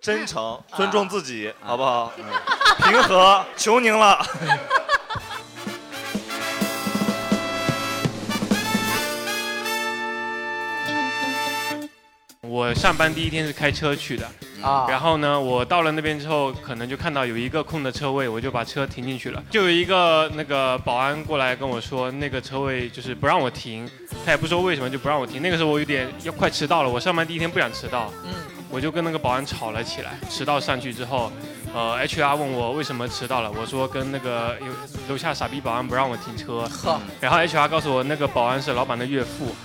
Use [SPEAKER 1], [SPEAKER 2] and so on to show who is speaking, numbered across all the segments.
[SPEAKER 1] 真诚，尊重自己，好不好？平和，求您了。
[SPEAKER 2] 我上班第一天是开车去的，
[SPEAKER 3] 啊
[SPEAKER 2] 然后呢，我到了那边之后，可能就看到有一个空的车位，我就把车停进去了。就有一个那个保安过来跟我说，那个车位就是不让我停，他也不说为什么就不让我停。那个时候我有点要快迟到了，我上班第一天不想迟到，
[SPEAKER 4] 嗯
[SPEAKER 2] 我就跟那个保安吵了起来。迟到上去之后，呃，HR 问我为什么迟到了，我说跟那个有楼下傻逼保安不让我停车，然后 HR 告诉我那个保安是老板的岳父。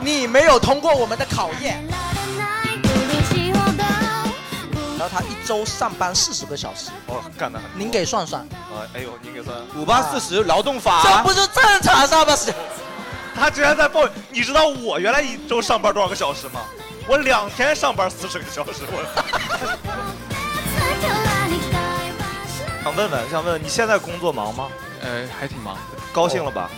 [SPEAKER 3] 你没有通过我们的考验。然后他一周上班四十个小时，
[SPEAKER 1] 哦，干得很。
[SPEAKER 3] 您给算算，
[SPEAKER 1] 啊， 哎呦，您给算
[SPEAKER 4] 五八四十劳动法，
[SPEAKER 3] 这不是正常上班时间。
[SPEAKER 1] 他居然在抱怨，你知道我原来一周上班多少个小时吗？我两天上班四十个小时，我。想问问，想问问你现在工作忙吗？
[SPEAKER 5] 呃，还挺忙。
[SPEAKER 1] 高兴了吧？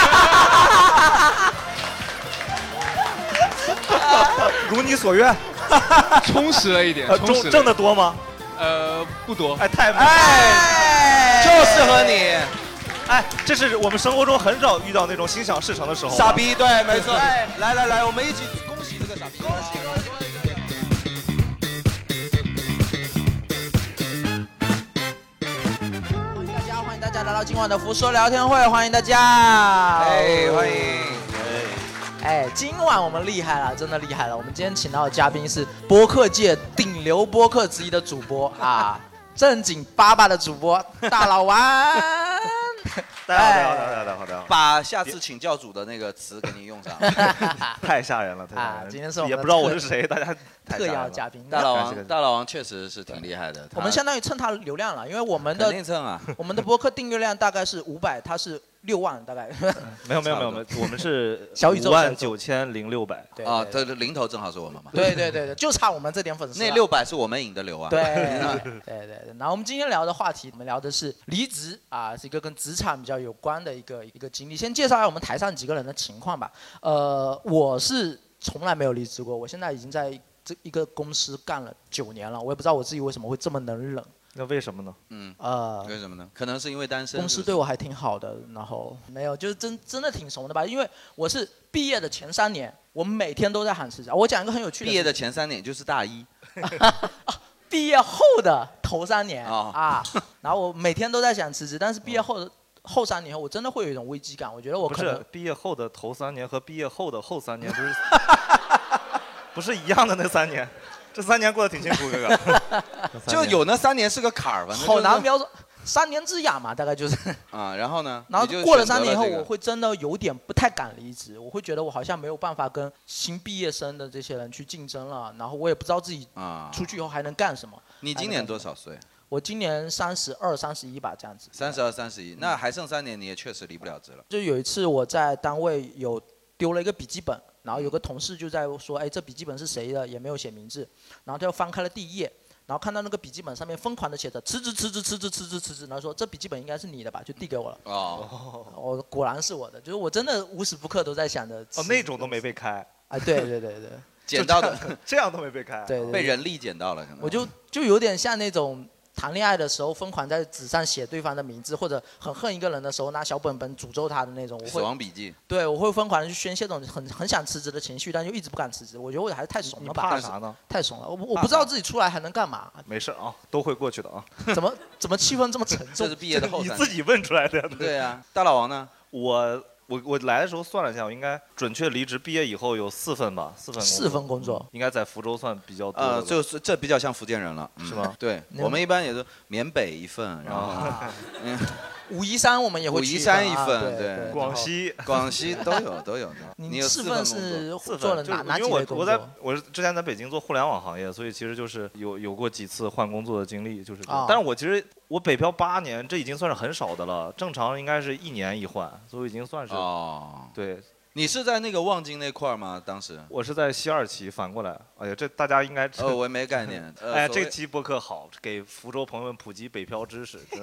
[SPEAKER 1] 如你所愿，
[SPEAKER 5] 哦 充实了一点
[SPEAKER 1] 呃
[SPEAKER 5] 充实了
[SPEAKER 1] 挣挣得多吗？
[SPEAKER 5] 呃，不多。
[SPEAKER 1] 哎，太
[SPEAKER 3] 哎，
[SPEAKER 4] 就适合你，
[SPEAKER 1] 哎，这是我们生活中很少遇到那种心想事成的时候。啊
[SPEAKER 4] 傻，逼，对，没错。哎，来来来，我们一起恭喜这个傻逼。恭喜恭喜！
[SPEAKER 3] 欢迎大家，欢迎大家来到今晚的福说聊天会，欢迎大家。
[SPEAKER 4] 哎，欢。迎。
[SPEAKER 3] 哎，今晚我们厉害了，真的厉害了。我们今天请到的嘉宾是播客界顶流播客之一的主播啊，正经八八的主播大老王。
[SPEAKER 1] 大家好，大家好，大家好，大家好，
[SPEAKER 4] 哎把下次请教主的那个词给你用上。
[SPEAKER 1] 太吓人了，太吓人
[SPEAKER 3] 啊
[SPEAKER 1] 了。
[SPEAKER 3] 今天是我们
[SPEAKER 1] 也
[SPEAKER 3] 的
[SPEAKER 1] 不知道我是谁，大家太吓
[SPEAKER 3] 特
[SPEAKER 1] 人
[SPEAKER 3] 邀
[SPEAKER 1] 了
[SPEAKER 3] 嘉宾，
[SPEAKER 4] 大老
[SPEAKER 1] 是的是
[SPEAKER 4] 王，
[SPEAKER 1] 的
[SPEAKER 4] 大老王确实是挺厉害的。他
[SPEAKER 3] 我们相当于蹭他的流量了，因为我们
[SPEAKER 4] 肯
[SPEAKER 3] 的
[SPEAKER 4] 定蹭啊，
[SPEAKER 3] 我们的播客订阅量大概是五百，他是六 万，大概。
[SPEAKER 1] 没有没有没有没有，我们是
[SPEAKER 3] 小宇宙
[SPEAKER 1] 五万九千零六百。
[SPEAKER 3] 对
[SPEAKER 4] 啊，
[SPEAKER 3] 对
[SPEAKER 4] 这零头正好是我们嘛。
[SPEAKER 3] 对对对对，就差我们这点粉丝了。
[SPEAKER 4] 那六百是我们引的流啊。
[SPEAKER 3] 对对对对，然后我们今天聊的话题，我们聊的是离职啊，是一个跟职场比较有关的一个一个经历。先介绍一下我们台上几个人的情况吧。呃，我是从来没有离职过，我现在已经在这一个公司干了九年了，我也不知道我自己为什么会这么能忍。
[SPEAKER 1] 那为什么呢？
[SPEAKER 4] 嗯，
[SPEAKER 3] 呃，
[SPEAKER 4] 为什么呢？可能是因为单身。
[SPEAKER 3] 公司
[SPEAKER 4] 是不
[SPEAKER 3] 对
[SPEAKER 4] 是
[SPEAKER 3] 我还挺好的，然后没有，就是真真的挺怂的吧，因为我是毕业的前三年，我每天都在喊辞职。我讲一个很有趣的事情，
[SPEAKER 4] 毕业的前三年就是大一，
[SPEAKER 3] 毕业后的头 三年、
[SPEAKER 4] 哦
[SPEAKER 3] 啊，然后我每天都在想辞职，但是毕业后的、后三年后，我真的会有一种危机感。我觉得我
[SPEAKER 1] 不
[SPEAKER 3] 可
[SPEAKER 1] 是
[SPEAKER 3] 能
[SPEAKER 1] 毕业后的头三年和毕业后的后三年 不是不是一样的那三年？这三年过得挺辛苦，哥 哥。
[SPEAKER 4] 就有那三年是个坎儿，反正就是
[SPEAKER 3] 好难描述，三年之痒嘛，大概就是。
[SPEAKER 4] 啊。然后呢？
[SPEAKER 3] 然后
[SPEAKER 4] 你就
[SPEAKER 3] 过了
[SPEAKER 4] 选
[SPEAKER 3] 三
[SPEAKER 4] 择
[SPEAKER 3] 年以后，
[SPEAKER 4] 这个
[SPEAKER 3] 我会真的有点不太敢离职，我会觉得我好像没有办法跟新毕业生的这些人去竞争了，然后我也不知道自己
[SPEAKER 4] 啊。
[SPEAKER 3] 出去以后还能干什么。
[SPEAKER 4] 你今年多少岁？
[SPEAKER 3] 我今年三十二、三十一吧，这样子。
[SPEAKER 4] 三十二、三
[SPEAKER 1] 嗯
[SPEAKER 4] 十一，那还剩三年，你也确实离不了职了。
[SPEAKER 3] 就有一次我在单位有丢了一个笔记本，然后有个同事就在说，哎，这笔记本是谁的？也没有写名字。然后他就翻开了第一页，然后看到那个笔记本上面疯狂的写着辞职辞职辞职辞职辞职，然后说这笔记本应该是你的吧，就递给我了。
[SPEAKER 1] 嗯
[SPEAKER 4] 哦，
[SPEAKER 3] 我、果然是我的，就是我真的无时不刻都在想着辞
[SPEAKER 1] 哦，那种都没被开，
[SPEAKER 3] 啊，对对对对
[SPEAKER 4] 捡到的，
[SPEAKER 1] 这样都没被开。啊
[SPEAKER 3] 对对，
[SPEAKER 4] 被人力捡到了，可能。
[SPEAKER 3] 我就就有点像那种谈恋爱的时候疯狂在纸上写对方的名字，或者很恨一个人的时候拿小本本诅咒他的那种，我
[SPEAKER 4] 死
[SPEAKER 3] 会
[SPEAKER 4] 亡笔记，
[SPEAKER 3] 对，我会疯狂的去宣泄这种很很想辞职的情绪，但又一直不敢辞职。我觉得我还是太怂
[SPEAKER 1] 你
[SPEAKER 3] 了
[SPEAKER 1] 怕
[SPEAKER 3] 吧，
[SPEAKER 1] 啥呢？
[SPEAKER 3] 太怂了。我我不知道自己出来还能干嘛，
[SPEAKER 1] 没事啊，都会过去的啊。
[SPEAKER 3] 怎么怎么气氛这么沉
[SPEAKER 4] 这
[SPEAKER 3] 重
[SPEAKER 4] 是？毕业的后
[SPEAKER 1] 你
[SPEAKER 4] 三
[SPEAKER 1] 自
[SPEAKER 4] 年。
[SPEAKER 1] 己问出来的呀。
[SPEAKER 4] 对啊，大老王呢？
[SPEAKER 1] 我我我来的时候算了一下，我应该准确离职毕业以后有四份吧，四份工作嗯
[SPEAKER 3] 四份工作，
[SPEAKER 1] 应该在福州算比较多的
[SPEAKER 4] 呃，
[SPEAKER 1] 了。
[SPEAKER 4] 就是这比较像福建人了，嗯
[SPEAKER 1] 是吗？
[SPEAKER 4] 对，
[SPEAKER 3] 嗯
[SPEAKER 4] 我们一般也是缅北一份，然后
[SPEAKER 1] 啊，
[SPEAKER 3] 武夷山我们也会去
[SPEAKER 4] 武夷山一
[SPEAKER 3] 啊
[SPEAKER 4] 份
[SPEAKER 3] 对
[SPEAKER 4] 对
[SPEAKER 3] 然后
[SPEAKER 1] 广西。
[SPEAKER 4] 广西都 有都有。你
[SPEAKER 3] 你
[SPEAKER 4] 有
[SPEAKER 3] 四
[SPEAKER 4] 份工
[SPEAKER 3] 份
[SPEAKER 4] 作
[SPEAKER 3] 是
[SPEAKER 1] 四
[SPEAKER 3] 做
[SPEAKER 1] 份，
[SPEAKER 3] 了
[SPEAKER 1] 就
[SPEAKER 3] 哪
[SPEAKER 1] 是
[SPEAKER 3] 哪
[SPEAKER 1] 因
[SPEAKER 3] 几
[SPEAKER 1] 为
[SPEAKER 3] 类
[SPEAKER 1] 我
[SPEAKER 3] 工
[SPEAKER 1] 我在
[SPEAKER 3] 作？
[SPEAKER 1] 我是之前在北京做互联网行业，所以其实就是有有过几次换工作的经历，就是这样
[SPEAKER 3] 啊。
[SPEAKER 1] 但是我其实我北漂八年，这已经算是很少的了，正常应该是一年一换，所以已经算是
[SPEAKER 4] 哦，
[SPEAKER 1] 对。
[SPEAKER 4] 你是在那个望京那块儿吗？当时？
[SPEAKER 1] 我是在西二旗反过来，哎呀，这大家应该知道。
[SPEAKER 4] 哦我没概 念呃
[SPEAKER 1] 哎呀，
[SPEAKER 4] 所谓
[SPEAKER 1] 这期播客好，给福州朋友们普及北漂知识，真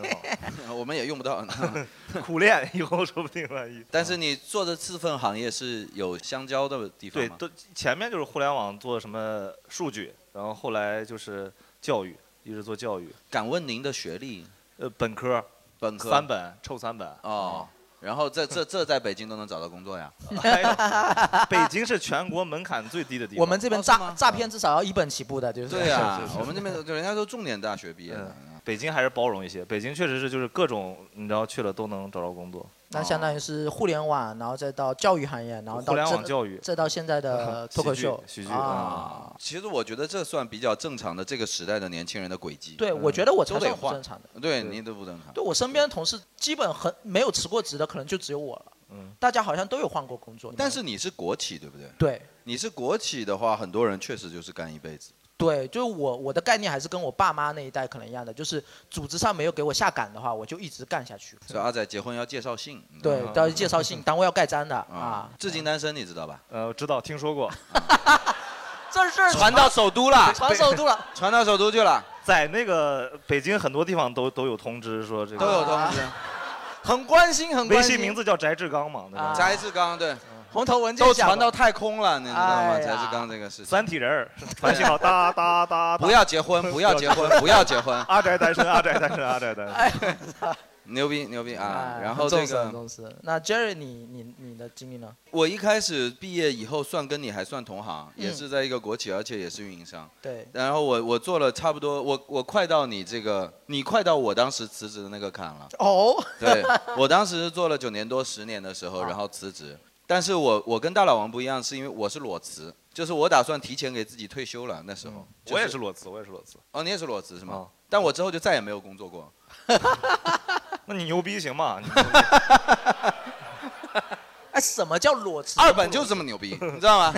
[SPEAKER 1] 好。
[SPEAKER 4] 我们也用不到，
[SPEAKER 1] 苦练以后说不定万 一。
[SPEAKER 4] 但是你做的这份行业是有相交的地方
[SPEAKER 1] 对，
[SPEAKER 4] 吗？
[SPEAKER 1] 都前面就是互联网做什么数据，然后后来就是教育，一直做教育。
[SPEAKER 4] 敢问您的学历？
[SPEAKER 1] 呃，本科，
[SPEAKER 4] 本科
[SPEAKER 1] 三本，臭三本。
[SPEAKER 4] 哦，然后这这这在北京都能找到工作呀？
[SPEAKER 1] 哎呦北京是全国门槛最低的地方。哦
[SPEAKER 3] 我们这边诈诈骗至少要一本起步的，就是
[SPEAKER 4] 对啊呀，我们那边人家都重点大学毕业的。
[SPEAKER 1] 嗯北京还是包容一些，北京确实是就是各种你知道去了都能找着工作。
[SPEAKER 4] 哦
[SPEAKER 3] 那相当于是互联网，然后再到教育行业，然后到
[SPEAKER 1] 互联网
[SPEAKER 3] 这
[SPEAKER 1] 教育
[SPEAKER 3] 再到现 在的呃脱口秀啊。
[SPEAKER 1] 嗯
[SPEAKER 4] 啊，其实我觉得这算比较正常的这个时代的年轻人的轨迹。
[SPEAKER 3] 对
[SPEAKER 1] 嗯
[SPEAKER 3] 我觉得我才
[SPEAKER 4] 都得
[SPEAKER 3] 算不
[SPEAKER 4] 换
[SPEAKER 3] 正常的
[SPEAKER 4] 对，你都不正常。
[SPEAKER 3] 对我身边的同事，基本很没有辞过职的，可能就只有我了。
[SPEAKER 1] 嗯，
[SPEAKER 3] 大家好像都有换过工作。
[SPEAKER 4] 但是你是国企对不对？
[SPEAKER 3] 对，
[SPEAKER 4] 你是国企的话，很多人确实就是干一辈子。
[SPEAKER 3] 对，就是我我的概念还是跟我爸妈那一代可能一样的，就是组织上没有给我下岗的话，我就一直干下去。
[SPEAKER 4] 所以阿仔结婚要介绍信，你知道
[SPEAKER 3] 对
[SPEAKER 1] 啊
[SPEAKER 4] 吗，
[SPEAKER 3] 到介绍信，单位要盖章的
[SPEAKER 4] 啊
[SPEAKER 3] 啊。，
[SPEAKER 4] 至今单身你知道吧？
[SPEAKER 1] 呃，知道，听 说过。
[SPEAKER 3] 这事儿
[SPEAKER 4] 传到首都了，
[SPEAKER 3] 传首都了，
[SPEAKER 4] 传到首都去了，
[SPEAKER 1] 在那个北京很多地方都都有通知说这个，
[SPEAKER 4] 都有通知。
[SPEAKER 3] 很关心，很
[SPEAKER 1] 微
[SPEAKER 3] 关
[SPEAKER 1] 信
[SPEAKER 3] 心。
[SPEAKER 1] 名字叫翟志刚嘛，
[SPEAKER 3] 啊
[SPEAKER 1] 那个
[SPEAKER 4] 翟志刚
[SPEAKER 1] 嗯
[SPEAKER 4] 对，
[SPEAKER 3] 红头文件
[SPEAKER 4] 都
[SPEAKER 3] 夹
[SPEAKER 4] 传
[SPEAKER 3] 吧
[SPEAKER 4] 到太空了，你知道吗？
[SPEAKER 3] 哎呀
[SPEAKER 4] 翟志刚这个事情。
[SPEAKER 1] 三体人儿传信 号哒哒哒，哒，
[SPEAKER 4] 不要结婚，不要结婚，不要结婚
[SPEAKER 1] 阿宅单身，阿宅单身，阿宅单身。
[SPEAKER 4] 牛逼牛逼啊！
[SPEAKER 3] 哎
[SPEAKER 4] 然后
[SPEAKER 3] 很重
[SPEAKER 4] 这
[SPEAKER 3] 视很
[SPEAKER 4] 个，
[SPEAKER 3] 重视。那 Jerry，你你你的经历呢？
[SPEAKER 4] 我一开始毕业以后算跟你还算同行，
[SPEAKER 3] 嗯
[SPEAKER 4] 也是在一个国企，而且也是运营商。
[SPEAKER 3] 对，
[SPEAKER 4] 然后我我做了差不多，我我快到你这个，你快到我当时辞职的那个坎 了。
[SPEAKER 6] 어?
[SPEAKER 3] 哦，
[SPEAKER 4] 对我当时做了九年多十年的时候，然后辞职。但是我我跟大老王不一样，是因为我是裸辞，就是我打算提前给自己退休了。那时
[SPEAKER 3] 嗯
[SPEAKER 4] 候、就
[SPEAKER 1] 我也是裸辞，我也是裸辞。
[SPEAKER 4] 哦，你也是裸辞是吗？
[SPEAKER 1] 哦
[SPEAKER 4] 但我之后就再也没有工作过。
[SPEAKER 1] 那你牛逼行吗？你
[SPEAKER 3] 哎，什么叫裸辞？
[SPEAKER 4] 二本就这么牛 逼，你知道吗？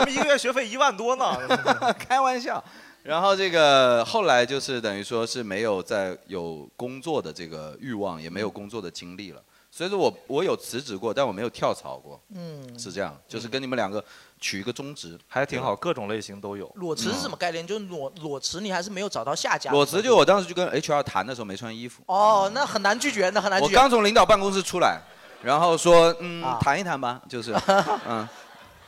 [SPEAKER 1] 我们一个月学费一万多呢。
[SPEAKER 4] 开玩笑。然后这个后来就是等于说是没有再有工作的这个欲望，也没有工作的经历了。所以说我我有辞职过，但我没有跳槽过，
[SPEAKER 6] 음.
[SPEAKER 3] 嗯，
[SPEAKER 4] 是这样，就是跟你们两个取一个中值，
[SPEAKER 1] 还挺好，各种类型都有。
[SPEAKER 3] 裸辞是什么概念？就是裸裸辞，你还是没有找到下家。
[SPEAKER 4] 裸辞就我当时就跟 HR 谈的时候没穿衣服，
[SPEAKER 3] 哦，那很难拒绝，那很难
[SPEAKER 4] 我
[SPEAKER 3] 拒绝。
[SPEAKER 4] 刚从领导办公室出来，然后说嗯、
[SPEAKER 3] 啊
[SPEAKER 4] 谈一谈吧，就是嗯，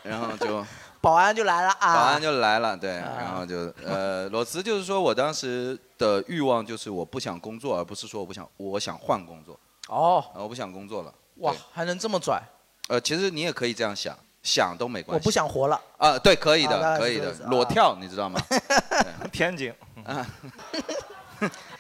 [SPEAKER 4] 然后就。
[SPEAKER 3] 保安就来了啊！
[SPEAKER 4] 保安就来了，对，然后就呃，裸辞就是说我当时的欲望就是我不想工作，而不是说我不想我想换工作，
[SPEAKER 3] 哦，
[SPEAKER 4] 呃我不想工作了。
[SPEAKER 3] 哇
[SPEAKER 4] 对，
[SPEAKER 3] 还能这么拽，
[SPEAKER 4] 呃，其实你也可以这样想，想都没关系。
[SPEAKER 3] 我不想活了。
[SPEAKER 4] 啊，对，可以
[SPEAKER 3] 啊当
[SPEAKER 4] 的，
[SPEAKER 3] 然
[SPEAKER 4] 可以
[SPEAKER 3] 是
[SPEAKER 4] 的
[SPEAKER 3] 是，
[SPEAKER 4] 裸
[SPEAKER 3] 啊
[SPEAKER 4] 跳你知 道吗？
[SPEAKER 1] 天津，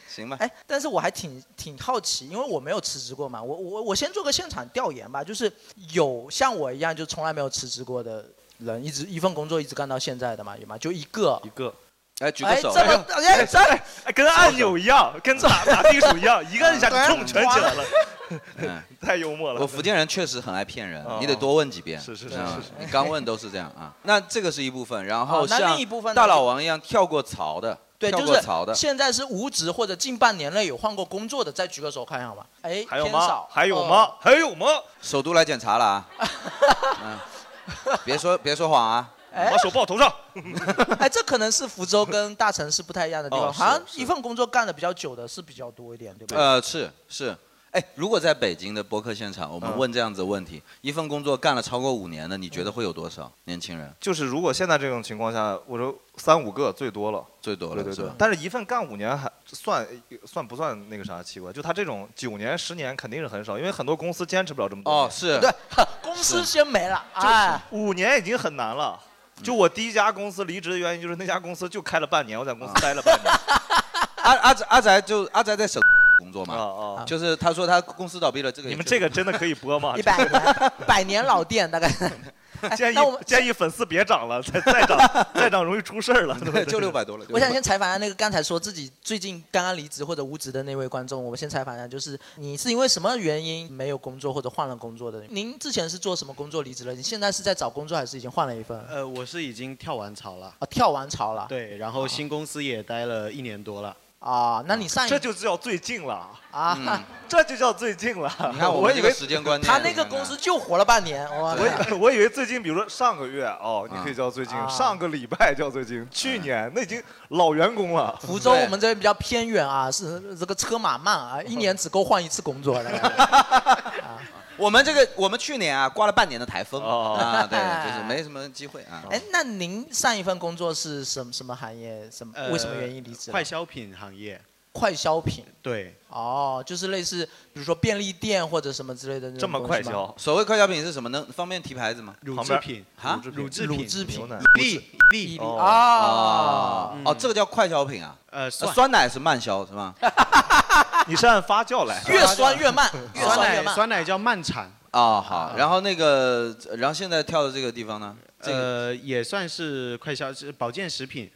[SPEAKER 4] 行吧，
[SPEAKER 3] 哎，但是我还挺挺好奇，因为我没有辞职过嘛。我我我先做个现场调研吧，就是有像我一样就从来没有辞职过的人，一直一份工作一直干到现在的嘛，有吗？就一个
[SPEAKER 1] 一。个
[SPEAKER 4] 哎，举个
[SPEAKER 3] 哎，
[SPEAKER 4] 手，
[SPEAKER 3] 这么哎这
[SPEAKER 1] 哎跟按钮一样，跟打打地鼠一 样，一个一下
[SPEAKER 4] 啊
[SPEAKER 3] 对
[SPEAKER 1] 重拳起来了，
[SPEAKER 4] 嗯，
[SPEAKER 1] 太 幽默了。
[SPEAKER 4] 我福建人确实很爱骗人
[SPEAKER 1] 哦，
[SPEAKER 4] 你得多问几遍。
[SPEAKER 1] 是是是
[SPEAKER 4] 嗯
[SPEAKER 1] 是是
[SPEAKER 4] 你刚问都是这样啊。那这个是一部分，然后
[SPEAKER 3] 哦那
[SPEAKER 4] 像
[SPEAKER 3] 另一部分呢
[SPEAKER 4] 大老王一样跳过槽的，
[SPEAKER 3] 对，
[SPEAKER 4] 跳
[SPEAKER 3] 就
[SPEAKER 4] 过槽的
[SPEAKER 3] 是，现在是无职或者近半年内有换过工作的，再举个手看一下吧。哎，
[SPEAKER 1] 还有
[SPEAKER 3] 偏
[SPEAKER 1] 吗
[SPEAKER 3] 少？哦
[SPEAKER 1] 还有？吗？还有吗？
[SPEAKER 4] 首都来检查了 啊。嗯，别说别说谎啊。
[SPEAKER 3] 哎
[SPEAKER 1] 把手抱头上。
[SPEAKER 3] 呃 哎，这可能是福州跟大城市不太一样的地方，
[SPEAKER 4] 哦是
[SPEAKER 3] 好像
[SPEAKER 4] 是
[SPEAKER 3] 一份工作干的比较久的是比较多一点，对吧？
[SPEAKER 4] 呃，是是。哎，如果在北京的播客现场，我
[SPEAKER 1] 嗯
[SPEAKER 4] 们问这样子的问题：一份工作干了超过五年的，你觉得会有多
[SPEAKER 1] 嗯
[SPEAKER 4] 少年轻人？
[SPEAKER 1] 就是如果现在这种情况下，我说三五个最多了。
[SPEAKER 4] 最多了
[SPEAKER 1] 对对
[SPEAKER 4] 是
[SPEAKER 1] 对
[SPEAKER 4] 吧，？
[SPEAKER 1] 但是一份干五年还算算不算那个啥奇怪？就他这种九年、十年肯定是很少，因为很多公司坚持不了这么多
[SPEAKER 4] 哦，
[SPEAKER 1] 年，
[SPEAKER 4] 是
[SPEAKER 3] 对，公司先 没了，哎，
[SPEAKER 1] 五年已经很难了。
[SPEAKER 4] 嗯
[SPEAKER 1] 就我第一家公司离职的原因就是那家公司就开了半年，我在公司待了半年。
[SPEAKER 4] 啊 阿阿宅阿宅就阿宅在省工作嘛，
[SPEAKER 1] 啊啊！
[SPEAKER 4] 就是他说他公司倒闭了，这个也
[SPEAKER 1] 你们
[SPEAKER 4] 确
[SPEAKER 1] 这个真的可以播吗
[SPEAKER 3] 一？百年，百年老店大概。哎
[SPEAKER 1] 建议
[SPEAKER 3] 那我们
[SPEAKER 1] 建议粉丝别涨了，再再涨再涨容易出事儿了。
[SPEAKER 4] 对就六百多了。
[SPEAKER 3] 我想
[SPEAKER 4] 600
[SPEAKER 3] 先采访一下那个刚才说自己最近刚刚离职或者无职的那位观众，我们先采访一下，就是你是因为什么原因没有工作或者换了工作的？您之前是做什么工作离职了？你现在是在找工作还是已经换了一份？
[SPEAKER 7] 呃，我是已经跳完槽了，
[SPEAKER 3] 啊，跳完槽了。
[SPEAKER 7] 对，然后新公司也待了一年多了，
[SPEAKER 3] 啊，那你上一
[SPEAKER 1] 这就叫最近了
[SPEAKER 3] 啊
[SPEAKER 4] 嗯
[SPEAKER 1] 这就叫最近了。
[SPEAKER 4] 你看我们这个时间观念，啊
[SPEAKER 3] 他那个公司就活了半年，我
[SPEAKER 1] 我以我以为最近，比如说上个月哦，你可以叫最近
[SPEAKER 3] 啊，
[SPEAKER 1] 上个礼拜叫最近，
[SPEAKER 4] 嗯
[SPEAKER 1] 去年那已经老员工了。
[SPEAKER 3] 福州我们这边比较偏远啊，是这个车马慢啊，一年只够换一次工作的。
[SPEAKER 4] 我们这个我们去年啊刮了半年的台风
[SPEAKER 1] 哦
[SPEAKER 4] 啊， 对，就是没什么机会啊。
[SPEAKER 3] 哎，那您上一份工作是什么什么行业？什么、
[SPEAKER 7] 呃
[SPEAKER 3] 为什么原因离职了？
[SPEAKER 7] 快消品行业，
[SPEAKER 3] 快消品
[SPEAKER 7] 对，
[SPEAKER 3] 哦，就是类似比如说便利店或者什么之类的那种
[SPEAKER 1] 这么
[SPEAKER 3] 东西
[SPEAKER 1] 快
[SPEAKER 3] 吗
[SPEAKER 1] 销，
[SPEAKER 4] 所谓快消品是什么？能方便提牌子吗？
[SPEAKER 7] 乳
[SPEAKER 1] 旁
[SPEAKER 7] 制
[SPEAKER 1] 边
[SPEAKER 7] 品
[SPEAKER 4] 啊
[SPEAKER 7] 乳制
[SPEAKER 3] 乳
[SPEAKER 7] 品，
[SPEAKER 3] 制品
[SPEAKER 1] 牛奶
[SPEAKER 7] 一粒一粒
[SPEAKER 3] 伊利
[SPEAKER 1] 哦
[SPEAKER 3] 啊，
[SPEAKER 4] 哦，这个叫快消品啊。
[SPEAKER 7] 呃
[SPEAKER 4] 呃
[SPEAKER 7] 酸
[SPEAKER 4] 酸奶是慢销是吗？
[SPEAKER 1] 你是按发酵来的？
[SPEAKER 3] 越酸越慢，越
[SPEAKER 7] 酸
[SPEAKER 3] 酸越
[SPEAKER 7] 奶
[SPEAKER 3] 慢。
[SPEAKER 7] 酸奶叫慢产，
[SPEAKER 4] 哦，好。然后那个，然后现在跳的这个地方呢？这个
[SPEAKER 7] 呃也算是快消是保健食品，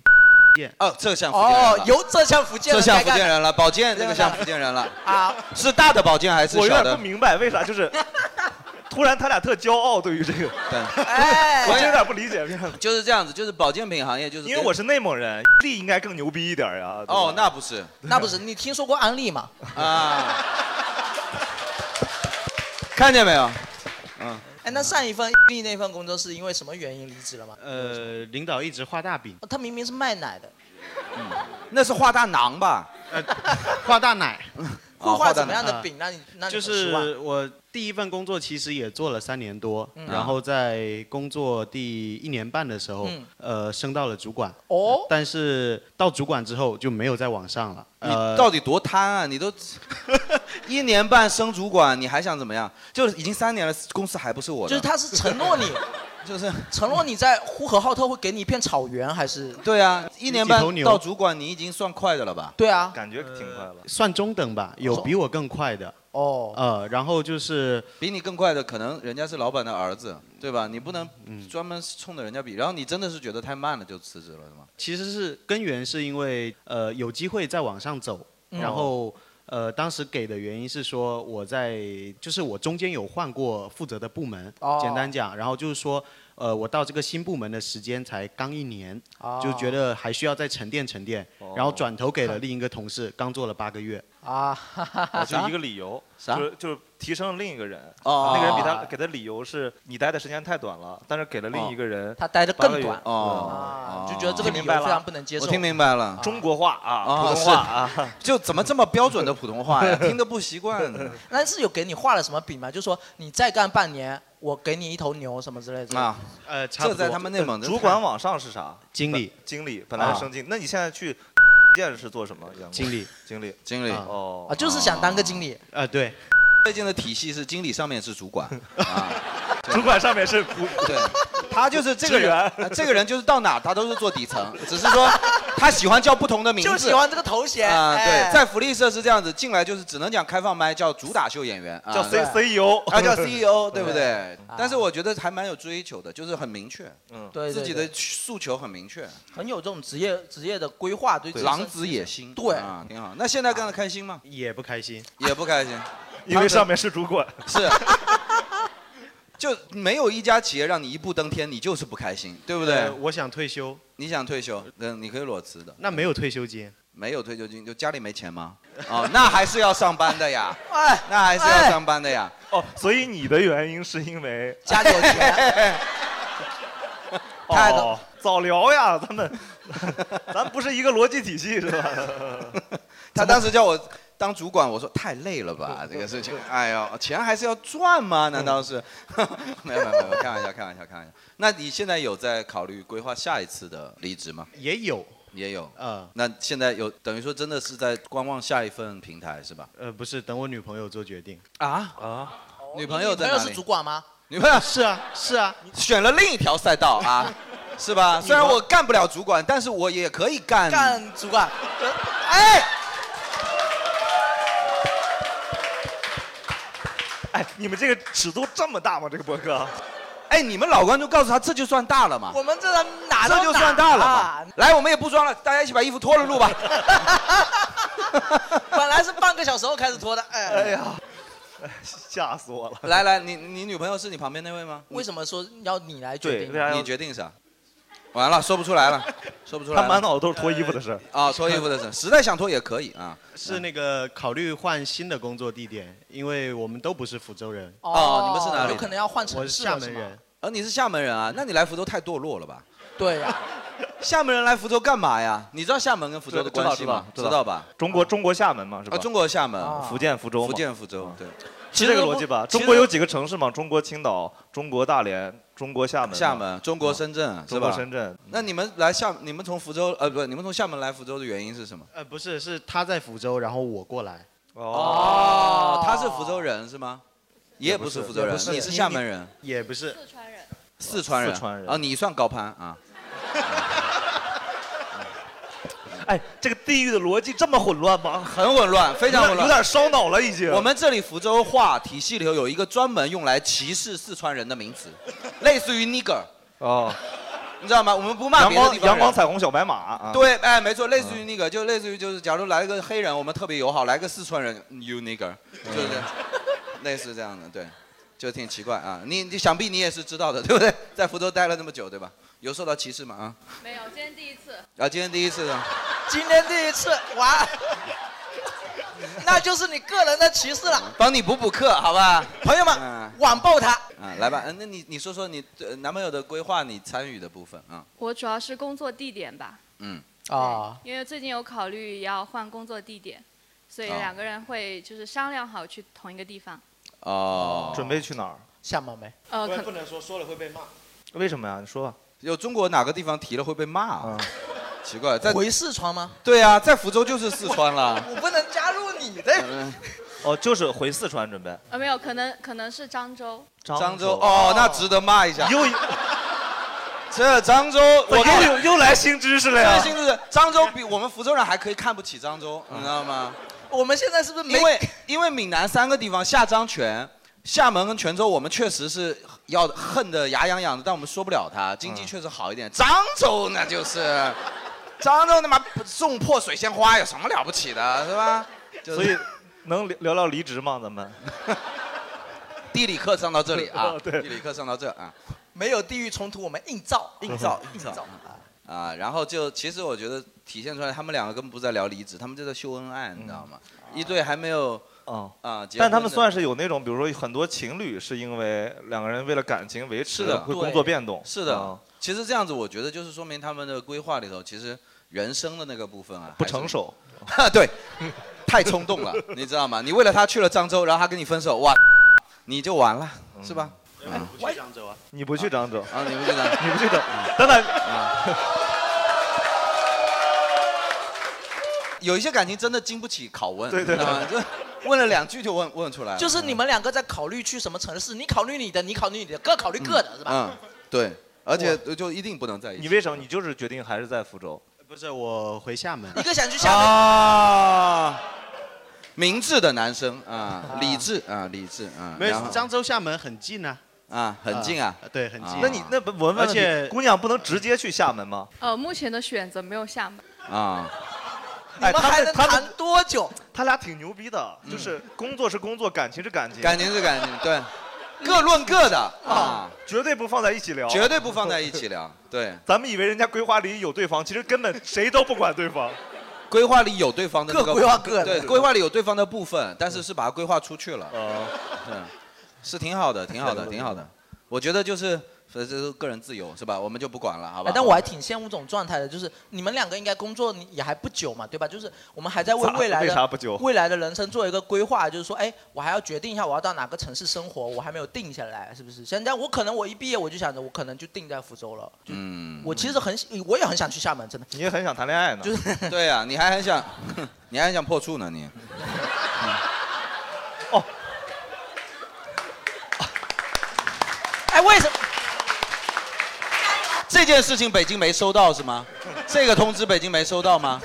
[SPEAKER 4] 哦，这个像福建人
[SPEAKER 3] 哦
[SPEAKER 4] 了，
[SPEAKER 3] 由这项福建
[SPEAKER 4] 这
[SPEAKER 3] 人
[SPEAKER 4] 像
[SPEAKER 3] 来
[SPEAKER 4] 福
[SPEAKER 3] 干
[SPEAKER 4] 建
[SPEAKER 3] 的
[SPEAKER 4] 人了，保健这个像 福建人了，
[SPEAKER 3] 啊，
[SPEAKER 4] 是大的保健还是
[SPEAKER 1] 我有
[SPEAKER 4] 小
[SPEAKER 1] 点
[SPEAKER 4] 的
[SPEAKER 1] 不？明白为啥就是， 突然他俩特骄傲，对于这个，
[SPEAKER 4] 对，
[SPEAKER 1] 我
[SPEAKER 3] 哎，
[SPEAKER 1] 真有点不理解。
[SPEAKER 4] 就是这样子，就是保健品行业就是
[SPEAKER 1] 因为我是内蒙人，力应该更牛逼一点呀。对吧
[SPEAKER 4] 哦，那不是
[SPEAKER 3] 那不是你听说过安利吗？
[SPEAKER 4] 啊，看见没有？嗯
[SPEAKER 3] 哎，那上一份伊利那份工作是因为什么原因离职了吗？
[SPEAKER 7] 呃领导一直画大饼，
[SPEAKER 3] 哦他明明是卖奶的，
[SPEAKER 4] 那是画大囊吧？哦
[SPEAKER 7] 呃画大 奶，
[SPEAKER 3] 会画怎么样
[SPEAKER 4] 嗯
[SPEAKER 7] 啊
[SPEAKER 3] 的饼让你让你
[SPEAKER 7] 就
[SPEAKER 3] 很失望
[SPEAKER 7] 是我第一份工作其实也做了三年多，
[SPEAKER 3] 嗯
[SPEAKER 7] 然后在工作第一年半的时候，
[SPEAKER 3] 嗯
[SPEAKER 7] 呃升到了主管，
[SPEAKER 3] 哦，
[SPEAKER 7] 但是到主管之后就没有再往上了，
[SPEAKER 4] 你
[SPEAKER 7] 呃
[SPEAKER 4] 到底多贪啊？你都一年半升主管，你还想怎么样？就是已经三年了，公司还不是我
[SPEAKER 3] 就是
[SPEAKER 4] 的，
[SPEAKER 3] 他是承诺你，
[SPEAKER 4] 就是
[SPEAKER 3] 承诺你在呼和浩特会给你一片草原，还是
[SPEAKER 4] 对啊，一年半
[SPEAKER 7] 几头牛
[SPEAKER 4] 到主管，你已经算快的了吧？
[SPEAKER 3] 对啊，
[SPEAKER 1] 感觉挺快了。
[SPEAKER 7] 算中等吧，有比我更快的，
[SPEAKER 3] 哦，
[SPEAKER 7] 呃，然后就是
[SPEAKER 4] 比你更快的，可能人家是老板的儿子，对吧？你不能
[SPEAKER 1] 嗯
[SPEAKER 4] 专门冲着人家比，然后你真的是觉得太慢了就辞职了，是吗？
[SPEAKER 7] 其实是根源是因为呃有机会再往上走，
[SPEAKER 1] 哦
[SPEAKER 3] 嗯
[SPEAKER 7] 然后呃当时给的原因是说我在就是我中间有换过负责的部门，
[SPEAKER 3] 哦
[SPEAKER 7] 简单讲，然后就是说呃我到这个新部门的时间才刚一年，
[SPEAKER 1] 哦
[SPEAKER 3] 啊
[SPEAKER 7] 就觉得还需要再沉淀沉淀，然后转头给了另一个同事，刚做了八个月，
[SPEAKER 3] 啊，哈哈哈
[SPEAKER 1] 我就
[SPEAKER 3] 啥
[SPEAKER 1] 一个理由，
[SPEAKER 4] 啥
[SPEAKER 1] 就是就是提升另一个人，
[SPEAKER 4] 哦
[SPEAKER 1] 那个人比他给的理由是你待的时间太短了，但是给了另一个人嗯
[SPEAKER 3] 他待的
[SPEAKER 1] 八
[SPEAKER 3] 更
[SPEAKER 1] 个月
[SPEAKER 3] 短
[SPEAKER 4] 哦，
[SPEAKER 3] 啊
[SPEAKER 4] 哦，
[SPEAKER 3] 就觉得这个理由
[SPEAKER 1] 听明白了
[SPEAKER 3] 非常不能接受
[SPEAKER 4] 我。听明白了，
[SPEAKER 1] 中国话啊，
[SPEAKER 4] 哦
[SPEAKER 1] 普通话啊，
[SPEAKER 4] 就怎么这么标准的普通 话呀？听得不习惯。
[SPEAKER 3] 那是有给你画了什么饼吗？就说你再干半年，我给你一头牛什么之类的。
[SPEAKER 4] 啊，
[SPEAKER 7] 呃，差
[SPEAKER 4] 这
[SPEAKER 7] 不多
[SPEAKER 4] 在他们内蒙
[SPEAKER 1] 主管往上是啥？
[SPEAKER 7] 经理
[SPEAKER 1] 经理本来
[SPEAKER 4] 啊
[SPEAKER 1] 是升进，那你现在去店是做什么？员工
[SPEAKER 7] 经理
[SPEAKER 1] 经理
[SPEAKER 4] 经理
[SPEAKER 7] 啊
[SPEAKER 1] 哦
[SPEAKER 3] 啊，，就是想当个经理，
[SPEAKER 7] 呃对，
[SPEAKER 4] 最近的体系是经理上面是主管啊，
[SPEAKER 1] 主管上面是不
[SPEAKER 4] 对，他就是这个
[SPEAKER 1] 职
[SPEAKER 4] 人
[SPEAKER 1] 员，
[SPEAKER 4] 啊这个人就是到哪他都是做底层，只是说他喜欢叫不同的名字。
[SPEAKER 3] 就喜欢这个头衔。
[SPEAKER 4] 啊，
[SPEAKER 3] 哎
[SPEAKER 4] 对，在福利社是这样子，进来就是只能讲开放麦，叫主打秀演员，啊
[SPEAKER 1] 叫
[SPEAKER 4] 对
[SPEAKER 1] C C E O，
[SPEAKER 4] 啊叫 CEO，对不对？但是我觉得还蛮有追求的，就是很明确，
[SPEAKER 1] 嗯，
[SPEAKER 3] 对对
[SPEAKER 4] 自己
[SPEAKER 3] 对
[SPEAKER 4] 的诉求很明确，
[SPEAKER 3] 很有这种职业职业的规划，对自己
[SPEAKER 4] 狼
[SPEAKER 3] 身
[SPEAKER 4] 子野心，
[SPEAKER 3] 对
[SPEAKER 4] 啊，挺好。那现在干得开心吗？
[SPEAKER 7] 也不开心，
[SPEAKER 4] 也不 开心，
[SPEAKER 1] 因为上面是主管，
[SPEAKER 4] 是。就没有一家企业让你一步登天，你就是不开心，对不对
[SPEAKER 7] 呃？我想退休，
[SPEAKER 4] 你想退休，嗯，你可以裸辞的。
[SPEAKER 7] 那没有退休金，
[SPEAKER 4] 没有退休金，就家里没钱吗？ 哦，那还是要上班的呀，
[SPEAKER 3] 哎，
[SPEAKER 4] 那还是要
[SPEAKER 3] 哎
[SPEAKER 4] 上班的 呀。
[SPEAKER 1] 哦，所以你的原因是因为
[SPEAKER 3] 家里有钱，
[SPEAKER 4] 太
[SPEAKER 1] 哦，早聊呀，咱们 咱不是一个逻辑体系是吧？
[SPEAKER 4] 他当时叫我当主管，我说太累了吧，这个事情，哎呀，钱还是要赚吗？难道是？ 没有没有没有，开玩笑开玩笑开玩笑。那你现在有在考虑规划下一次的离职吗？
[SPEAKER 7] 也有
[SPEAKER 4] 也有。
[SPEAKER 7] 呃
[SPEAKER 4] 那现在有等于说真的是在观望下一份平台是吧？
[SPEAKER 7] 呃不是等我女朋友做决定，
[SPEAKER 4] 啊，
[SPEAKER 1] 啊，
[SPEAKER 4] 女朋友
[SPEAKER 3] 你
[SPEAKER 4] 在
[SPEAKER 3] 女
[SPEAKER 4] 哪
[SPEAKER 3] 朋友是
[SPEAKER 4] 里
[SPEAKER 3] 主？管吗？
[SPEAKER 4] 女朋友
[SPEAKER 7] 是啊 是啊，
[SPEAKER 4] 选了另一条赛道啊，是吧？虽然我干不了主管，但是我也可以干。
[SPEAKER 3] 干主管，
[SPEAKER 4] 哎，
[SPEAKER 1] 哎，你们这个尺度这么大吗？这个博客？
[SPEAKER 4] 哎，你们老观众告诉他，这就算大了嘛，
[SPEAKER 3] 我们这人哪都
[SPEAKER 4] 这就算大了
[SPEAKER 3] 啊
[SPEAKER 4] 嘛。来，我们也不装了，大家一起把衣服脱了录吧。
[SPEAKER 3] 啊本来是半个小时后开始拖的，
[SPEAKER 1] 哎
[SPEAKER 3] 哎，
[SPEAKER 1] 呀， 吓死我了！
[SPEAKER 4] 来来，你你女朋友是你旁边那位吗？
[SPEAKER 3] 为什么说要你来
[SPEAKER 4] 啊
[SPEAKER 1] 对，
[SPEAKER 3] 决定
[SPEAKER 1] 为？啥
[SPEAKER 4] 你
[SPEAKER 1] 要
[SPEAKER 4] 决定啥？完了，说不出来了。说不出来
[SPEAKER 1] 他
[SPEAKER 4] 了。
[SPEAKER 1] 满脑子都是脱衣服的事儿。
[SPEAKER 4] 啊，脱衣服的事，实在想脱也可以啊。
[SPEAKER 7] 是那个考虑换新的工作地点，因为我们都不是福州人。
[SPEAKER 4] 哦你们是哪里
[SPEAKER 3] 有可能要换
[SPEAKER 7] 我
[SPEAKER 3] 城
[SPEAKER 7] 哎是
[SPEAKER 3] 市
[SPEAKER 7] 厦
[SPEAKER 3] 了，
[SPEAKER 7] 门
[SPEAKER 3] 是吗
[SPEAKER 7] 人。
[SPEAKER 4] 而你是厦门人啊，那你来福州太堕落了吧？
[SPEAKER 3] 对呀、
[SPEAKER 4] 厦门人来福州干嘛呀？你知道厦门跟福州的关系吗？
[SPEAKER 1] 知
[SPEAKER 4] 知
[SPEAKER 1] 啊道知道
[SPEAKER 4] 道吧？
[SPEAKER 1] 中国中国厦门嘛，是
[SPEAKER 4] 啊，
[SPEAKER 1] 吧？
[SPEAKER 4] 中国厦门，
[SPEAKER 3] 啊
[SPEAKER 1] 福建福州嘛，
[SPEAKER 4] 福建福州，对，
[SPEAKER 1] 是这个逻辑吧？
[SPEAKER 4] 其实
[SPEAKER 1] 中国有几个城市嘛？中国青岛、中国大连、中国厦门嘛、啊
[SPEAKER 4] 厦门，中国深圳是
[SPEAKER 1] 中国
[SPEAKER 4] 吧？
[SPEAKER 1] 深圳。
[SPEAKER 4] 那你们来厦，你们从福州，呃，不，你们从厦门来福州的原因是什么？
[SPEAKER 7] 呃，不是，是他在福州，然后我过来。
[SPEAKER 1] 哦，
[SPEAKER 4] 哦，他是福州人是吗？也不是福州人
[SPEAKER 7] 也，不是
[SPEAKER 4] 你是厦门人，哦
[SPEAKER 7] 也不是，
[SPEAKER 8] 四川人，
[SPEAKER 4] 四川人，
[SPEAKER 1] 四川人
[SPEAKER 4] 啊，你算高攀啊？
[SPEAKER 1] 哎，这个地域的逻辑这么混乱吗？
[SPEAKER 4] 很混乱，非常混
[SPEAKER 1] 有
[SPEAKER 4] 乱。
[SPEAKER 1] 点烧脑了已经。
[SPEAKER 4] 我们这里福州话体系里头有一个专门用来歧视四川人的名词，类似于 nigger，
[SPEAKER 1] 哦，
[SPEAKER 4] 你知道吗？我们不骂
[SPEAKER 1] 阳
[SPEAKER 4] 别的地
[SPEAKER 1] 光
[SPEAKER 4] 方人
[SPEAKER 1] 阳光彩虹小白马啊，
[SPEAKER 4] 对，哎，没错，类似于那个，就类似于就是，假如来个黑人，我们特别友好；来个四川人，you nigger，就是这样类似这样的，对，就挺奇怪啊。你你想必你也是知道的，对不对？在福州待了那么久，对吧？有受到歧视吗？啊
[SPEAKER 8] 没有，今天第一次。
[SPEAKER 4] 啊，今天第一次的，
[SPEAKER 3] 今天第一次哇， 那就是你个人的歧视了，
[SPEAKER 4] 帮你补补课，好吧？
[SPEAKER 3] 朋友们
[SPEAKER 4] 嗯，
[SPEAKER 3] 网暴他。
[SPEAKER 4] 啊，来吧，嗯，那你你说说你呃男朋友的规划，你参与的部分啊，
[SPEAKER 8] 我主要是工作地点吧，
[SPEAKER 4] 嗯，
[SPEAKER 3] 啊，
[SPEAKER 8] 因为最近有考虑要换工作地点，所以
[SPEAKER 4] 哦
[SPEAKER 8] 两个人会就是商量好去同一个地方。
[SPEAKER 4] 哦，
[SPEAKER 1] 准备去哪儿？
[SPEAKER 3] 厦门没？
[SPEAKER 8] 呃，可
[SPEAKER 7] 能说，说了会被骂。
[SPEAKER 4] 嗯
[SPEAKER 1] 为什么呀？你说吧。
[SPEAKER 4] 有中国哪个地方提了会被骂、啊？
[SPEAKER 1] 啊，
[SPEAKER 4] 奇怪，在
[SPEAKER 3] 回四川吗？
[SPEAKER 4] 对啊，在福州就是四川了。
[SPEAKER 3] 我不能加入你的。
[SPEAKER 4] 嗯
[SPEAKER 1] 哦，就是回四川准备。
[SPEAKER 8] 呃没有，可能可能是漳州。
[SPEAKER 4] 漳州，哦，那值得骂一下。
[SPEAKER 1] 又
[SPEAKER 4] 这漳州，我跟你
[SPEAKER 1] 又有又来新知识了呀
[SPEAKER 4] 最！新就是漳州比我们福州人还可以看不起漳州，你知道吗？
[SPEAKER 3] 我们现在是不是没
[SPEAKER 4] 因？为因为闽南三个地方，下漳泉、厦门跟泉州，我们确实是要恨得牙痒痒的，但我们说不了
[SPEAKER 1] 嗯
[SPEAKER 4] 他，经济确实好一点。漳州那就是， 漳州他妈送破水仙花有什么了不起的，是吧？就是
[SPEAKER 1] 所以能聊聊聊离职吗？咱们，
[SPEAKER 4] 地理课上到这里啊
[SPEAKER 1] 哦对
[SPEAKER 4] 地理课上到这啊。
[SPEAKER 3] 没有地域冲突，我们硬造，
[SPEAKER 4] 硬 造
[SPEAKER 3] 硬
[SPEAKER 4] 硬造
[SPEAKER 3] 造啊！
[SPEAKER 4] 啊，然后就其实我觉得体现出来，他们两个根本不是在聊离职，他们就在秀恩爱，你知道吗？一对还没有
[SPEAKER 1] 嗯哦，
[SPEAKER 4] 啊，结婚的
[SPEAKER 1] 但他们算是有那种，比如说很多情侣是因为两个人为了感情维持
[SPEAKER 4] 是的
[SPEAKER 1] 的，呃会
[SPEAKER 3] 对
[SPEAKER 1] 工作变动。
[SPEAKER 4] 是的、
[SPEAKER 1] 啊
[SPEAKER 4] 其实这样子，我觉得就是说明他们的规划里头，其实人生的那个部分啊，
[SPEAKER 1] 不
[SPEAKER 4] 还是
[SPEAKER 1] 成。熟。
[SPEAKER 4] 对，太冲动了，你知道吗？你为了他去了漳州，然后他跟你分手，哇，你就完了，是吧？哎
[SPEAKER 7] 不去漳州啊？
[SPEAKER 1] 嗯你不去漳州，
[SPEAKER 4] 啊，你们觉得？
[SPEAKER 1] 你不去等等等，
[SPEAKER 4] 啊有一些感情真的经不起拷问，
[SPEAKER 1] 对对
[SPEAKER 4] 你知道吗就问了两句就问问出来了，
[SPEAKER 3] 就是你们两个在考虑去什么城市，你考虑你的，你考虑你的，各考虑各的，是吧？
[SPEAKER 4] 嗯，对，而且就一定不能在一起。
[SPEAKER 1] 你为什么？你就是决定还是在福州？
[SPEAKER 7] 不是，我回厦门。
[SPEAKER 3] 一个想去厦门，
[SPEAKER 4] 啊，明智的男生啊，理智啊，理智啊，
[SPEAKER 7] 没有，
[SPEAKER 4] 然后
[SPEAKER 7] 漳州、厦门很近啊。
[SPEAKER 4] 啊，很近啊，，
[SPEAKER 7] 对，很近
[SPEAKER 4] 啊。
[SPEAKER 1] 那你那不我问问题
[SPEAKER 7] 而且
[SPEAKER 1] 姑娘不能直接去厦门吗？
[SPEAKER 8] 呃，目前的选择没有厦门。
[SPEAKER 4] 啊，
[SPEAKER 3] 你
[SPEAKER 1] 哎，
[SPEAKER 3] 们
[SPEAKER 1] 他
[SPEAKER 3] 还
[SPEAKER 1] 们
[SPEAKER 3] 能
[SPEAKER 1] 他
[SPEAKER 3] 谈
[SPEAKER 1] 们
[SPEAKER 3] 多久？
[SPEAKER 1] 他俩挺牛逼的，就是工作是工作，感情是感情，
[SPEAKER 4] 嗯感情是感情，对，各论各的啊，
[SPEAKER 1] 绝对不放在一起聊。
[SPEAKER 4] 绝对不放在一起聊。对，
[SPEAKER 1] 咱们以为人家规划里有对方，其实根本谁都不管对方。
[SPEAKER 4] 规划里有对方的那
[SPEAKER 3] 各
[SPEAKER 4] 个
[SPEAKER 3] 规划各的
[SPEAKER 4] 对，规划里有对方的部分，但是是把它规划出去了，
[SPEAKER 1] 呃，
[SPEAKER 4] 对，是挺好的，挺好的，挺好的。我觉得就是，呃这是个人自由，是吧？我们就不管了，好吧
[SPEAKER 3] 哎？但我还挺羡慕这种状态的，就是你们两个应该工作也还不久嘛，对吧？就是我们还在为
[SPEAKER 1] 咋
[SPEAKER 3] 未来
[SPEAKER 1] 为啥
[SPEAKER 3] 的
[SPEAKER 1] 不久？
[SPEAKER 3] 未来的人生做一个规划，就是说，哎，我还要决定一下我要到哪个城市生活，我还没有定下来，是不是？现在我可能我一毕业我就想着我可能就定在福州了，就、
[SPEAKER 4] 嗯，
[SPEAKER 3] 我其实很我也很想去厦门，真的。
[SPEAKER 1] 你也很想谈恋爱呢，
[SPEAKER 3] 就是
[SPEAKER 4] 对呀，你还很想， 你还很想破处呢，你。哦
[SPEAKER 3] 哎，为什么？
[SPEAKER 4] 这件事情北京没收到是吗？这个通知北京没收到吗？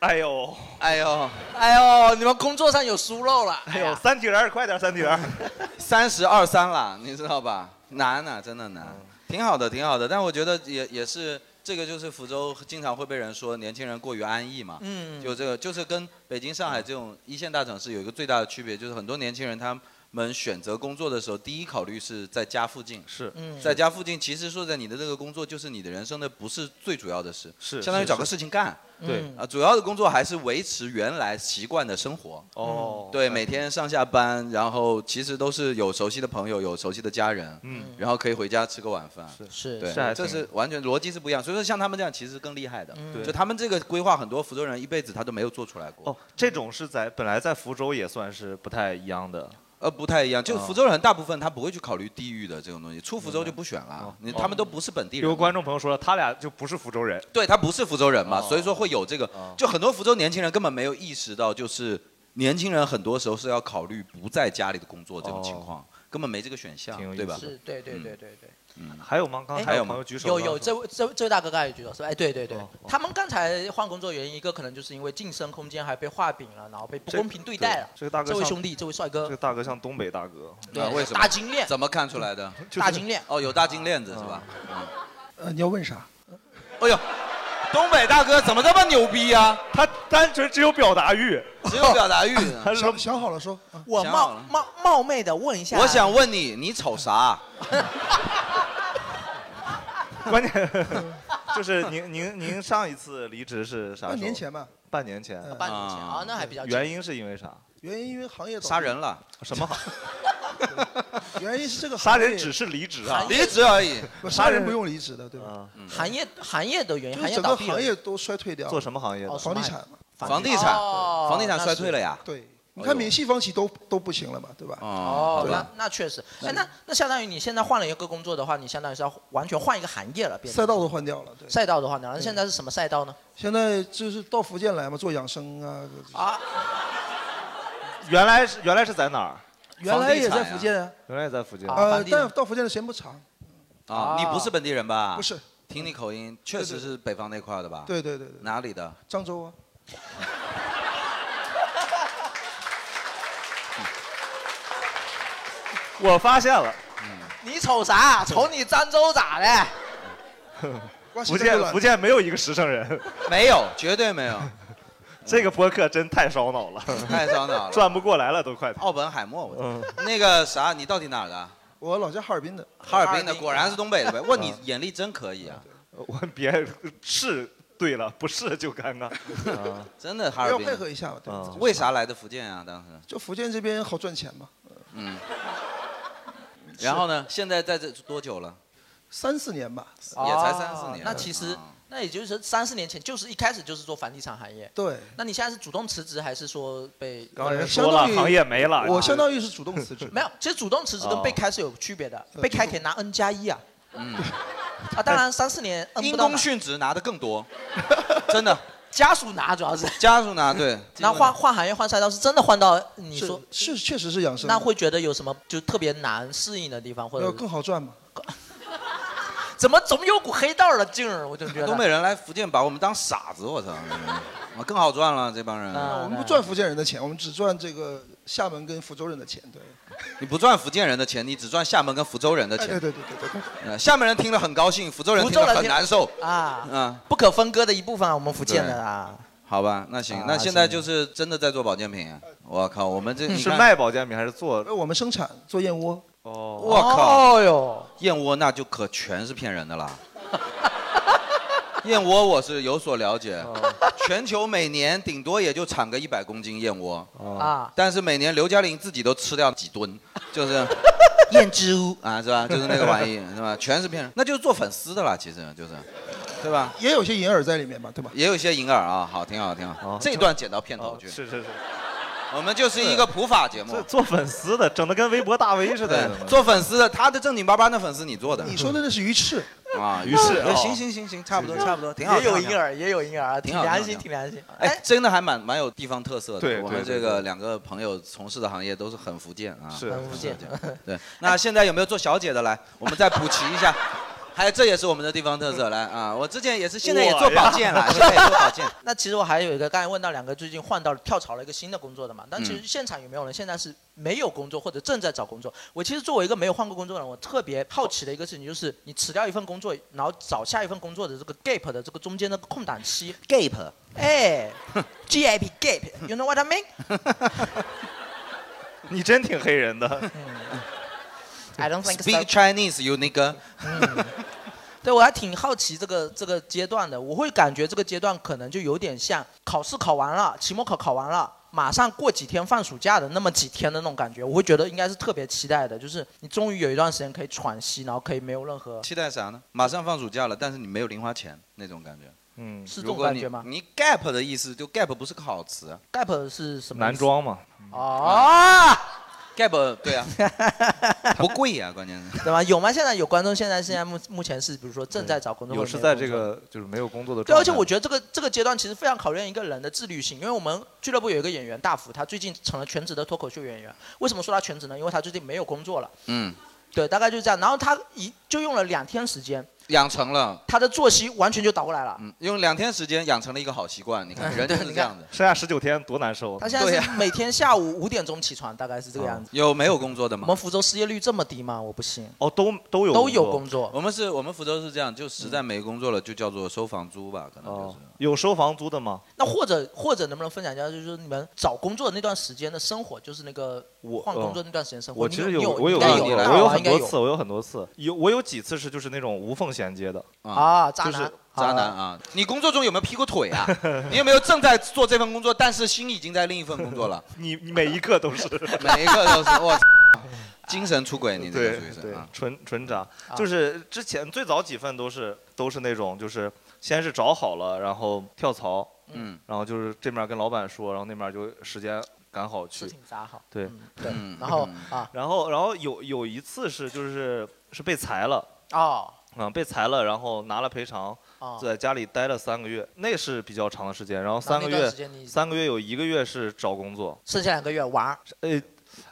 [SPEAKER 1] 哎呦，
[SPEAKER 4] 哎呦，
[SPEAKER 3] 哎呦，你们工作上有疏漏了。
[SPEAKER 1] 哎
[SPEAKER 3] 哎
[SPEAKER 1] 呦，
[SPEAKER 3] 呦，
[SPEAKER 1] 三体人，快点，三体人，
[SPEAKER 4] 三十二三了，你知道吧？难啊，真的难。
[SPEAKER 1] 嗯
[SPEAKER 4] 挺好的，挺好的，但我觉得也也是这个，就是福州经常会被人说年轻人过于安逸嘛。
[SPEAKER 3] 嗯，
[SPEAKER 4] 就这个，就是跟北京、上海这种一线大城市有一个最大的区别，就是很多年轻人他们选择工作的时候，第一考虑是在家附近。
[SPEAKER 1] 是
[SPEAKER 3] 嗯
[SPEAKER 4] 在家附近，其实说在你的这个工作就是你的人生的不是最主要的事，
[SPEAKER 1] 是
[SPEAKER 4] 相当于
[SPEAKER 1] 是
[SPEAKER 4] 找个
[SPEAKER 1] 是
[SPEAKER 4] 事情干。
[SPEAKER 1] 对
[SPEAKER 3] 嗯
[SPEAKER 4] 啊，主要的工作还是维持原来习惯的生活。
[SPEAKER 1] 哦，
[SPEAKER 4] 对，每天上下班，然后其实都是有熟悉的朋友，有熟悉的家人，
[SPEAKER 1] 嗯，
[SPEAKER 4] 然后可以回家吃个晚饭。
[SPEAKER 3] 是啊
[SPEAKER 4] 对
[SPEAKER 1] 是还，
[SPEAKER 4] 这
[SPEAKER 1] 挺
[SPEAKER 4] 是完全逻辑是不一样。所以说，像他们这样其实更厉害的。
[SPEAKER 3] 嗯
[SPEAKER 1] 对
[SPEAKER 4] 就他们这个规划，很多福州人一辈子他都没有做出来过。
[SPEAKER 1] 哦，这种是在本来在福州也算是不太一样的，
[SPEAKER 4] 呃，不太一样，就
[SPEAKER 1] 哦
[SPEAKER 4] 福州人大部分他不会去考虑地域的这种东西，出福州就不选了
[SPEAKER 1] 哦，
[SPEAKER 4] 你他们都不是本地人
[SPEAKER 1] 有
[SPEAKER 4] 嘛。
[SPEAKER 1] 个观众朋友说了，他俩就不是福州人，
[SPEAKER 4] 对他不是福州人嘛，
[SPEAKER 1] 哦
[SPEAKER 4] 所以说会有这个
[SPEAKER 1] 哦，
[SPEAKER 4] 就很多福州年轻人根本没有意识到，就是年轻人很多时候是要考虑不在家里的工作这种情况，根本没这个选项
[SPEAKER 1] 哦挺有，意
[SPEAKER 4] 对
[SPEAKER 1] 思
[SPEAKER 4] 吧？
[SPEAKER 3] 是，对对
[SPEAKER 4] 嗯
[SPEAKER 3] 对对对。
[SPEAKER 1] 还有吗？刚才
[SPEAKER 4] 还有吗
[SPEAKER 1] 朋友举手
[SPEAKER 3] 哎有
[SPEAKER 1] 了，
[SPEAKER 3] 有，这位这位这位大哥刚才有举手是吧？哎，对对对
[SPEAKER 1] 哦哦，
[SPEAKER 3] 他们刚才换工作原因，一个可能就是因为晋升空间还被画饼了，然后被不公平对待了。
[SPEAKER 1] 这个大哥
[SPEAKER 3] 这位
[SPEAKER 1] 像
[SPEAKER 3] 兄弟，这位帅
[SPEAKER 1] 这
[SPEAKER 3] 哥
[SPEAKER 1] 个，大哥像东北大哥，
[SPEAKER 3] 对
[SPEAKER 4] 啊为什么
[SPEAKER 3] 大金链，
[SPEAKER 4] 怎么看出来的？
[SPEAKER 1] 嗯就是嗯
[SPEAKER 3] 大金链，
[SPEAKER 4] 哦，有大金链子是吧？嗯
[SPEAKER 9] 呃，你要问啥？
[SPEAKER 4] 哎呦，东北大哥怎么这么牛逼呀？
[SPEAKER 1] 他单纯只有表达欲，
[SPEAKER 4] 只有表 达欲。
[SPEAKER 1] 他是说
[SPEAKER 9] 想想好了说啊，
[SPEAKER 3] 嗯我
[SPEAKER 4] 想好
[SPEAKER 3] 冒
[SPEAKER 4] 了
[SPEAKER 3] 冒冒昧的问一下，
[SPEAKER 4] 我想问你，你瞅啥？啊
[SPEAKER 1] 关键就是您您您上一次离职是啥时候？
[SPEAKER 9] 半年，前吧，
[SPEAKER 1] 半年前，
[SPEAKER 9] 嗯
[SPEAKER 3] 半年前啊，那还比较近
[SPEAKER 1] 原因是因为啥？
[SPEAKER 9] 原因因为行业倒闭
[SPEAKER 4] 杀人，了，
[SPEAKER 1] 什么好？
[SPEAKER 9] 原因是这个
[SPEAKER 1] 杀
[SPEAKER 9] 行业
[SPEAKER 1] 人只是离职啊
[SPEAKER 3] 行业
[SPEAKER 4] 离职而已。
[SPEAKER 9] 不杀人不用离职的，对吧？
[SPEAKER 1] 啊！
[SPEAKER 3] 行业行业的原因，
[SPEAKER 9] 就
[SPEAKER 3] 行
[SPEAKER 9] 是
[SPEAKER 3] 业
[SPEAKER 9] 整
[SPEAKER 3] 倒
[SPEAKER 9] 个
[SPEAKER 3] 闭了
[SPEAKER 9] 行业都衰退掉了，
[SPEAKER 1] 做什么行业的
[SPEAKER 3] 哦？
[SPEAKER 9] 房地产嘛，
[SPEAKER 4] 房地产，
[SPEAKER 3] 哦
[SPEAKER 4] 房地产衰退了
[SPEAKER 3] 呀。
[SPEAKER 4] 呀。
[SPEAKER 9] 对，你看免息房企都都不行了嘛，对吧？
[SPEAKER 3] 哦，
[SPEAKER 4] 嗯对
[SPEAKER 3] 那那确实，哎，那那相当于你现在换了一个工作的话，你相当于是要完全换一个行业了，变成
[SPEAKER 9] 赛道都换掉了，对。
[SPEAKER 3] 赛道的话呢，那现在是什么赛道呢？
[SPEAKER 9] 现在就是到福建来嘛，做养生啊，
[SPEAKER 3] 啊，
[SPEAKER 1] 原来是原来是在哪儿？
[SPEAKER 9] 原来也
[SPEAKER 4] 房地产
[SPEAKER 9] 在
[SPEAKER 4] 啊
[SPEAKER 9] 福建啊，
[SPEAKER 1] 原来在福建。
[SPEAKER 3] 啊
[SPEAKER 9] 呃
[SPEAKER 3] 房，地产
[SPEAKER 9] 但到福建的时间不长，
[SPEAKER 4] 啊，你不是本地人吧？
[SPEAKER 9] 不，是，
[SPEAKER 4] 听你口音，确实是北方那块儿的吧？，
[SPEAKER 9] 对对对对，
[SPEAKER 4] 哪里的？
[SPEAKER 9] 漳州啊，
[SPEAKER 1] 我发现了，
[SPEAKER 4] 嗯
[SPEAKER 3] 你瞅啥？瞅你漳州咋的？
[SPEAKER 9] 关系
[SPEAKER 1] 福
[SPEAKER 9] 在
[SPEAKER 1] 建
[SPEAKER 9] 这儿
[SPEAKER 1] 福建没有一个实诚人，
[SPEAKER 4] 没有，绝对没有，
[SPEAKER 1] 这个播客真太烧脑了，
[SPEAKER 4] 太烧脑了。
[SPEAKER 1] 转不过来了都快。
[SPEAKER 4] 奥本海默，我
[SPEAKER 1] 嗯，
[SPEAKER 4] 那个啥，你到底哪儿的？
[SPEAKER 9] 我老家哈尔滨的，
[SPEAKER 4] 哈尔滨的，嗯
[SPEAKER 3] 哈尔滨
[SPEAKER 4] 果然是东 北的呗。哇，
[SPEAKER 1] 嗯
[SPEAKER 4] 你眼力真可以啊，
[SPEAKER 1] 我别是对了，不是就尴尬。啊
[SPEAKER 4] 真 的哈尔
[SPEAKER 9] 要
[SPEAKER 4] 滨
[SPEAKER 9] 配。合一下嘛，对吧
[SPEAKER 1] 嗯
[SPEAKER 4] 为啥来的福建啊？当时，
[SPEAKER 9] 就福建这边好赚钱嘛，
[SPEAKER 4] 嗯。然后呢？现在在这多久了？
[SPEAKER 9] 三四年吧，
[SPEAKER 4] 也才
[SPEAKER 3] 哦
[SPEAKER 4] 三四年。
[SPEAKER 3] 那其实
[SPEAKER 4] 啊，
[SPEAKER 3] 那也就是三四年前，就是一开始就是做房地产行业。
[SPEAKER 9] 对，
[SPEAKER 3] 那你现在是主动辞职，还是说被？
[SPEAKER 1] 刚才
[SPEAKER 9] 呃
[SPEAKER 1] 说
[SPEAKER 9] 相
[SPEAKER 1] 了
[SPEAKER 9] 当，于
[SPEAKER 1] 行业没了。
[SPEAKER 3] 啊
[SPEAKER 1] 哦
[SPEAKER 9] 我相当于是主动辞职，
[SPEAKER 3] 没有，其实主动辞职跟被开是有区别的，
[SPEAKER 9] 呃
[SPEAKER 3] 被开可以拿 N 加一啊。
[SPEAKER 4] 嗯，
[SPEAKER 3] 啊，当然三 四年 N
[SPEAKER 4] 因
[SPEAKER 3] 不到
[SPEAKER 4] 公
[SPEAKER 3] 哪，
[SPEAKER 4] 殉职拿的更多，真的。
[SPEAKER 3] 家属拿主要啊是。
[SPEAKER 4] 家属拿 对，
[SPEAKER 3] 那换换行业换赛道是真的换到你
[SPEAKER 9] 是
[SPEAKER 3] 说，
[SPEAKER 9] 是确实是养生的，
[SPEAKER 3] 那会觉得有什么就特别难适应的地方，或
[SPEAKER 9] 要
[SPEAKER 3] 者
[SPEAKER 9] 更好赚嘛，
[SPEAKER 3] 怎么总有股黑道的劲儿？我就觉得
[SPEAKER 4] 东北人来福建把我们当傻子， 我操！啊，更好赚了这帮人。
[SPEAKER 3] 啊
[SPEAKER 9] 我们不赚福建人的钱，我们只赚这个厦门跟福州人的钱，对，
[SPEAKER 4] 你不赚福建人的钱，你只赚厦门跟福州人的
[SPEAKER 9] 哎对
[SPEAKER 4] 钱。
[SPEAKER 9] 对对对对，
[SPEAKER 4] 呃厦门人听了很高兴，福州人
[SPEAKER 3] 福
[SPEAKER 4] 听
[SPEAKER 3] 州
[SPEAKER 4] 了
[SPEAKER 3] 人
[SPEAKER 4] 很
[SPEAKER 3] 听
[SPEAKER 4] 难受。
[SPEAKER 3] 啊，
[SPEAKER 4] 嗯，
[SPEAKER 3] 不可分割的一部分啊，我们福建的啊。
[SPEAKER 4] 好吧，那行
[SPEAKER 3] 啊，
[SPEAKER 4] 那现在
[SPEAKER 3] 行
[SPEAKER 4] 就是真的在做保健品。啊我靠，我们这你
[SPEAKER 1] 是
[SPEAKER 4] 看，
[SPEAKER 1] 卖保健品还是做？
[SPEAKER 9] 呃我们生产做燕窝，
[SPEAKER 1] 哦，
[SPEAKER 4] 我靠，
[SPEAKER 9] 哎
[SPEAKER 3] 哦哟，
[SPEAKER 4] 燕窝那就可全是骗人的啦。 燕窝我是有所了解，
[SPEAKER 9] 哦
[SPEAKER 4] 全球每年顶多也就产个一百公斤燕窝，
[SPEAKER 9] 哦
[SPEAKER 3] 啊，
[SPEAKER 4] 但是每年刘嘉玲自己都吃掉几 吨，就是。
[SPEAKER 3] 燕之屋
[SPEAKER 4] 啊，是吧？就是那个玩意，是吧？全是骗人，那就是做粉丝的啦，其实就是，对吧？
[SPEAKER 9] 也有些银耳在里面嘛，对吧？
[SPEAKER 4] 也有一些银耳啊，好，挺好，挺好。
[SPEAKER 1] 哦
[SPEAKER 4] 这段剪到片头
[SPEAKER 1] 哦
[SPEAKER 4] 去，
[SPEAKER 1] 是是是，
[SPEAKER 4] 我们就是一个普法节目
[SPEAKER 1] 做。做粉丝的，整的跟微博大 V 似
[SPEAKER 4] 对
[SPEAKER 1] 的，，
[SPEAKER 4] 做粉丝的，他的正经八八的粉丝你做的
[SPEAKER 9] 你说的那是鱼翅，
[SPEAKER 4] 啊，
[SPEAKER 1] 于是
[SPEAKER 4] 哎
[SPEAKER 1] 哦
[SPEAKER 4] 行行行行，差不多差不多，挺好。
[SPEAKER 3] 也有
[SPEAKER 4] 挺好
[SPEAKER 3] 婴，儿，也有婴儿，
[SPEAKER 4] 挺
[SPEAKER 3] 挺
[SPEAKER 4] 好
[SPEAKER 3] 良心，
[SPEAKER 4] 挺
[SPEAKER 3] 挺良心。
[SPEAKER 4] 哎，，真的还蛮蛮有地方特色的。
[SPEAKER 1] 对
[SPEAKER 4] 我们
[SPEAKER 1] 对对
[SPEAKER 4] 这
[SPEAKER 1] 对
[SPEAKER 4] 个两个朋友从事的行业都是很福建啊，
[SPEAKER 1] 是
[SPEAKER 3] 很福 建，
[SPEAKER 4] 对。那现在有没有做小姐的来？我们再补齐一下。还有，这也是我们的地方特色来 啊！我之前也是，现在也做保健了， 现在也做保健。
[SPEAKER 3] 那其实我还有一个，刚才问到两个最近换到跳槽了一个新的工作的嘛，但其
[SPEAKER 4] 嗯
[SPEAKER 3] 实现场有没有人现在是没有工作或者正在找工作？我其实作为一个没有换过工作的人，我特别好奇的一个事情就是，你辞掉一份工作，然后找下一份工作的这个 gap 的这个中间的空档期
[SPEAKER 4] gap
[SPEAKER 3] 哎，gap gap，you know what I mean？
[SPEAKER 1] 你真挺黑人的。
[SPEAKER 3] I don't think so
[SPEAKER 4] Speak Chinese, you nigga。
[SPEAKER 3] 对我还挺好奇这个这个阶段的，我会感觉这个阶段可能就有点像考试考完了，期末考考完了。马上过几天放暑假的那么几天的那种感觉，我会觉得应该是特别期待的，就是你终于有一段时间可以喘息，然后可以没有任何
[SPEAKER 4] 期待啥呢？马上放暑假了，但是你没有零花钱那种感觉。
[SPEAKER 1] 嗯
[SPEAKER 3] 是这种感觉吗
[SPEAKER 4] 你 gap 的意思，就 gap 不是个好词啊
[SPEAKER 3] gap 是什么？
[SPEAKER 1] 男装嘛。
[SPEAKER 3] 哦，
[SPEAKER 4] ，gap 对 啊，不贵呀、关键是。
[SPEAKER 3] 对吧？有吗？现在有观众现在现在目目前是比如说正在找工作，
[SPEAKER 1] 有
[SPEAKER 3] 或者
[SPEAKER 1] 是
[SPEAKER 3] 没
[SPEAKER 1] 在
[SPEAKER 3] 工
[SPEAKER 1] 这
[SPEAKER 3] 作
[SPEAKER 1] 个就是没有工作的
[SPEAKER 3] 对，
[SPEAKER 1] 状态。
[SPEAKER 3] 而且我觉得这个这个阶段其实非常考验一个人的自律性，因为我们俱乐部有一个演员大福，他最近成了全职的脱口秀演员。为什么说他全职呢？因为他最近没有工作了。
[SPEAKER 4] 嗯，
[SPEAKER 3] 对，大概就是这样。然后他一就用了两天时间，
[SPEAKER 4] 养成了，
[SPEAKER 3] 他的作息完全就倒过来了。
[SPEAKER 4] 嗯，用两天时间养成了一个好习惯。你
[SPEAKER 1] 哎
[SPEAKER 4] 看，人就是这样的。
[SPEAKER 1] 剩下十九天多难受啊。
[SPEAKER 3] 他现在是每天下午五点钟起床，大概是这个样子。
[SPEAKER 4] 有没有工作的
[SPEAKER 3] 我
[SPEAKER 4] 吗？
[SPEAKER 3] 们福州失业率这么低吗？我不信，
[SPEAKER 1] 哦，都嗯都有
[SPEAKER 3] 都有工作。
[SPEAKER 4] 我们是我们福州是这样，就实在没工作了，就叫做收房租吧，可能就是
[SPEAKER 1] 嗯哦。，有收房租的吗？
[SPEAKER 3] 那或者或者能不能分享一下，就是说你们找工作的那段时间的生活，就是那个
[SPEAKER 1] 我
[SPEAKER 3] 换工作
[SPEAKER 1] 嗯
[SPEAKER 3] 那段时间生活？
[SPEAKER 1] 我
[SPEAKER 3] 你
[SPEAKER 1] 其实
[SPEAKER 3] 有，
[SPEAKER 1] 我
[SPEAKER 3] 你
[SPEAKER 1] 有
[SPEAKER 3] 应该
[SPEAKER 4] 过
[SPEAKER 3] 有
[SPEAKER 4] 你
[SPEAKER 3] 的
[SPEAKER 4] 来
[SPEAKER 3] 吧，
[SPEAKER 1] 我有
[SPEAKER 3] 吧
[SPEAKER 1] 很
[SPEAKER 3] 应该
[SPEAKER 1] 多次，我有很多次，有我有几次是就是那种无缝衔接的，
[SPEAKER 3] 啊，渣
[SPEAKER 1] 就
[SPEAKER 3] 男，
[SPEAKER 1] 是
[SPEAKER 4] 渣男
[SPEAKER 3] 啊
[SPEAKER 4] 啊！你工作中有没有劈过腿啊？ 你有没有正在做这份工作，但是心已经在另一份工作了？
[SPEAKER 1] 你你每一个都 是
[SPEAKER 4] 每一个都是我精神出轨，你这个属于是
[SPEAKER 1] 对
[SPEAKER 4] 啊，
[SPEAKER 1] 纯纯渣，就是之前最早几份都是都是那种就是先是找好了，然后跳槽，
[SPEAKER 4] 嗯
[SPEAKER 1] 然后就是这面跟老板说，然后那面就时间赶好
[SPEAKER 3] 是
[SPEAKER 1] 去，
[SPEAKER 3] 挺渣哈。
[SPEAKER 1] 对
[SPEAKER 3] 嗯对
[SPEAKER 4] 嗯，
[SPEAKER 3] 然后
[SPEAKER 4] 嗯
[SPEAKER 3] 啊
[SPEAKER 1] 然后然后有有一次是就是是被裁了，
[SPEAKER 3] 哦
[SPEAKER 1] 啊、被裁了，然后拿了赔偿，
[SPEAKER 3] 哦，
[SPEAKER 1] 在家里待了三个月，那是比较长的时间，然后
[SPEAKER 3] 然
[SPEAKER 1] 三
[SPEAKER 3] 后
[SPEAKER 1] 个
[SPEAKER 3] 那段
[SPEAKER 1] 月
[SPEAKER 3] 时间你
[SPEAKER 1] 三个月有一个月是找工作，
[SPEAKER 3] 剩下两个月玩儿
[SPEAKER 1] 呃，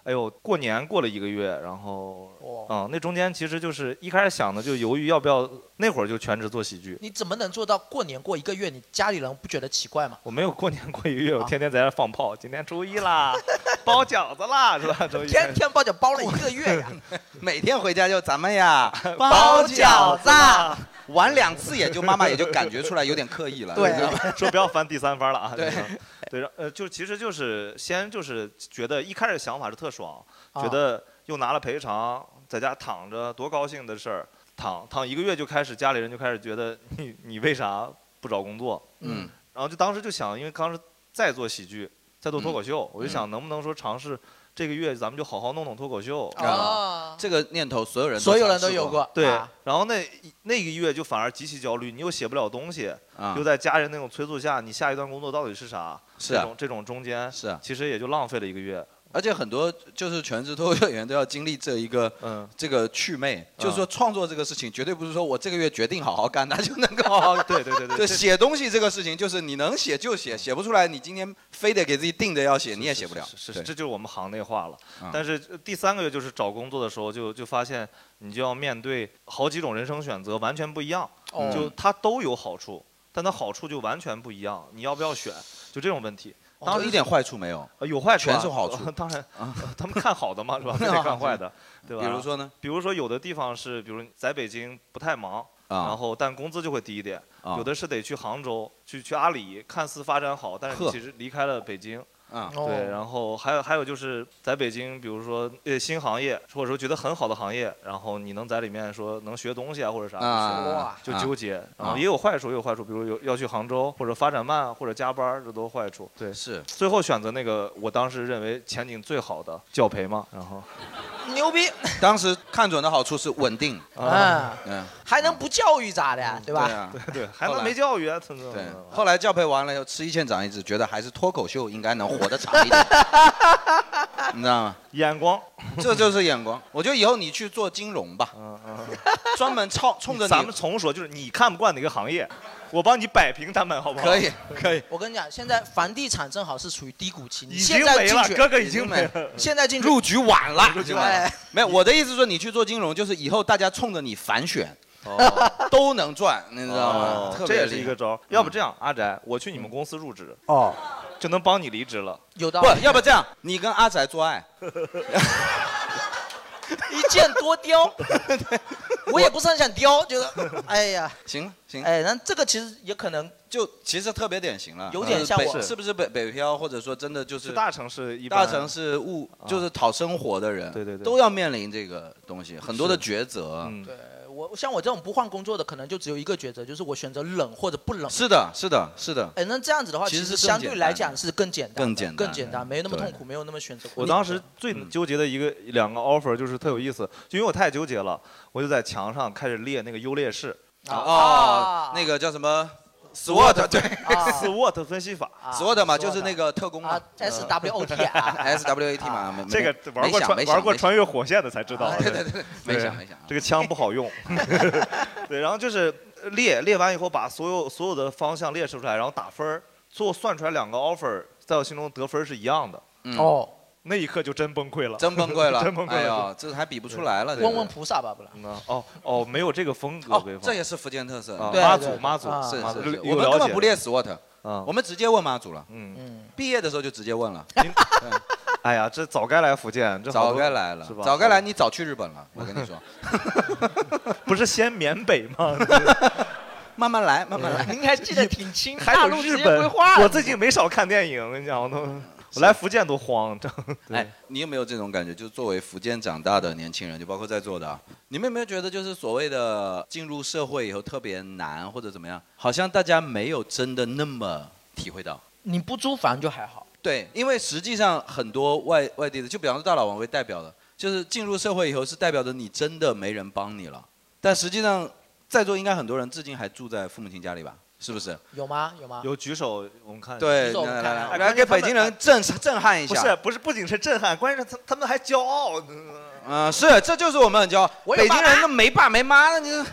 [SPEAKER 1] 哎呦，过年过了一个月，然后，
[SPEAKER 3] 哦，
[SPEAKER 1] 啊、那中间其实就是一开始想的就犹豫要不要，那会儿就全职做喜剧。
[SPEAKER 3] 你怎么能做到过年过一个月，你家里人不觉得奇怪吗？
[SPEAKER 1] 我没有过年过一个月，我
[SPEAKER 3] 啊
[SPEAKER 1] 天天在那放炮。今天初一啦，包饺子啦，是吧？周一
[SPEAKER 3] 天天包饺包了一个 月呀，
[SPEAKER 4] 每天回家就咱们呀
[SPEAKER 3] 包饺子，
[SPEAKER 4] 啊
[SPEAKER 1] 啊
[SPEAKER 4] 玩两次也就妈妈也就感觉出来有点刻意了。
[SPEAKER 3] 对
[SPEAKER 4] 就是
[SPEAKER 3] 啊，
[SPEAKER 1] 说不要翻第三番了啊。
[SPEAKER 4] 对
[SPEAKER 1] 就是，对，然后呃，就其实就是先就是觉得一开始想法是特爽，
[SPEAKER 3] 啊
[SPEAKER 1] 觉得又拿了赔偿，在家躺着多高兴的事儿，躺躺一个月就开始家里人就开始觉得你你为啥不找工作？
[SPEAKER 6] 음.
[SPEAKER 4] 嗯，
[SPEAKER 1] 然后就当时就想，因为当时在做喜剧，在做脱口秀，
[SPEAKER 4] 嗯
[SPEAKER 1] 我就想能不能说尝试这个月咱们就好好弄弄脱口秀。
[SPEAKER 4] 啊
[SPEAKER 3] 哦，
[SPEAKER 4] 这个念头所有人
[SPEAKER 3] 所有人
[SPEAKER 4] 尝
[SPEAKER 3] 都
[SPEAKER 4] 试
[SPEAKER 3] 有过，
[SPEAKER 1] 对
[SPEAKER 3] 啊，
[SPEAKER 1] 然后那一那一个月就反而极其焦虑，你又写不了东西，
[SPEAKER 4] 啊
[SPEAKER 1] 又，在家人那种催促下，你下一段工作到底是啥？
[SPEAKER 4] 是
[SPEAKER 1] 这
[SPEAKER 4] 啊
[SPEAKER 1] 种这种中间，
[SPEAKER 4] 是啊，
[SPEAKER 1] 其实也就浪费了一个月。
[SPEAKER 4] 而且很多就是全职脱口秀演员都要经历这一个。
[SPEAKER 1] 嗯，
[SPEAKER 4] 这个祛魅，就是
[SPEAKER 1] 嗯
[SPEAKER 4] 说创作这个事情，绝对不是说我这个月决定好好干，他 就能 够
[SPEAKER 1] 哦，对对对对，
[SPEAKER 4] 对
[SPEAKER 1] 这
[SPEAKER 4] 写东西这个事情，就是你能写就写，写不出来你今天非得给自己定着要写，你也写不了。
[SPEAKER 1] 是是是
[SPEAKER 4] 对
[SPEAKER 1] 这就是我们行内话了
[SPEAKER 4] 嗯。
[SPEAKER 1] 但是呃第三个月就是找工作的时候，就就发现你就要面对好几种人生选择，完全不一样。
[SPEAKER 3] 哦
[SPEAKER 1] 就它都有好处，但它好处就完全不一样。你要不要选？就这种问题，当
[SPEAKER 4] 当
[SPEAKER 1] 时
[SPEAKER 4] 时哦一点坏处没有，
[SPEAKER 1] 呃有坏处啊，
[SPEAKER 4] 全是好处
[SPEAKER 1] 当然，呃他们看好的 嘛，是吧？非得看坏
[SPEAKER 4] 啊
[SPEAKER 1] 的，对吧？
[SPEAKER 4] 比如，说呢？
[SPEAKER 1] 比如说有的地方是，比如在北京不太忙，然
[SPEAKER 4] 啊，
[SPEAKER 1] 后但工资就会低一点；
[SPEAKER 4] 啊
[SPEAKER 1] 有的是得去杭州，去去阿里，看似发展好，但是你
[SPEAKER 4] 呵
[SPEAKER 1] 其实离开了北京。
[SPEAKER 4] 啊，
[SPEAKER 3] 哦
[SPEAKER 1] 对，然后还有还有就是在北京，比如说呃新行业，或者说觉得很好的行业，然后你能在里面说能学东西啊或者啥，
[SPEAKER 4] 啊
[SPEAKER 1] 就纠结。然
[SPEAKER 4] 啊
[SPEAKER 1] 后也有坏处，也有坏处，比如有要去杭州或者发展慢或者加班儿，这都是坏处。对，
[SPEAKER 4] 是
[SPEAKER 1] 最后选择那个我当时认为前景最好的教培嘛，然后
[SPEAKER 3] 牛逼，
[SPEAKER 4] 当时看准的 好处是稳定，
[SPEAKER 1] 啊，
[SPEAKER 3] 嗯，
[SPEAKER 4] 嗯，
[SPEAKER 3] 还能不教育咋的呀，对
[SPEAKER 4] 对
[SPEAKER 3] 吧？
[SPEAKER 4] 啊，
[SPEAKER 1] 嗯 对，还
[SPEAKER 4] 后
[SPEAKER 1] 能
[SPEAKER 4] 来
[SPEAKER 1] 没教育啊，怎么怎么
[SPEAKER 4] 对
[SPEAKER 1] 怎么。
[SPEAKER 4] 后来教培完了以后，吃一堑长一智，觉得还是脱口秀应该能活得长一点， 你知道吗？
[SPEAKER 1] 眼光，
[SPEAKER 4] 这就是眼光。我觉得以后你去做金融吧，
[SPEAKER 1] 嗯嗯，
[SPEAKER 4] 专门冲冲着
[SPEAKER 1] 咱们
[SPEAKER 4] 你，
[SPEAKER 1] 重说，就是你看不惯哪个行业，我帮你摆平他们，好不好？
[SPEAKER 4] 可 以可以，
[SPEAKER 3] 我跟你讲，现在房地产正好是处于低谷期，你
[SPEAKER 1] 已
[SPEAKER 3] 现
[SPEAKER 1] 经
[SPEAKER 3] 在
[SPEAKER 1] 没
[SPEAKER 3] 进
[SPEAKER 1] 了，
[SPEAKER 3] 去，
[SPEAKER 1] 哥哥已经没
[SPEAKER 4] 已
[SPEAKER 1] 了。
[SPEAKER 3] 现在进去，哎
[SPEAKER 4] 入局晚了，
[SPEAKER 1] 入局晚
[SPEAKER 3] 对，
[SPEAKER 4] 没有，我的意思是说，你去做金融，就是以后大家冲着你反选，都能赚，你知道吗？特
[SPEAKER 1] 哦这
[SPEAKER 4] 别
[SPEAKER 1] 也是一
[SPEAKER 4] 厉
[SPEAKER 1] 个
[SPEAKER 4] 害
[SPEAKER 1] 招儿。要不这样，阿宅，我去你们公司入职，
[SPEAKER 3] 哦，
[SPEAKER 1] 就能帮你离职了。
[SPEAKER 3] 有道
[SPEAKER 4] 不
[SPEAKER 3] 理，，
[SPEAKER 4] 要不这样，你跟阿宅做爱，
[SPEAKER 3] 一箭多雕，我也不是很想叼，觉得哎呀，
[SPEAKER 4] 行行，
[SPEAKER 3] 哎，那这个其实也可能
[SPEAKER 4] 就其实特别典型了，
[SPEAKER 3] 有点像
[SPEAKER 4] 呃北
[SPEAKER 3] 我
[SPEAKER 4] 是不是北北漂，或者说真的就是
[SPEAKER 1] 是大城市一般啊
[SPEAKER 4] 大城市务就是讨生活的人，
[SPEAKER 1] 对对对
[SPEAKER 4] 都要面临这个东西，很多的抉择。
[SPEAKER 1] 嗯，
[SPEAKER 3] 呃我像我这种不换工作的，可能就只有一个抉择，就是我选择冷或者不冷。
[SPEAKER 4] 是的，是的，是的。
[SPEAKER 3] 哎，那这样子的话，
[SPEAKER 4] 其
[SPEAKER 3] 其
[SPEAKER 4] 实
[SPEAKER 3] 实
[SPEAKER 4] 是更
[SPEAKER 3] 相对来
[SPEAKER 4] 简单
[SPEAKER 3] 讲是更简单的、
[SPEAKER 4] 更简单
[SPEAKER 3] 更简单，没那么
[SPEAKER 4] 对
[SPEAKER 3] 痛苦，没有那么选择。
[SPEAKER 1] 我当时最纠结的一个两个 offer 就是特有意思，就因为我太纠结了，我就在墙上开始列那个优劣势。
[SPEAKER 4] 啊
[SPEAKER 3] 啊
[SPEAKER 4] 哦，那个叫什么 SWOT 对
[SPEAKER 1] SWOT 分析法，
[SPEAKER 4] SWOT 嘛，就是那个特工嘛呃嗯
[SPEAKER 3] 啊，S W O T 啊，
[SPEAKER 4] S W A T 嘛，没
[SPEAKER 1] 这个
[SPEAKER 4] 没
[SPEAKER 1] 玩过
[SPEAKER 4] 没想
[SPEAKER 1] 穿
[SPEAKER 4] 没想
[SPEAKER 1] 玩过
[SPEAKER 4] 没想啊
[SPEAKER 1] 穿越火线的才知道。啊
[SPEAKER 4] 对对对，没想没想。
[SPEAKER 1] 这个枪不 好用。对，然后就是列列完以后，把所有所有的方向列出来，然后打分儿，最后算出来两个 offer，在我心中得分儿是一样的。
[SPEAKER 4] 嗯，
[SPEAKER 3] 哦，
[SPEAKER 1] 那一刻就真崩溃了，
[SPEAKER 4] 真崩溃了，
[SPEAKER 1] 真崩溃
[SPEAKER 4] 哎
[SPEAKER 1] 了。
[SPEAKER 4] 呦，这还比不出来了。这个啊
[SPEAKER 3] 问问菩萨吧，不然。
[SPEAKER 1] 嗯呐哦哦，没有这个风格，规
[SPEAKER 4] 哦，这
[SPEAKER 1] 范。
[SPEAKER 4] 也是福建特色，
[SPEAKER 1] 啊
[SPEAKER 3] 对
[SPEAKER 1] 妈
[SPEAKER 3] 对
[SPEAKER 1] 祖妈祖
[SPEAKER 3] 啊
[SPEAKER 4] 是
[SPEAKER 1] 妈祖
[SPEAKER 4] 是是，
[SPEAKER 1] 有
[SPEAKER 4] 我
[SPEAKER 1] 了
[SPEAKER 4] 们根本
[SPEAKER 1] 解
[SPEAKER 4] 不列 SWOT，
[SPEAKER 1] 啊
[SPEAKER 4] 我，们直接问妈祖了。
[SPEAKER 1] 嗯，
[SPEAKER 3] 嗯，
[SPEAKER 4] 毕业的时候就直接问了，
[SPEAKER 1] 哎呀，这早该来福建，这好
[SPEAKER 4] 早
[SPEAKER 1] 多
[SPEAKER 4] 该来了
[SPEAKER 1] 是吧？，
[SPEAKER 4] 早该来，你早去日本了。我跟你说，
[SPEAKER 1] 不是先缅北吗？
[SPEAKER 4] 慢慢来，慢慢 来。
[SPEAKER 3] 应该记得挺清，
[SPEAKER 1] 还有日本，我最近没少看电影，我跟你讲，我都我来福建都慌，这对
[SPEAKER 4] 哎，你有没有这种感觉？就是作为福建长大的年轻人，就包括在座的啊，你们有没有觉得，就是所谓的进入社会以后特别难，或者怎么样？好像大家没有真的那么体会到。
[SPEAKER 3] 你不租房就还好。
[SPEAKER 4] 对，因为实际上很多外外地的，就比方说大老王为代表的，就是进入社会以后是代表着你真的没人帮你了。但实际上，在座应该很多人至今还住在父母亲家里吧？是不是？
[SPEAKER 3] 有吗？有吗？
[SPEAKER 1] 有举手，我们看一 下。
[SPEAKER 4] 对，
[SPEAKER 3] 你说我们
[SPEAKER 4] 来
[SPEAKER 3] 哎看
[SPEAKER 4] 来
[SPEAKER 3] 看
[SPEAKER 4] 来，来给北京人震震撼一
[SPEAKER 1] 不
[SPEAKER 4] 下。
[SPEAKER 1] 是不是，不仅是震撼，关键是他他们还骄傲。
[SPEAKER 4] 嗯，是，这就是我们很骄傲。
[SPEAKER 3] 我有
[SPEAKER 4] 北
[SPEAKER 3] 爸
[SPEAKER 4] 京人都没爸没妈了，你这、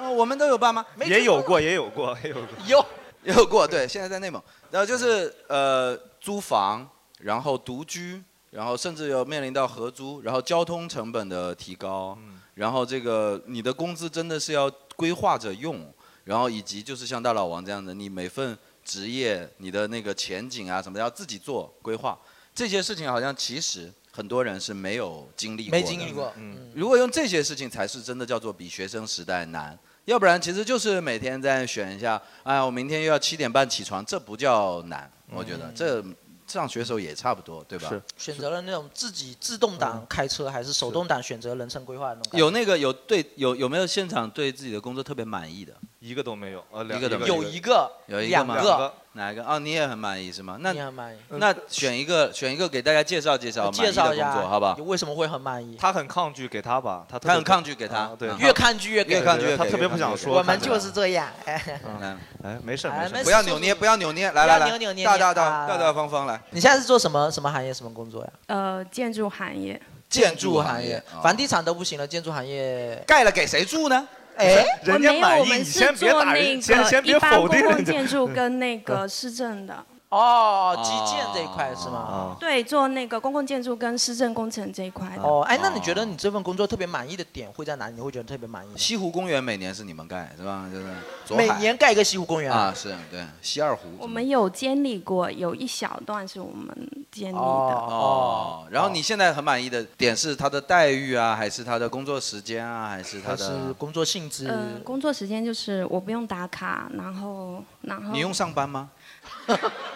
[SPEAKER 4] 呃我们都有爸妈，
[SPEAKER 3] 没
[SPEAKER 1] 也
[SPEAKER 3] 租
[SPEAKER 1] 有过，也有过，也有过。
[SPEAKER 3] 有
[SPEAKER 4] 有过。对，现在在内蒙，然后就是呃租房，然后独居，然后甚至有面临到合租，然后交通成本的提高，
[SPEAKER 3] 嗯
[SPEAKER 4] 然后这个你的工资真的是要规划着用，然后以及就是像大老王这样的，你每份职业你的那个前景啊什么的要自己做规划，这些事情好像其实很多人是没有经历过的，
[SPEAKER 3] 没经历过。
[SPEAKER 1] 嗯
[SPEAKER 3] 嗯，
[SPEAKER 4] 如果用这些事情才是真的叫做比学生时代难，要不然其实就是每天在选一下，哎呀，我明天又要七点半起床，这不叫难，我觉得这上学时候也差不多，对吧？
[SPEAKER 1] 是
[SPEAKER 3] 选择了那种自己自动
[SPEAKER 4] 嗯
[SPEAKER 3] 挡开车还是手动挡选择人生规划的那种感觉。
[SPEAKER 4] 有那个有对有有没有现场对自己的工作特别满意的？
[SPEAKER 1] 一个都没有，呃，两
[SPEAKER 4] 一个都没
[SPEAKER 3] 有一个，
[SPEAKER 4] 有一个
[SPEAKER 3] 两
[SPEAKER 4] 吗？
[SPEAKER 1] 两个，
[SPEAKER 4] 哪一个？哦，你也很满意是吗？那嗯
[SPEAKER 3] 你很满意？
[SPEAKER 4] 那选一个选一个给大家介绍介
[SPEAKER 1] 呃
[SPEAKER 4] 绍
[SPEAKER 3] 呃介绍
[SPEAKER 4] 满
[SPEAKER 3] 一
[SPEAKER 4] 意的
[SPEAKER 3] 下，
[SPEAKER 4] 工作，好不好？
[SPEAKER 3] 为什么会很满意？
[SPEAKER 1] 他很抗拒，给他吧，他特别
[SPEAKER 4] 他很抗拒给他
[SPEAKER 1] 啊对
[SPEAKER 4] 嗯
[SPEAKER 3] 越抗拒越给
[SPEAKER 4] 越
[SPEAKER 3] 力
[SPEAKER 4] 抗拒越
[SPEAKER 1] 他
[SPEAKER 4] 给
[SPEAKER 1] 特别不想
[SPEAKER 4] 越给
[SPEAKER 1] 说
[SPEAKER 3] 我
[SPEAKER 1] 看
[SPEAKER 3] 们
[SPEAKER 1] 着
[SPEAKER 3] 就是这样，哎，
[SPEAKER 4] 嗯
[SPEAKER 1] 哎，没事儿没
[SPEAKER 3] 哎
[SPEAKER 1] 事
[SPEAKER 3] 没
[SPEAKER 1] 儿
[SPEAKER 3] 事。
[SPEAKER 4] 不要扭捏，不要扭捏，来
[SPEAKER 3] 不要
[SPEAKER 4] 来来，
[SPEAKER 3] 扭扭捏
[SPEAKER 4] 大
[SPEAKER 3] 捏
[SPEAKER 4] 大大
[SPEAKER 3] 啊
[SPEAKER 4] 大大方方来，
[SPEAKER 3] 你现在是做什么什么行业什么工作呀？
[SPEAKER 10] 呃，建筑行业，
[SPEAKER 4] 建筑行业
[SPEAKER 3] 业
[SPEAKER 1] 啊
[SPEAKER 10] 啊
[SPEAKER 4] 哦，
[SPEAKER 3] 房地产都不行了，建筑行业，
[SPEAKER 4] 盖了给谁住呢？
[SPEAKER 3] 哎，
[SPEAKER 10] 我
[SPEAKER 1] 人
[SPEAKER 10] 没
[SPEAKER 1] 家
[SPEAKER 10] 有，
[SPEAKER 1] 满
[SPEAKER 10] 我
[SPEAKER 1] 意，你
[SPEAKER 10] 们
[SPEAKER 1] 先
[SPEAKER 10] 是
[SPEAKER 1] 别
[SPEAKER 10] 做
[SPEAKER 1] 打
[SPEAKER 10] 那
[SPEAKER 1] 人，先先
[SPEAKER 10] 个一
[SPEAKER 1] 别
[SPEAKER 10] 般
[SPEAKER 1] 否定
[SPEAKER 10] 公共
[SPEAKER 1] 人家。
[SPEAKER 10] 建筑跟 那 个市政的，
[SPEAKER 3] 哦，基建这一块是吗？
[SPEAKER 1] 啊，
[SPEAKER 10] 对，做那个公共建筑跟市政工程这一块的。
[SPEAKER 3] 哦，哎，那你觉得你这份工作特别满意的点会在哪里？你会觉得特别满意呢？
[SPEAKER 4] 西湖公园每年是你们盖是吧？就是左
[SPEAKER 3] 每
[SPEAKER 4] 海
[SPEAKER 3] 年盖一个西湖公园
[SPEAKER 4] 啊，是对西二湖。
[SPEAKER 10] 我们有监理过，有一小段是我们监理的。
[SPEAKER 3] 哦
[SPEAKER 4] 哦，然后你现在很满意的点是他的待遇啊，还是他的工作时间啊，还是他
[SPEAKER 3] 还是
[SPEAKER 4] 的？
[SPEAKER 3] 工作性质？
[SPEAKER 10] 嗯、工作时间就是我不用打卡，然后然后
[SPEAKER 4] 你用上班 吗？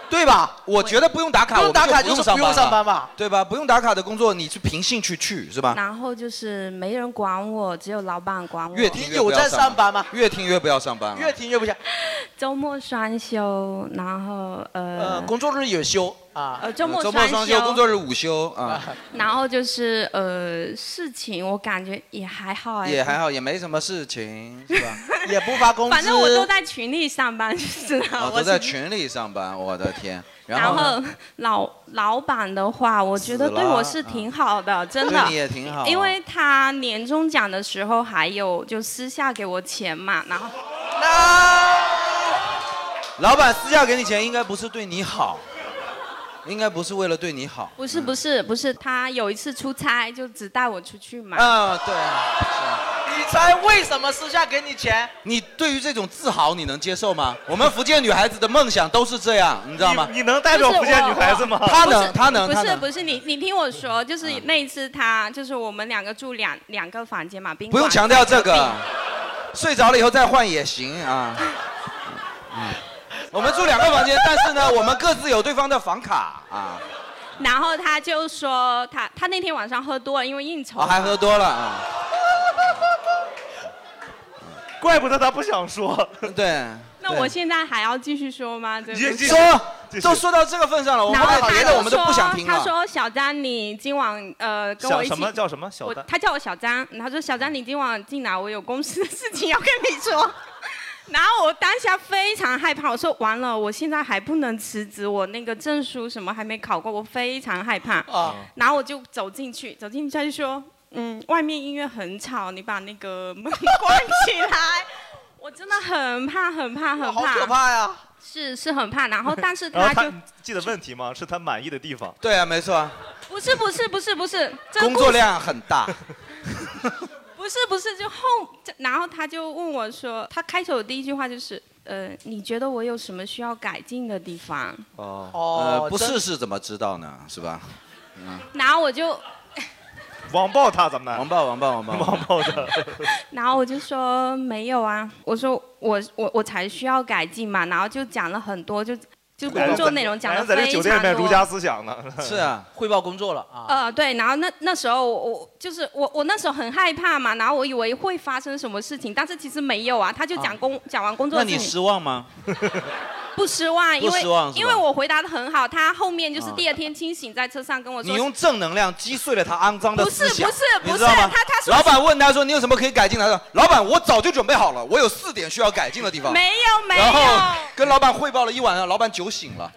[SPEAKER 4] 对吧？我觉得不用打卡，
[SPEAKER 3] 不用打卡
[SPEAKER 4] 我
[SPEAKER 3] 就
[SPEAKER 4] 们
[SPEAKER 3] 是
[SPEAKER 4] 就
[SPEAKER 3] 不用上
[SPEAKER 4] 了
[SPEAKER 3] 班嗯吧？
[SPEAKER 4] 对吧？不用打卡的工作，你是凭兴趣去是吧？
[SPEAKER 10] 然后就是没人管我，只有老板管我。
[SPEAKER 4] 越听
[SPEAKER 3] 你
[SPEAKER 4] 越不
[SPEAKER 3] 有
[SPEAKER 4] 要
[SPEAKER 3] 在
[SPEAKER 4] 上
[SPEAKER 3] 上
[SPEAKER 4] 班，
[SPEAKER 3] 班吗？
[SPEAKER 4] 越听越不要上班了。
[SPEAKER 3] 越听越不像，
[SPEAKER 10] 周末双休，然后呃
[SPEAKER 3] 呃，工作日有休啊，
[SPEAKER 10] 呃周末
[SPEAKER 4] 周末双
[SPEAKER 10] 休，
[SPEAKER 4] 工作日午休啊，
[SPEAKER 10] 然后就是呃事情，我感觉也还好哎，
[SPEAKER 4] 也还好，也没什么事情是 吧？
[SPEAKER 3] 也不发工资，
[SPEAKER 10] 反正我都在群里上班， 就是
[SPEAKER 4] 啊，
[SPEAKER 3] 哦
[SPEAKER 10] 道我
[SPEAKER 4] 都
[SPEAKER 10] 是
[SPEAKER 4] 在群里上班，我的天！
[SPEAKER 10] 然
[SPEAKER 4] 呢
[SPEAKER 10] 后老老板的话，我觉得
[SPEAKER 4] 死
[SPEAKER 10] 对我
[SPEAKER 4] 了
[SPEAKER 10] 是
[SPEAKER 3] 啊
[SPEAKER 10] 挺好的，真
[SPEAKER 4] 对
[SPEAKER 10] 的
[SPEAKER 4] 你。也挺好，
[SPEAKER 10] 因为他年终奖的时候还有就私下给我钱嘛，然后
[SPEAKER 4] 老板私下给你钱，应该不是对你好，应该不是为了对你好。
[SPEAKER 10] 不
[SPEAKER 3] 嗯
[SPEAKER 10] 是不是不是，他有一次出差就只带我出去嘛，
[SPEAKER 4] 啊，对啊，
[SPEAKER 3] 你猜为什么私下给你钱？
[SPEAKER 4] 你对于这种自豪，你能接受吗？我们福建女孩子的梦想都是这样，你知道吗？
[SPEAKER 1] 你能
[SPEAKER 10] 代表福建女孩子
[SPEAKER 1] 吗
[SPEAKER 4] 她
[SPEAKER 10] 不
[SPEAKER 4] 能，
[SPEAKER 10] 是
[SPEAKER 4] 她能，
[SPEAKER 10] 不
[SPEAKER 4] 她
[SPEAKER 10] 是
[SPEAKER 4] 能。嗯
[SPEAKER 10] 不是你，你听我说，就是那一次他就是我们两个住两两个房间嘛，宾
[SPEAKER 4] 不用
[SPEAKER 10] 馆
[SPEAKER 4] 强调这个
[SPEAKER 10] 隔壁，
[SPEAKER 4] 睡着了以后再换也行 啊。我们住两个房间，但是呢，我们各自有对方的房卡啊，
[SPEAKER 10] 然后他就说他他那天晚上喝多了，因为应酬
[SPEAKER 4] 我、
[SPEAKER 10] 嘛，
[SPEAKER 4] 还喝多了啊。
[SPEAKER 1] 怪不得他不想说。
[SPEAKER 4] 对，
[SPEAKER 10] 那我现在还要继续说吗？对不
[SPEAKER 4] 你
[SPEAKER 10] 对
[SPEAKER 4] 说都说到这个份上了，我们
[SPEAKER 10] 然后他
[SPEAKER 4] 别
[SPEAKER 10] 就
[SPEAKER 4] 的
[SPEAKER 10] 说，
[SPEAKER 4] 我们都不想听
[SPEAKER 10] 他
[SPEAKER 4] 了。
[SPEAKER 10] 说：“小张，你今晚呃跟
[SPEAKER 1] 小
[SPEAKER 10] 我一起。”
[SPEAKER 1] 什么叫什么小
[SPEAKER 10] 我
[SPEAKER 1] 丹？
[SPEAKER 10] 他叫我小张，然后说：“小张，你今晚进来，我有公司的事情要跟你说。”然后我当下非常害怕，我说：“完了，我现在还不能辞职，我那个证书什么还没考过，我非常害怕。”
[SPEAKER 3] 啊
[SPEAKER 10] 然后我就走进去，走进去他就说：“嗯，外面音乐很吵，你把那个门关起来。”我真的很怕，很怕，很怕，
[SPEAKER 1] 好可怕
[SPEAKER 4] 呀！
[SPEAKER 10] 是是很怕，然后但是
[SPEAKER 1] 然
[SPEAKER 10] 他
[SPEAKER 1] 后
[SPEAKER 10] 就
[SPEAKER 1] 他记得问题吗？是他满意的地方。
[SPEAKER 4] 对啊，没错啊，
[SPEAKER 10] 不是不是不是不是，这个
[SPEAKER 4] 工
[SPEAKER 10] 故
[SPEAKER 4] 作
[SPEAKER 10] 事
[SPEAKER 4] 量很大。
[SPEAKER 10] 不是不是，就后，这然后他就问我说，他开头的第一句话就是，呃，你觉得我有什么需要改进的地方？
[SPEAKER 4] 哦，
[SPEAKER 10] 哦
[SPEAKER 4] 呃，不
[SPEAKER 10] 真
[SPEAKER 4] 试试怎么知道呢？是吧？嗯，
[SPEAKER 10] 然后我就，
[SPEAKER 1] 网暴他咱们。
[SPEAKER 4] 王暴，王暴，王暴，
[SPEAKER 1] 王暴的。
[SPEAKER 10] 然后我就说没有啊，我说我我我才需要改进嘛，然后就讲了很多，就就工作内容讲了
[SPEAKER 1] 哎在这
[SPEAKER 10] 非
[SPEAKER 1] 酒店里面
[SPEAKER 10] 常
[SPEAKER 1] 儒家
[SPEAKER 10] 多。
[SPEAKER 1] 思想呢。
[SPEAKER 4] 是啊，
[SPEAKER 3] 汇报工作了啊。
[SPEAKER 10] 呃，对，然后那那时候我我就是我我那时候很害怕嘛，然后我以为会发生什么事情，但是其实没有啊，他就讲工、讲完工作
[SPEAKER 4] 那
[SPEAKER 10] 事
[SPEAKER 4] 你
[SPEAKER 10] 情，
[SPEAKER 4] 失望吗？
[SPEAKER 10] 不失望，因
[SPEAKER 4] 不
[SPEAKER 10] 为
[SPEAKER 4] 失望是吧
[SPEAKER 10] 因为我回答的很好，他后面就是
[SPEAKER 4] 啊
[SPEAKER 10] 第二天清醒在车上跟我说，
[SPEAKER 4] 你用正能量击碎了他肮脏的
[SPEAKER 10] 不
[SPEAKER 4] 思
[SPEAKER 10] 是
[SPEAKER 4] 想，
[SPEAKER 10] 不是不是
[SPEAKER 4] 你知道吗？
[SPEAKER 10] 他他说
[SPEAKER 4] 老板问他说你有什么可以改进的？他说老板我早就准备好了，我有四点需要改进的地方。
[SPEAKER 10] 没有没
[SPEAKER 4] 然后
[SPEAKER 10] 有，
[SPEAKER 4] 跟老板汇报了一晚上，老板酒醒 了，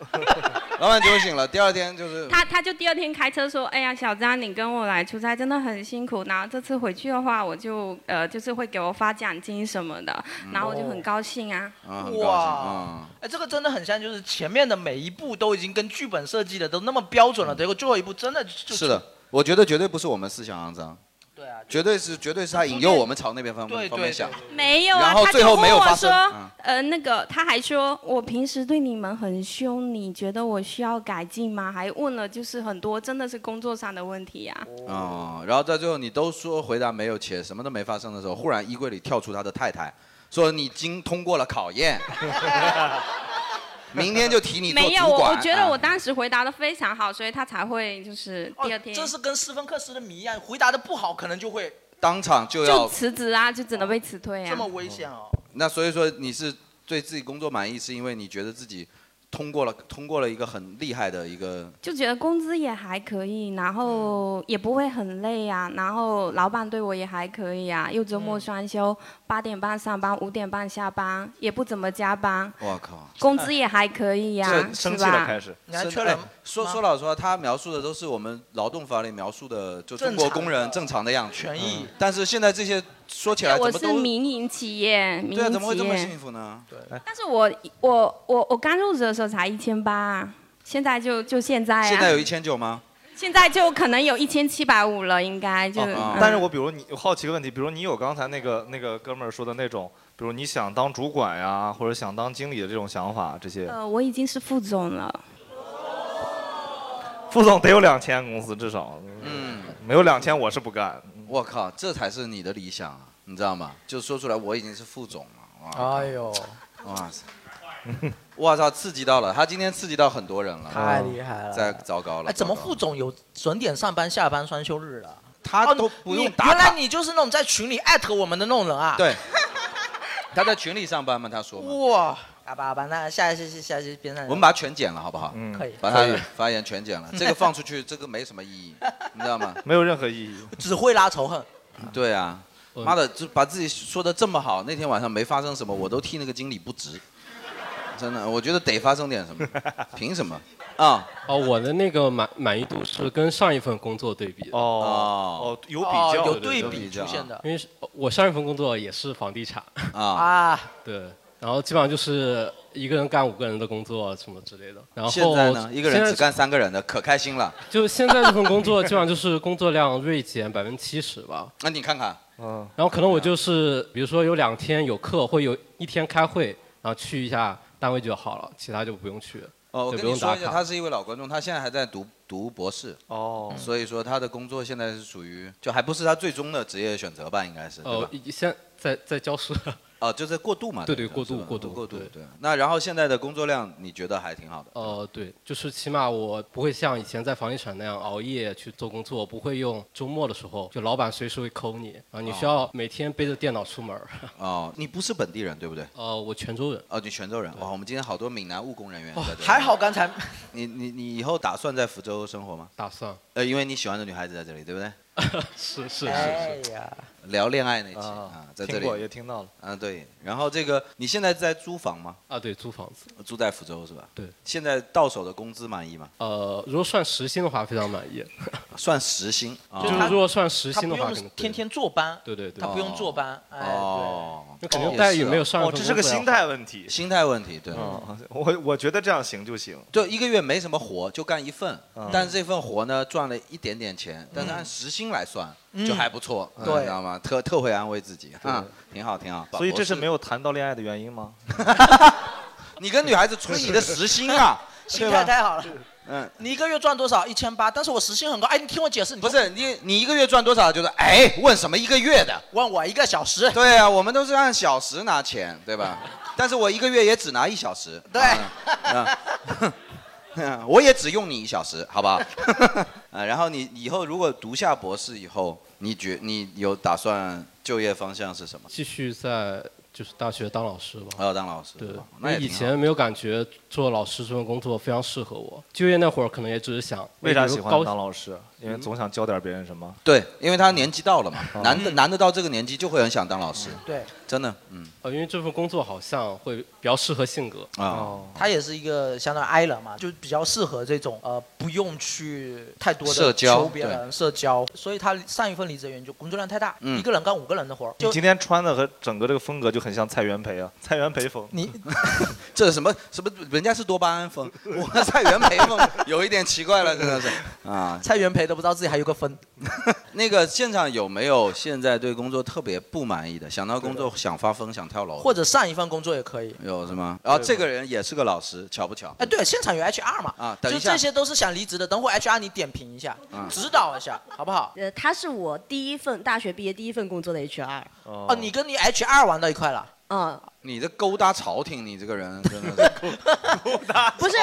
[SPEAKER 4] 老板酒醒了，第二天就是
[SPEAKER 10] 他他就第二天开车说，哎呀，小张你跟我来出差真的很辛苦，然后这次回去的话，我就呃就是会给我发奖金什么的，
[SPEAKER 4] 嗯
[SPEAKER 10] 然后我就很高兴啊。
[SPEAKER 4] 啊
[SPEAKER 10] 很高兴
[SPEAKER 3] 哇，哎，这个真的很像，就是前面的每一步都已经跟剧本设计的都那么标准了，结果最后一步真的就是
[SPEAKER 4] 的，我觉得绝对不是我们思想肮脏，
[SPEAKER 3] 对啊，
[SPEAKER 4] 绝对是绝对是他引诱我们朝那
[SPEAKER 10] 啊
[SPEAKER 4] 边方面方面想。
[SPEAKER 10] 没有
[SPEAKER 4] 然
[SPEAKER 10] 啊，
[SPEAKER 4] 后
[SPEAKER 10] 他
[SPEAKER 4] 最
[SPEAKER 10] 就
[SPEAKER 4] 后
[SPEAKER 10] 问
[SPEAKER 4] 没有发
[SPEAKER 10] 我
[SPEAKER 4] 生
[SPEAKER 10] 说
[SPEAKER 4] 嗯，
[SPEAKER 10] 呃，那个他还说我平时对你们很凶，你觉得我需要改进吗？还问了就是很多真的是工作上的问题啊呀、
[SPEAKER 4] 哦，然后在最后你都说回答没有且什么都没发生的时候，忽然衣柜里跳出他的太太，说你经通过了考验， 明天就提你做
[SPEAKER 10] 没有，
[SPEAKER 4] 主
[SPEAKER 10] 我
[SPEAKER 4] 管。
[SPEAKER 10] 我觉得
[SPEAKER 4] 啊
[SPEAKER 10] 我当时回答的非常好，所以他才会就是第二天、
[SPEAKER 3] 哦这是跟斯芬克斯的谜一样，回答的不好可能就会
[SPEAKER 4] 当场就
[SPEAKER 10] 就
[SPEAKER 4] 要
[SPEAKER 10] 辞职啊，就只能被辞退啊。
[SPEAKER 3] 这么危险哦。
[SPEAKER 4] 那所以说你是对自己工作满意，是因为你觉得自己通过了通过了一个很厉害的一个
[SPEAKER 10] 就觉得工资也还可以，然
[SPEAKER 3] 嗯
[SPEAKER 10] 后也不会很累啊，然后老板对我也还可以啊，又周末双
[SPEAKER 3] 嗯
[SPEAKER 10] 休，八点半上班，五点半下班，也不怎么加班，
[SPEAKER 4] 我靠，
[SPEAKER 10] 工资也还可以呀、是吧？
[SPEAKER 4] 你还缺人、哎说说老实话，他描述的都是我们劳动法里描述的，就中国工人正常的样子，嗯
[SPEAKER 3] 权益
[SPEAKER 4] 但是现在这些说起来怎
[SPEAKER 10] 我
[SPEAKER 4] 么
[SPEAKER 10] 是
[SPEAKER 4] 都
[SPEAKER 10] 民营企业，民
[SPEAKER 4] 对啊，
[SPEAKER 10] 营
[SPEAKER 4] 怎么会
[SPEAKER 10] 企
[SPEAKER 4] 这么幸
[SPEAKER 10] 业。
[SPEAKER 4] 福呢？对，
[SPEAKER 1] 哎
[SPEAKER 10] 但是我我我我刚入职的时候才一千八，啊现在就就现在啊，
[SPEAKER 4] 现在有一千九吗？
[SPEAKER 10] 现在就可能有一千七百五了，应该 就。
[SPEAKER 4] 哦
[SPEAKER 10] 嗯
[SPEAKER 1] 但是我比如你我好奇个问题，比如你有刚才那个那个哥们儿说的那种，比如你想当主管呀，或者想当经理的这种想法，这些
[SPEAKER 10] 呃，我已经是副总了。
[SPEAKER 1] 副总得有两千工资至少，
[SPEAKER 4] 嗯，
[SPEAKER 1] 没有两千我是不干。
[SPEAKER 4] 我靠，这才是你的理想啊，你知道吗？就说出来，我已经是副总了，哇，
[SPEAKER 3] 哎呦，
[SPEAKER 4] 哇塞，哇操，刺激到了，他今天刺激到很多人了，
[SPEAKER 3] 太厉害了
[SPEAKER 4] 再糟糕了，
[SPEAKER 3] 哎，怎么
[SPEAKER 4] 糟糕
[SPEAKER 3] 副总有准点上班、下班、双休日了？
[SPEAKER 4] 他都不用
[SPEAKER 3] 你
[SPEAKER 4] 打卡
[SPEAKER 3] 原来你就是那种在群里艾特我们的那种人啊？
[SPEAKER 4] 对，他在群里上班吗？他说吗？
[SPEAKER 3] 哇，好吧好吧，那下一期下一期边上
[SPEAKER 4] 我们把它全剪了，好不好？嗯
[SPEAKER 3] 可以
[SPEAKER 4] 把他
[SPEAKER 3] 可以
[SPEAKER 4] 发言全剪了， 这个放出去，这个没什么意义，你知道吗？
[SPEAKER 1] 没有任何意义，
[SPEAKER 3] 只会拉仇恨。
[SPEAKER 4] 对啊，妈的，就把自己说的这么好，那天晚上没发生什么，我都替那个经理不值，真的，我觉得得发生点什么，凭什么？啊、
[SPEAKER 11] 哦，我的那个满满意度是跟上一份工作对比
[SPEAKER 1] 哦
[SPEAKER 11] 的。哦
[SPEAKER 1] 哦有比较哦有对
[SPEAKER 4] 比出现的
[SPEAKER 11] 因为是我上一份工作也是房地产
[SPEAKER 4] 啊
[SPEAKER 3] 啊，
[SPEAKER 11] 对，然后基本上就是一个人干五个人的工作什么之类的。然后
[SPEAKER 4] 现在呢，一个
[SPEAKER 11] 现
[SPEAKER 4] 人
[SPEAKER 11] 在
[SPEAKER 4] 只干三个人的，可开心了。
[SPEAKER 11] 就现在这份工作，基本上就是工作量锐减百分之七十吧。
[SPEAKER 4] 啊那、你看看，
[SPEAKER 1] 嗯，
[SPEAKER 11] 然后可能我就是，比如说有两天有课，或有一天开会，然后去一下单位就好了，其他就不用去了，
[SPEAKER 4] 哦，我
[SPEAKER 11] 就
[SPEAKER 4] 跟
[SPEAKER 11] 不
[SPEAKER 4] 你
[SPEAKER 11] 用
[SPEAKER 4] 说
[SPEAKER 11] 打
[SPEAKER 4] 一下，
[SPEAKER 11] 卡。
[SPEAKER 4] 他是一位老观众，他现在还在读读博士
[SPEAKER 11] 嗯
[SPEAKER 1] 哦，
[SPEAKER 4] 所以说他的工作现在是属于就还不是他最终的职业选择吧，应该是对
[SPEAKER 11] 哦
[SPEAKER 4] 吧？，
[SPEAKER 11] 一现在在教书。
[SPEAKER 4] 哦，就在过渡嘛。
[SPEAKER 11] 对对，
[SPEAKER 4] 吧
[SPEAKER 11] 过渡
[SPEAKER 4] 是吧
[SPEAKER 11] 过渡
[SPEAKER 4] 过渡
[SPEAKER 11] 对
[SPEAKER 4] 对。那然后现在的工作量你觉得还挺好的？
[SPEAKER 11] 呃，对，就是起码我不会像以前在房地产那样熬夜去做工作，不会用周末的时候就老板随时会扣你啊，你需要每天背着电脑出门儿。
[SPEAKER 4] 哦，你不是本地人对不对？
[SPEAKER 11] 呃，我泉州人。哦
[SPEAKER 4] 哦，你泉州人。哇，我们今天好多闽南务工人员在这。
[SPEAKER 3] 还。好刚才
[SPEAKER 4] 你你你以后打算在福州生活吗？
[SPEAKER 11] 打算。
[SPEAKER 4] 呃，因为你喜欢的女孩子在这里，对不 对？
[SPEAKER 11] 是是
[SPEAKER 4] 哎
[SPEAKER 3] 呀，
[SPEAKER 4] 聊恋爱那期
[SPEAKER 1] 啊
[SPEAKER 4] 啊，在这里
[SPEAKER 1] 听过也听到了。
[SPEAKER 4] 啊，对。然后这个你现在在租房吗？
[SPEAKER 11] 啊，对，租房子。
[SPEAKER 4] 住在福州是吧？
[SPEAKER 11] 对。
[SPEAKER 4] 现在到手的工资满意吗？
[SPEAKER 11] 呃，如果算时薪的话，非常满意。
[SPEAKER 4] 算时薪，
[SPEAKER 11] 就
[SPEAKER 4] 哦
[SPEAKER 11] 是如果算时薪的
[SPEAKER 3] 他
[SPEAKER 11] 话，
[SPEAKER 3] 不
[SPEAKER 11] 可
[SPEAKER 3] 用
[SPEAKER 11] 能
[SPEAKER 3] 天天坐班，
[SPEAKER 11] 对对对
[SPEAKER 3] 他不用坐班，哎，，
[SPEAKER 4] 哦，
[SPEAKER 11] 那肯定待遇没有上一份
[SPEAKER 1] 哦，这是个
[SPEAKER 11] 工作要
[SPEAKER 1] 心态问题，
[SPEAKER 4] 心态问题，对。
[SPEAKER 1] 嗯，我我觉得这样行就行。
[SPEAKER 4] 就一个月没什么活，就干一份，但是这份活呢赚了一点点钱，但是按时薪来算
[SPEAKER 1] 嗯
[SPEAKER 4] 就还不错，
[SPEAKER 1] 嗯
[SPEAKER 4] 嗯
[SPEAKER 1] 对
[SPEAKER 4] 你知道吗？特特会安慰自己，啊，挺好挺好。
[SPEAKER 1] 所以这是
[SPEAKER 4] 把
[SPEAKER 1] 没有谈到恋爱的原因吗？
[SPEAKER 4] 你跟女孩子吹你的时薪啊
[SPEAKER 3] 心态太好了。
[SPEAKER 4] 嗯，
[SPEAKER 3] 你一个月赚多少？一千八，但是我时薪很高。哎，你听我解释，你
[SPEAKER 4] 不是你你一个月赚多少？就是哎，问什么一个月的？
[SPEAKER 3] 问我一个小时。
[SPEAKER 4] 对啊，我们都是按小时拿钱，对 吧？但是我一个月也只拿一小时。对。啊啊 我也只用你一小时，好不 好？啊，然后你以后如果读下博士以后，你觉你有打算就业方向是什么？
[SPEAKER 11] 继续在就是大学当老师吧。
[SPEAKER 4] 还要当老师？
[SPEAKER 11] 对
[SPEAKER 4] 啊是吧，
[SPEAKER 11] 因
[SPEAKER 4] 哦那
[SPEAKER 11] 为
[SPEAKER 4] 也
[SPEAKER 11] 以
[SPEAKER 4] 挺好
[SPEAKER 11] 前没有感觉做老师这份工作非常适合我，就业那会儿可能也只是想哎
[SPEAKER 1] 为啥喜欢
[SPEAKER 11] 高
[SPEAKER 1] 当老师？因为总想教点别人什么。哦
[SPEAKER 4] 对，因为他年纪到了嘛，男的男的到这个年纪就会很想当老师。
[SPEAKER 3] 对，
[SPEAKER 4] 真的，嗯
[SPEAKER 11] 呃，因为这份工作好像会比较适合性格
[SPEAKER 4] 啊。
[SPEAKER 12] 哦
[SPEAKER 3] 他也是一个相当于 I 人嘛，就比较适合这种呃不用去太多的
[SPEAKER 4] 社交
[SPEAKER 3] 求别人社交，所以他上一份离职的原因就工作量太大，
[SPEAKER 1] 嗯
[SPEAKER 3] 一个人干五个人的活儿，
[SPEAKER 1] 你
[SPEAKER 3] 就
[SPEAKER 1] 今天穿的和整个这个风格就很像蔡元培啊，蔡元培风。
[SPEAKER 3] 你
[SPEAKER 4] 这什么什么，人家是多巴胺风，我蔡元培 风有一点奇怪了，真的是啊。
[SPEAKER 3] 蔡元培都不知道自己还有个分。
[SPEAKER 4] 那个现场有没有现在对工作特别不满意的？想到工作想发疯、想跳楼，
[SPEAKER 3] 或者上一份工作也可以。
[SPEAKER 4] 有是吗？然后这个人也是个老师，巧不巧？
[SPEAKER 3] 哎，对，现场有 HR 嘛，
[SPEAKER 4] 啊，等
[SPEAKER 3] 就
[SPEAKER 4] 一下
[SPEAKER 3] 这，些都是想离职的，等会 HR 你点评一下，
[SPEAKER 4] 嗯
[SPEAKER 3] 指导一下，好不好？
[SPEAKER 13] 呃，他是我第一份大学毕业第一份工作的 HR。
[SPEAKER 3] 哦，你跟你 HR 玩到一块了，
[SPEAKER 13] 嗯，
[SPEAKER 4] 你这勾搭朝廷，你这个人真的是
[SPEAKER 13] 不是，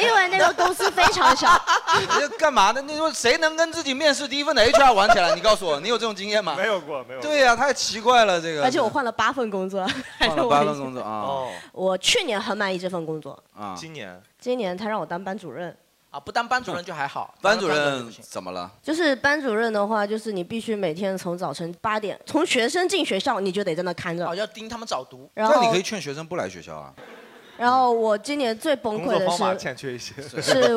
[SPEAKER 13] 因为那个公司 非常小，
[SPEAKER 4] 你这干嘛呢？你说谁能跟自己面试第一份的 HR 玩起来？你告诉我，你有这种经验吗？没
[SPEAKER 1] 有过，没有。
[SPEAKER 4] 对呀，太奇怪了，这个。
[SPEAKER 13] 而且我换了八份工作，还
[SPEAKER 4] 换
[SPEAKER 13] 是
[SPEAKER 4] 了
[SPEAKER 13] 我
[SPEAKER 4] 八
[SPEAKER 13] 已
[SPEAKER 4] 份
[SPEAKER 13] 经
[SPEAKER 4] 工作啊。
[SPEAKER 13] 我去年很满意这份工作，
[SPEAKER 4] 啊，
[SPEAKER 1] 哦今年
[SPEAKER 13] 今年他让我当班主任。
[SPEAKER 3] 啊，不当班主任就还好，
[SPEAKER 4] 班主任怎么了？
[SPEAKER 13] 就是班主任的话，就是你必须每天从早晨八点，从学生进学校你就得在那看着。
[SPEAKER 3] 哦，要盯他们早读。
[SPEAKER 13] 然后
[SPEAKER 4] 那你可以劝学生不来学校啊。
[SPEAKER 13] 然后我今年最崩
[SPEAKER 1] 工
[SPEAKER 13] 溃
[SPEAKER 1] 作
[SPEAKER 13] 的
[SPEAKER 1] 方法
[SPEAKER 13] 是，
[SPEAKER 1] 欠缺一些。
[SPEAKER 13] 是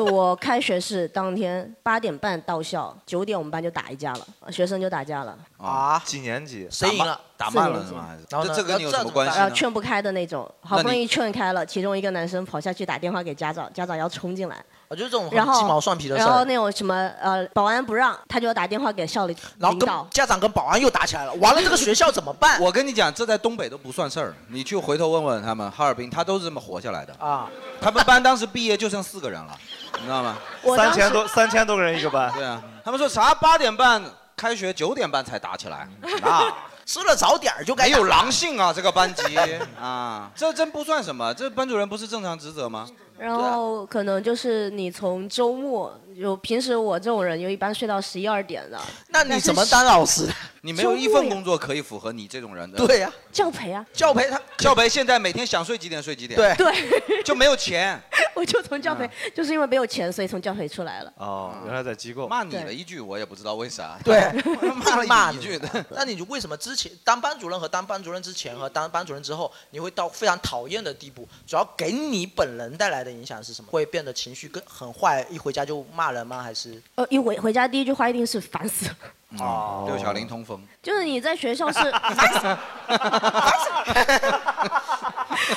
[SPEAKER 13] 我开学式当天八点半到校，九点我们班就打一架了，学生就打架了。
[SPEAKER 1] 啊？几年级？
[SPEAKER 3] 谁赢了
[SPEAKER 4] 打
[SPEAKER 13] 慢
[SPEAKER 4] 慢
[SPEAKER 13] 了
[SPEAKER 4] 了
[SPEAKER 13] 是
[SPEAKER 4] 是
[SPEAKER 13] 吗
[SPEAKER 4] 吗？
[SPEAKER 13] 还
[SPEAKER 4] 还
[SPEAKER 13] 是
[SPEAKER 4] 是
[SPEAKER 3] 然后呢
[SPEAKER 4] 这这跟你有
[SPEAKER 3] 那
[SPEAKER 4] 什么关系
[SPEAKER 13] 然
[SPEAKER 4] 呢
[SPEAKER 1] 呃
[SPEAKER 13] 后？呃劝不开的那种，好不容易劝开了，其中一个男生跑下去打电话给家长，家长要冲进来，
[SPEAKER 3] 哦我就这种很
[SPEAKER 13] 然后
[SPEAKER 3] 鸡毛蒜皮的事
[SPEAKER 13] 然后
[SPEAKER 3] 儿，
[SPEAKER 13] 那种什么呃保安不让，他就要打电话 给校里
[SPEAKER 3] 然后
[SPEAKER 13] 领
[SPEAKER 3] 跟
[SPEAKER 4] 啊
[SPEAKER 13] 导。
[SPEAKER 3] 家长跟保安又打起来了，完了这个 学校怎么办？
[SPEAKER 4] 我跟你讲，这在东北都不算事儿，你去回头问问他们，哈尔滨他都是这么活下来的。
[SPEAKER 3] 啊，
[SPEAKER 4] 他们班当时毕业就剩四个人了，你知道吗？
[SPEAKER 13] 我当
[SPEAKER 1] 三
[SPEAKER 13] 时
[SPEAKER 1] 千多三千多个人一个班。
[SPEAKER 4] 对啊，他们说啥八点半开学，九点半才打起来，那
[SPEAKER 3] 吃了早点儿就该
[SPEAKER 4] 没有
[SPEAKER 3] 打
[SPEAKER 4] 狼性啊！这个班级啊，这真不算什么，这班主任不是正常职责吗？
[SPEAKER 13] 然后可能就是你从周末，就平时我这种人就一般睡到十一二点的，
[SPEAKER 3] 那你怎么当 老师？
[SPEAKER 4] 你没有一份工作可以符合你这种人的。
[SPEAKER 3] 对呀、
[SPEAKER 13] 教培啊，
[SPEAKER 3] 教培他
[SPEAKER 4] 教培现在每天想睡几点睡几点，
[SPEAKER 3] 对
[SPEAKER 4] 对， 就没有钱。
[SPEAKER 13] 我就从教培，
[SPEAKER 4] 嗯
[SPEAKER 13] 就是因为没有钱，所以从教培出来了。
[SPEAKER 1] 哦，原来在机构。
[SPEAKER 4] 骂你了一句，我也不知道为啥。
[SPEAKER 3] 对
[SPEAKER 4] 骂了你一句的。
[SPEAKER 3] 那你就为什么之前当班主任和当班主任之前和当班主任之后，你会到非常讨厌的地步？主要给你本人带来的影响是什么？会变得情绪更很坏，一回家就骂人吗？还是
[SPEAKER 13] 呃，一回回家第一句话一定是烦死了，
[SPEAKER 4] 哦，六小龄通风。
[SPEAKER 13] 就是你在学校是烦死了，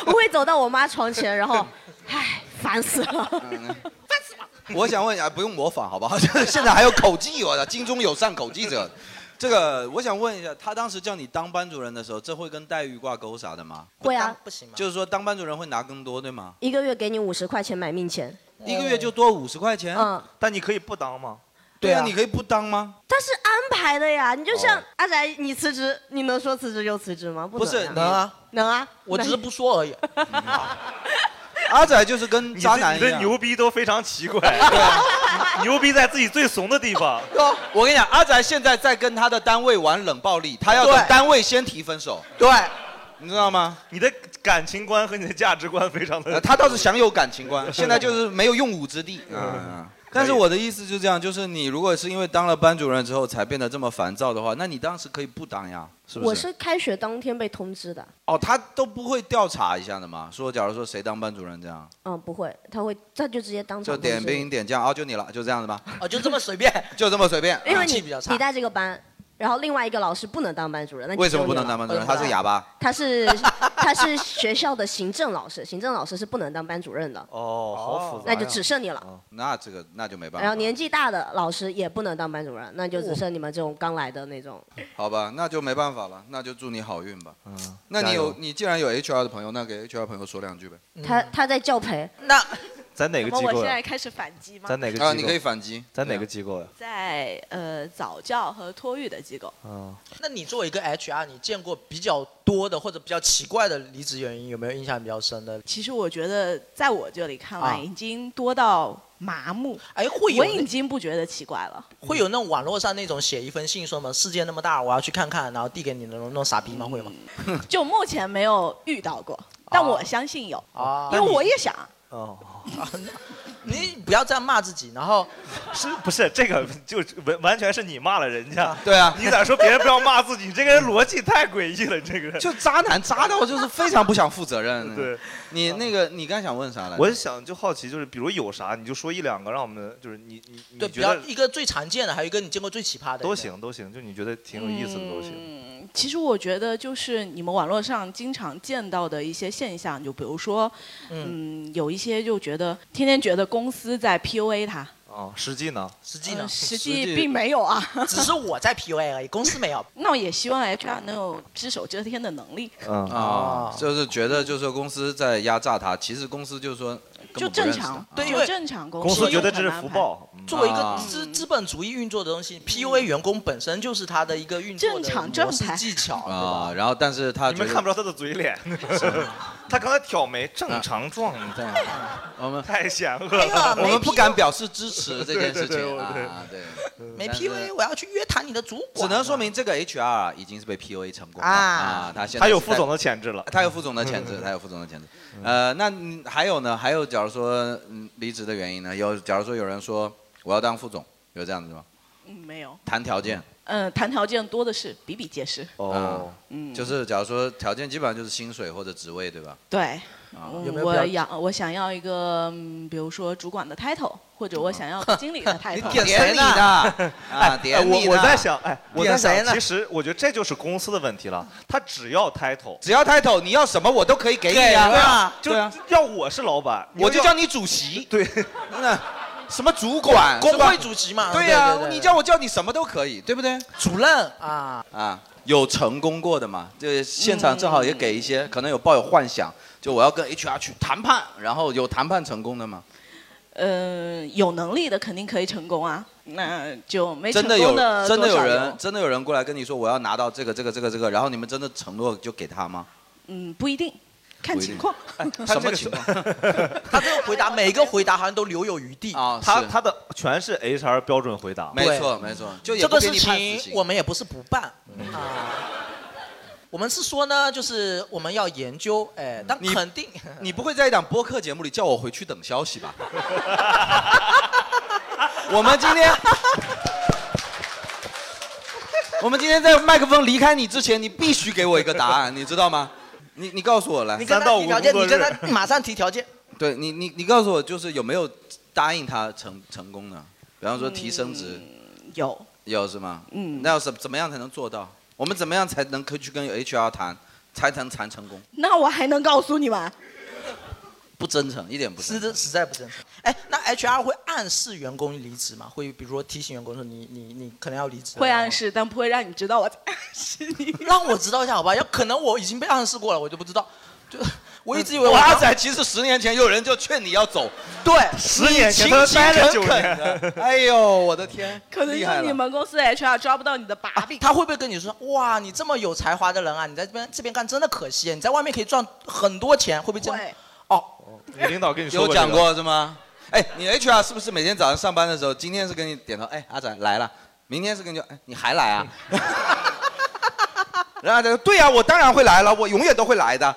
[SPEAKER 13] 我会走到我妈床前，然后，唉，烦死了。
[SPEAKER 4] 哎 我想问一下，不用模仿好不好？现在还有口技，我的京中有善口技者，这个我想问一下，他当时叫你当班主任的时候，这会跟待遇挂钩啥的吗？
[SPEAKER 13] 会啊，
[SPEAKER 3] 不行吗？
[SPEAKER 4] 就是说当班主任会拿更多，对吗？
[SPEAKER 13] 一个月给你五十块钱买命钱，
[SPEAKER 3] 嗯
[SPEAKER 4] 一个月就多五十块钱，
[SPEAKER 13] 嗯，
[SPEAKER 1] 但你可以不当吗？
[SPEAKER 4] 对
[SPEAKER 13] 对
[SPEAKER 4] 啊，
[SPEAKER 13] 啊
[SPEAKER 4] 你可以不当吗？
[SPEAKER 13] 但是安排的呀。你就像阿宅，你辞职，你能说辞职就辞职吗？不
[SPEAKER 4] 哦不是
[SPEAKER 13] 呀
[SPEAKER 4] 能啊，
[SPEAKER 13] 能啊。
[SPEAKER 3] 我只是不说而已。
[SPEAKER 4] 阿仔就是跟渣男一
[SPEAKER 1] 你这
[SPEAKER 4] 样
[SPEAKER 1] 牛逼都非常 奇怪，对牛逼在自己最怂的地方。
[SPEAKER 4] 哦，我跟你讲，阿宅现在在跟他的单位玩冷暴力，他要等
[SPEAKER 1] 对
[SPEAKER 4] 单位先提分手。
[SPEAKER 3] 对，
[SPEAKER 4] 你知道吗？
[SPEAKER 1] 你的感情观和你的价值观非常的
[SPEAKER 4] 呃，他倒是享有感情 观，现在就是没有用武之地啊。但是我的意思就这样，就是你如果是因为当了班主任之后才变得这么烦躁的话，那你当时可以不当呀，是不是？
[SPEAKER 13] 我是开学当天被通知的，
[SPEAKER 4] 哦，他都不会调查一下的嘛？说假如说谁当班主任这样，
[SPEAKER 13] 嗯，不会，他会他就直接当场
[SPEAKER 4] 就点
[SPEAKER 13] 通知你
[SPEAKER 4] 兵点将哦，就你了，就这样子吧，
[SPEAKER 3] 哦，就这么随便，
[SPEAKER 4] 就这么随便。
[SPEAKER 13] 因
[SPEAKER 4] 啊
[SPEAKER 13] 为你你带这个班，然后另外一个老师不能当班主任，那就
[SPEAKER 4] 为什么
[SPEAKER 13] 只有
[SPEAKER 4] 不能
[SPEAKER 13] 你
[SPEAKER 4] 当班主
[SPEAKER 3] 哦
[SPEAKER 4] 任？
[SPEAKER 13] 了
[SPEAKER 4] 他是哑巴。
[SPEAKER 13] 他是 他是学校的行政老师，行政老师是不能当班主任的，
[SPEAKER 4] 哦，好
[SPEAKER 13] 那就只剩你了。
[SPEAKER 4] 那这个那就没办
[SPEAKER 13] 然后
[SPEAKER 4] 法，
[SPEAKER 13] 年纪大的老师也不能当班主任，那
[SPEAKER 4] 哦
[SPEAKER 13] 就只剩你们这种刚来的那种。
[SPEAKER 4] 好吧，那就没办法了，那就祝你好运吧。嗯，那
[SPEAKER 1] 加
[SPEAKER 4] 你
[SPEAKER 1] 油
[SPEAKER 4] 有你既然有 HR 的朋友，那给 HR 朋友说两句呗。
[SPEAKER 13] 他他在 教培，
[SPEAKER 3] 那
[SPEAKER 1] 在哪个
[SPEAKER 14] 那么
[SPEAKER 1] 机
[SPEAKER 14] 我
[SPEAKER 1] 构
[SPEAKER 14] 现在
[SPEAKER 1] 呀？
[SPEAKER 14] 开始反击吗？
[SPEAKER 1] 在哪个机
[SPEAKER 4] 啊
[SPEAKER 1] 构？
[SPEAKER 4] 你可以反击啊
[SPEAKER 1] 在哪个机构呀？
[SPEAKER 14] 在呃早教和托育的机构，
[SPEAKER 1] 嗯，
[SPEAKER 3] 那你作为一个 HR，你见过比较多的或者比较奇怪的离职原因，有没有印象比较深的？
[SPEAKER 14] 其实我觉得在我这里看
[SPEAKER 3] 啊
[SPEAKER 14] 来已经多到麻木。
[SPEAKER 3] 哎，会有
[SPEAKER 14] 我
[SPEAKER 3] 那
[SPEAKER 14] 已经不觉得奇怪了。
[SPEAKER 3] 会有那种网络上那种写一封信说什么世界那么大，我要去看看，然后递给你的那种傻逼吗？会吗？
[SPEAKER 14] 就目前没有遇到过，但我相信有，
[SPEAKER 3] 啊
[SPEAKER 14] 嗯因为我也想。
[SPEAKER 1] 哦，
[SPEAKER 3] 你不要这样骂自己，然后
[SPEAKER 1] 是不是这个就完完全是你骂了人家？
[SPEAKER 4] 对啊
[SPEAKER 1] 你咋说别人不要骂自己？你这个人逻辑太诡异了，这个人
[SPEAKER 4] 就渣男渣到就是非常不 想负责任。
[SPEAKER 1] 对，
[SPEAKER 4] 你那个你刚想问啥来着？
[SPEAKER 1] 我想就好奇，就是比如有啥你就说一两个，让我们就是你你你
[SPEAKER 3] 对，比
[SPEAKER 1] 觉
[SPEAKER 3] 较
[SPEAKER 1] 得
[SPEAKER 3] 一个最常见的，还有一个你见过最奇葩的
[SPEAKER 1] 都。行都行，就你觉得挺有意思的都行。
[SPEAKER 14] 其实我觉得就是你们网络上经常见到的一些现象，就比如说，嗯，有一些就觉得天天觉得公司在 PUA 他，
[SPEAKER 1] 啊，实际呢？
[SPEAKER 3] 实
[SPEAKER 14] 际呢呃实际实际并没有啊
[SPEAKER 3] 只是我在 PUA 而已，公司没有。
[SPEAKER 14] 那我也希望 HR 能有只手遮天的能力。
[SPEAKER 1] 嗯
[SPEAKER 4] 啊，就是觉得就是说公司在压榨他，其实公司就是说根本
[SPEAKER 14] 就
[SPEAKER 4] 不认
[SPEAKER 14] 正
[SPEAKER 4] 识啊他
[SPEAKER 14] 常，
[SPEAKER 3] 对
[SPEAKER 14] 就
[SPEAKER 3] 因为
[SPEAKER 14] 正常公
[SPEAKER 4] 公司觉得这是
[SPEAKER 14] 有可能
[SPEAKER 4] 福报嗯
[SPEAKER 3] 作为一个
[SPEAKER 4] 啊
[SPEAKER 3] 资资本主义运作的东西，PUA 员工本身就是他的一个运作的模式 技巧。
[SPEAKER 4] 啊。然后，但是他
[SPEAKER 1] 你
[SPEAKER 4] 觉
[SPEAKER 1] 们
[SPEAKER 4] 得
[SPEAKER 1] 看不着他的嘴脸， 他刚才挑眉，正常状态，
[SPEAKER 4] 我们
[SPEAKER 1] 太险恶
[SPEAKER 3] 哎呀
[SPEAKER 1] 了，
[SPEAKER 3] 没我们不敢
[SPEAKER 4] 表示支持这件事情
[SPEAKER 1] 对对对我
[SPEAKER 4] 啊 对
[SPEAKER 3] 没
[SPEAKER 4] 但是
[SPEAKER 3] PUA，我要去约谈你的主
[SPEAKER 4] 只
[SPEAKER 3] 管。
[SPEAKER 4] 能说明这个 HR 啊已经是被 PUA 成功了
[SPEAKER 3] 啊
[SPEAKER 4] 啊，他现在
[SPEAKER 1] 他有
[SPEAKER 4] 是
[SPEAKER 1] 副
[SPEAKER 4] 在
[SPEAKER 1] 总的潜质了
[SPEAKER 4] 他有副总的潜 质，他有副总的潜质。呃，那你还有呢？还有，假如说嗯离职的原因呢？有，假如说有人说我要当副总，有这样子吗？
[SPEAKER 14] 嗯，没有，
[SPEAKER 4] 谈条件
[SPEAKER 14] 嗯，谈条件多的是，比比皆是。
[SPEAKER 4] 哦，
[SPEAKER 14] 嗯
[SPEAKER 4] 就是假如说条件基本上就是薪水或者职位，对吧？
[SPEAKER 14] 对，
[SPEAKER 4] 啊
[SPEAKER 14] 嗯我想我想要一个，嗯比如说主管的 title，或者我想 要经理的 title。
[SPEAKER 4] 点你的啊点
[SPEAKER 1] 哎我
[SPEAKER 4] 你
[SPEAKER 1] 我
[SPEAKER 4] 的
[SPEAKER 1] 在想，哎，我在
[SPEAKER 4] 点谁
[SPEAKER 1] 想，
[SPEAKER 4] 呢
[SPEAKER 1] 其实我觉得这就是公司的问题了。他只要 title，
[SPEAKER 4] 只要 title，你要什么我都可以给你
[SPEAKER 1] 对
[SPEAKER 4] 啊，
[SPEAKER 1] 啊，就
[SPEAKER 4] 对啊，
[SPEAKER 1] 要我是老板，
[SPEAKER 4] 我就
[SPEAKER 1] 要
[SPEAKER 4] 叫你主席，
[SPEAKER 1] 对，
[SPEAKER 4] 那什么主管，
[SPEAKER 3] 工
[SPEAKER 4] 是吧
[SPEAKER 3] 会主席
[SPEAKER 1] 啊
[SPEAKER 3] 嘛
[SPEAKER 4] 对
[SPEAKER 3] 对啊对
[SPEAKER 4] 呀，
[SPEAKER 3] 对对
[SPEAKER 4] 你叫我叫你什么都可以，对不对？
[SPEAKER 3] 主任啊，
[SPEAKER 4] 啊，有成功过的嘛？就现场正
[SPEAKER 1] 嗯
[SPEAKER 4] 好也给一些，可能有抱有幻想，就我要跟 HR 去谈判，然后有谈判成功的嘛？
[SPEAKER 14] 呃，有能力的肯定可以成功啊，那就没成
[SPEAKER 4] 真的
[SPEAKER 14] 功
[SPEAKER 4] 有，
[SPEAKER 14] 的
[SPEAKER 4] 真的
[SPEAKER 14] 多
[SPEAKER 4] 有
[SPEAKER 14] 少
[SPEAKER 4] 人，真的有人过来跟你说我要拿到这个这个这个这个，然后你们真的承诺就给他吗？
[SPEAKER 14] 嗯，不一定，看
[SPEAKER 4] 不一定哎
[SPEAKER 14] 情况。
[SPEAKER 4] 什么 情况？
[SPEAKER 3] 他这个回答每一个回答好像都留有余地
[SPEAKER 4] 啊
[SPEAKER 1] 他他的全是 HR 标准回答，
[SPEAKER 4] 没错没错，就也
[SPEAKER 3] 这
[SPEAKER 4] 不
[SPEAKER 3] 个
[SPEAKER 4] 给
[SPEAKER 3] 事
[SPEAKER 4] 你判死
[SPEAKER 3] 情
[SPEAKER 4] 刑嗯
[SPEAKER 3] 我们也不是不办啊。我们是说呢，就是我们要研究，哎，但
[SPEAKER 4] 你
[SPEAKER 3] 肯定
[SPEAKER 4] 你不会在一档播客节目里叫我回去等消息吧？ 我们今天，我们今天在麦克风离开你之前，你必须给我一个答案，你知道吗？你你告诉我来，
[SPEAKER 3] 你跟他提条件，你跟他马上提条件。
[SPEAKER 4] 对你你你告诉我，就是有没有答应他成成功呢？比方说提升职，
[SPEAKER 14] 嗯有
[SPEAKER 4] 有是吗？
[SPEAKER 14] 嗯
[SPEAKER 4] 那要怎怎么样才能做到？我们怎么样才能可以去跟 HR 谈，才能谈成功？
[SPEAKER 14] 那我还能告诉你吗？
[SPEAKER 4] 不真诚，一点不真
[SPEAKER 3] 实实在不真诚。哎，那 HR 会暗示员工离职吗？会比如说提醒员工说你你你可能要离职了，
[SPEAKER 14] 会暗示，但不会让你知道我在暗示你。
[SPEAKER 3] 让我知道一下好吧？要可能我已经被暗示过了，我就不知道。就我
[SPEAKER 4] 嗯
[SPEAKER 3] 一直以为我
[SPEAKER 4] 哇塞，其实十年前有人就劝你要走，
[SPEAKER 3] 对，
[SPEAKER 4] 十年前他待了九年， 哎呦，我的天，
[SPEAKER 14] 可能
[SPEAKER 4] 厉
[SPEAKER 14] 是
[SPEAKER 4] 害
[SPEAKER 14] 你
[SPEAKER 4] 了。
[SPEAKER 14] 们公司的 HR 抓不到你的把柄。
[SPEAKER 3] 啊他会不会跟你说哇你这么有才华的人啊，你在这边这边干真的可惜，你在外面可以赚很多钱，会不会这样？哦
[SPEAKER 4] 哦
[SPEAKER 1] 你领导跟你说
[SPEAKER 4] 有
[SPEAKER 1] 这个
[SPEAKER 4] 讲过是吗？哎，你 HR 是不是每天早上上班的时候，今天是跟你点头，哎，阿展来了，明天是跟你说，哎，你还来啊？ 然后他说，对呀、我当然会来了，我永远都会来的。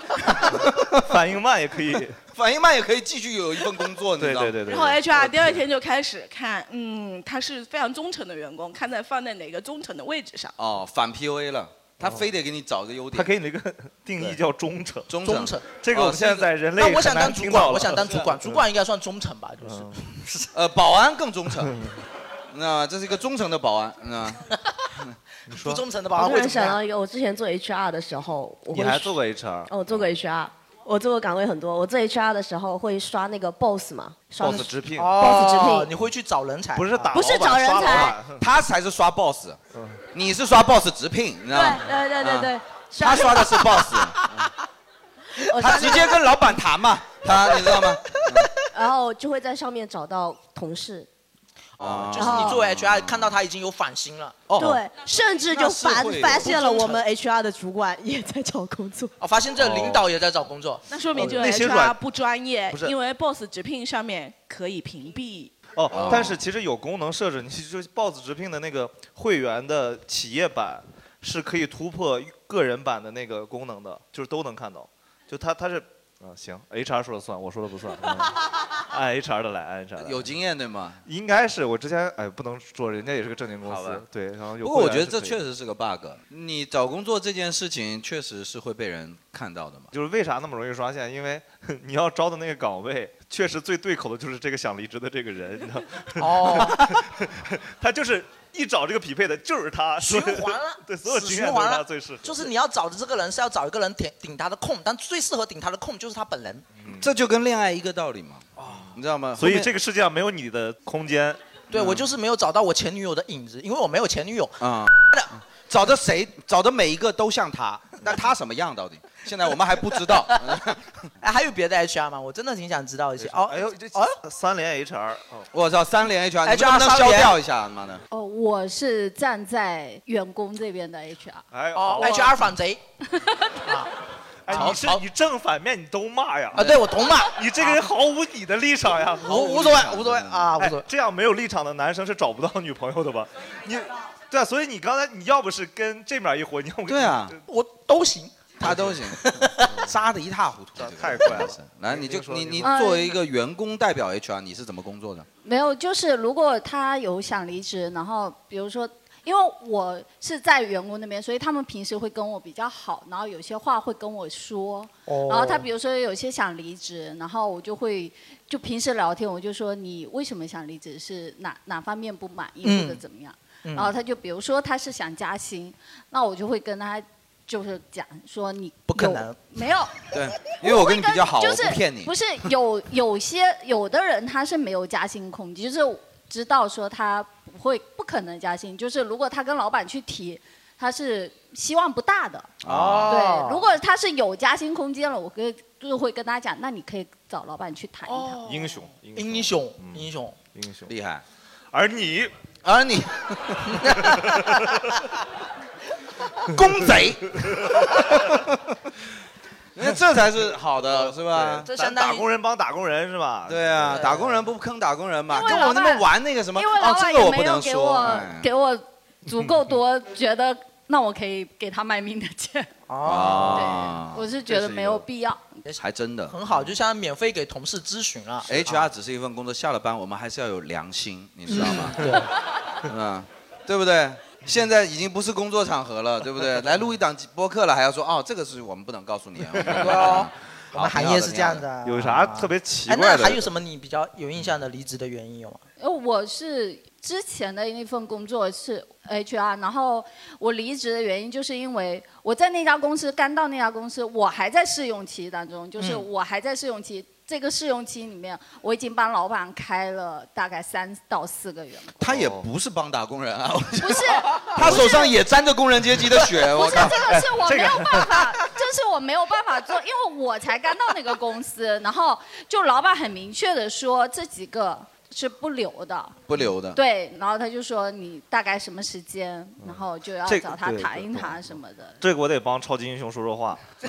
[SPEAKER 1] 反应慢也可以，
[SPEAKER 4] 反应慢也可以继续有一份工作，你知道吗？
[SPEAKER 1] 对 对
[SPEAKER 14] 然后 HR 第二天就开始看，嗯，他是非常忠诚的员工，看在放在哪个忠诚的位置上。
[SPEAKER 4] 哦，反 PUA 了，他非得给你找个优点。
[SPEAKER 1] 哦他给你一个定义叫忠诚，
[SPEAKER 4] 忠哦
[SPEAKER 3] 忠诚，
[SPEAKER 1] 这个
[SPEAKER 4] 啊
[SPEAKER 1] 我们现在在人类
[SPEAKER 3] 那我想
[SPEAKER 1] 很难
[SPEAKER 3] 当主
[SPEAKER 1] 听
[SPEAKER 3] 管，
[SPEAKER 1] 到
[SPEAKER 3] 我
[SPEAKER 1] 了嗯
[SPEAKER 3] 想当主 管，
[SPEAKER 1] 是
[SPEAKER 3] 主管应该算忠诚吧，就是。
[SPEAKER 4] 呃，保安更忠 诚，那这是一个忠诚的保安，啊那
[SPEAKER 3] 不忠诚的
[SPEAKER 13] 我突然想到一个，我之前做 HR 的时候，我
[SPEAKER 1] 你
[SPEAKER 13] 会
[SPEAKER 1] 还做过 HR？
[SPEAKER 13] 哦，我做过
[SPEAKER 4] 嗯
[SPEAKER 13] HR，我做过岗位很多。我做 HR 的时候会刷那个 boss 嘛，刷那
[SPEAKER 4] boss 直聘
[SPEAKER 1] 哦
[SPEAKER 13] ，boss 直聘。
[SPEAKER 3] 你会去找人才，
[SPEAKER 4] 不是打
[SPEAKER 13] 不是老板找人刷老板
[SPEAKER 4] 啊他才是刷 boss，你
[SPEAKER 1] 嗯
[SPEAKER 4] 是刷 boss 直聘，你知道吗？
[SPEAKER 13] 对对对对
[SPEAKER 4] 啊，他刷的是 boss，嗯
[SPEAKER 13] 我
[SPEAKER 4] 他
[SPEAKER 13] 刷
[SPEAKER 4] 直接跟老板谈嘛，他你知道吗？
[SPEAKER 13] 然后就会在上面找到同事，
[SPEAKER 4] 啊
[SPEAKER 3] 哦就是你
[SPEAKER 14] 哦
[SPEAKER 3] 作为 HR 看到他已经有反星了，哦
[SPEAKER 13] 对，甚至就发发现了我们 HR 的主管也在找工作。
[SPEAKER 3] 哦，发现这个领导也在找工作，
[SPEAKER 14] 那
[SPEAKER 1] 哦
[SPEAKER 14] 说明这个 HR 不专业，因为 boss 直聘上面可以屏蔽。
[SPEAKER 1] 哦，但是其实有功能设置，你就是 BOSS 直聘的那个会员的企业版是可以突破个人版的那个功能的，就是都能看到。就它它是，嗯，行，HR 说了算，我说了不 算，嗯
[SPEAKER 6] 아,
[SPEAKER 1] 按 HR 的来，按 HR 的来
[SPEAKER 4] 有经验对吗？
[SPEAKER 1] 应该是我之前哎不能说人家也是个正经公
[SPEAKER 4] 好吧
[SPEAKER 1] 司，对，然后有
[SPEAKER 4] 不过我
[SPEAKER 1] 会
[SPEAKER 4] 觉
[SPEAKER 1] 员
[SPEAKER 4] 得
[SPEAKER 1] 是
[SPEAKER 4] 这
[SPEAKER 1] 可以
[SPEAKER 4] 确实是个 bug，你找工作这件事情确实是会被人看到的嘛。
[SPEAKER 1] 就是为啥那么容易刷现？因为你要招的那个岗位，确实最对口的就是这个想离职的这个人，你知道？
[SPEAKER 3] 哦，
[SPEAKER 1] 他就是一找这个匹配的，就是他，，
[SPEAKER 3] 循环了
[SPEAKER 1] 对，所有
[SPEAKER 3] 死
[SPEAKER 1] 经
[SPEAKER 3] 循
[SPEAKER 1] 验都是
[SPEAKER 3] 环
[SPEAKER 1] 他
[SPEAKER 3] 了
[SPEAKER 1] 最适合。
[SPEAKER 3] 就是你要找的这个人是要找一个人顶顶他的空，但最适合顶他的空就是他本人。
[SPEAKER 1] 嗯
[SPEAKER 4] 这就跟恋爱一个道理嘛，你知道吗？
[SPEAKER 1] 所以
[SPEAKER 4] 后面
[SPEAKER 1] 这个世界上没有你的空间。
[SPEAKER 3] 对我就是没有找到我前女友的影子，因为我没有前女友。
[SPEAKER 1] 嗯
[SPEAKER 4] 啊、找的谁，找的每一个都像他，但他什么样到底？现在我们还不知道。
[SPEAKER 3] 哎，还有别的 HR 吗？我真的挺想知道一些。哦，
[SPEAKER 1] 哎呦，这三连哦 HR，
[SPEAKER 4] 我操，三连 HR，你
[SPEAKER 3] HR
[SPEAKER 4] 能不能
[SPEAKER 3] 三
[SPEAKER 4] 消
[SPEAKER 3] 连
[SPEAKER 4] 掉一下？妈的！
[SPEAKER 15] 哦，我是站在员工这边的 HR。
[SPEAKER 1] 哎
[SPEAKER 3] 哦
[SPEAKER 15] 好
[SPEAKER 3] ，HR 反贼
[SPEAKER 1] 哎，
[SPEAKER 3] 好
[SPEAKER 1] 你是你正反面你都骂呀？
[SPEAKER 3] 啊，对我同骂。
[SPEAKER 1] 你这个人毫无你的立场呀，
[SPEAKER 3] 无无所谓无所谓啊无所
[SPEAKER 1] 谓。这样没有立场的男生是找不到女朋友的吧？你，对啊，所以你刚才你要不是跟这面一伙，你要不跟
[SPEAKER 4] 对啊，
[SPEAKER 3] 我都行，
[SPEAKER 4] 他都行，杀的一塌糊涂，
[SPEAKER 1] 太快了。
[SPEAKER 4] 来，你就你你
[SPEAKER 15] 您说
[SPEAKER 4] 作为一个员工代表 HR，你是怎么工作的？
[SPEAKER 15] 没有，就是如果他有想离职，然后比如说，因为我是在员工那边，所以他们平时会跟我比较好，然后有些话会跟我说。
[SPEAKER 12] 哦
[SPEAKER 15] 然后他比如说有些想离职，然后我就会就平时聊天，我就说你为什么想离职，是哪哪方面不满意、
[SPEAKER 12] 嗯
[SPEAKER 15] 或者怎么样。
[SPEAKER 12] 嗯
[SPEAKER 15] 然后他就比如说他是想加薪，那我就会跟他就是讲说你
[SPEAKER 4] 不可能，
[SPEAKER 15] 没有。
[SPEAKER 6] 네.
[SPEAKER 4] 对，
[SPEAKER 15] 뭐
[SPEAKER 4] 因为我
[SPEAKER 15] 그러니까
[SPEAKER 4] 跟你比较好，
[SPEAKER 15] 就是
[SPEAKER 4] 我不骗你。
[SPEAKER 15] 不是有有些有的人他是没有加薪空间，就是知道说他不会不可能加薪，就是如果他跟老板去提，他是希望不大的。
[SPEAKER 12] 哦
[SPEAKER 15] 对，如果他是有加薪空间了，我跟就会跟他讲，那你可以找老板去谈一谈。
[SPEAKER 1] 英
[SPEAKER 4] 哦
[SPEAKER 1] 雄，嗯
[SPEAKER 3] 英雄，英雄，
[SPEAKER 1] 英雄，
[SPEAKER 4] 厉害。
[SPEAKER 1] 而你，
[SPEAKER 4] 而 你，
[SPEAKER 1] 公
[SPEAKER 4] 贼人家这才是好的，是吧？
[SPEAKER 1] 咱打工人帮打工人是吧？
[SPEAKER 4] 哦对啊，打工人不坑打工人嘛，
[SPEAKER 15] 为
[SPEAKER 4] 跟我
[SPEAKER 15] 老
[SPEAKER 4] 那
[SPEAKER 15] 板
[SPEAKER 4] 边玩那个什么，
[SPEAKER 15] 因为老
[SPEAKER 4] 哦，
[SPEAKER 15] 板
[SPEAKER 4] 这个
[SPEAKER 15] 也
[SPEAKER 4] 我
[SPEAKER 15] 没
[SPEAKER 4] 不
[SPEAKER 15] 有
[SPEAKER 4] 能
[SPEAKER 15] 给
[SPEAKER 4] 说。
[SPEAKER 15] 我
[SPEAKER 4] 哎
[SPEAKER 15] 给我足够多，觉得那我可以给他卖命的钱。
[SPEAKER 1] 哦
[SPEAKER 4] 啊，
[SPEAKER 15] 我是觉得没有必要。
[SPEAKER 4] 还真的。
[SPEAKER 3] 很好，就像免费给同事咨询了。
[SPEAKER 4] HR 只是一份工作，下了班我们还是要有良心，你知道吗？
[SPEAKER 3] 嗯
[SPEAKER 4] 对， 嗯，对不对？现在已经不是工作场合了，对不 对？来录一档播客了，还要说哦，这个是我们不能告诉你啊。 对
[SPEAKER 3] 哦，
[SPEAKER 4] 好
[SPEAKER 3] 我们行业是这样
[SPEAKER 4] 挺好
[SPEAKER 3] 的。啊
[SPEAKER 4] 挺好
[SPEAKER 1] 有啥特别奇
[SPEAKER 3] 哎，
[SPEAKER 1] 怪
[SPEAKER 3] 那
[SPEAKER 1] 的？
[SPEAKER 3] 还有什么你比较有印象的离职的原因有吗？
[SPEAKER 15] 呃，我是之前的那份工作是 HR，然后我离职的原因就是因为我在那家公司刚到那家公司，我还在试用期当中，就是
[SPEAKER 12] 嗯
[SPEAKER 15] 我还在试用期。这个试用期里面，我已经帮老板开了大概三到四个月了。
[SPEAKER 4] 他也不是帮打工人啊，我
[SPEAKER 15] 不是，
[SPEAKER 4] 他手上也沾着工人阶级的血。
[SPEAKER 15] 不
[SPEAKER 4] 我
[SPEAKER 15] 是
[SPEAKER 4] 靠
[SPEAKER 15] 这个，是我没有办。
[SPEAKER 4] 哎
[SPEAKER 15] 法，就是我没有办法做，因为我才刚到那个公司，然后就老板很明确的说这几个是不留的。
[SPEAKER 4] 不留的。。嗯
[SPEAKER 15] 对，然后他就说你大概什么时间，然后就要
[SPEAKER 1] 这个
[SPEAKER 15] 找他
[SPEAKER 1] 对
[SPEAKER 15] 谈
[SPEAKER 1] 对
[SPEAKER 15] 一谈什么的。
[SPEAKER 1] 这个我得帮超级英雄说说话，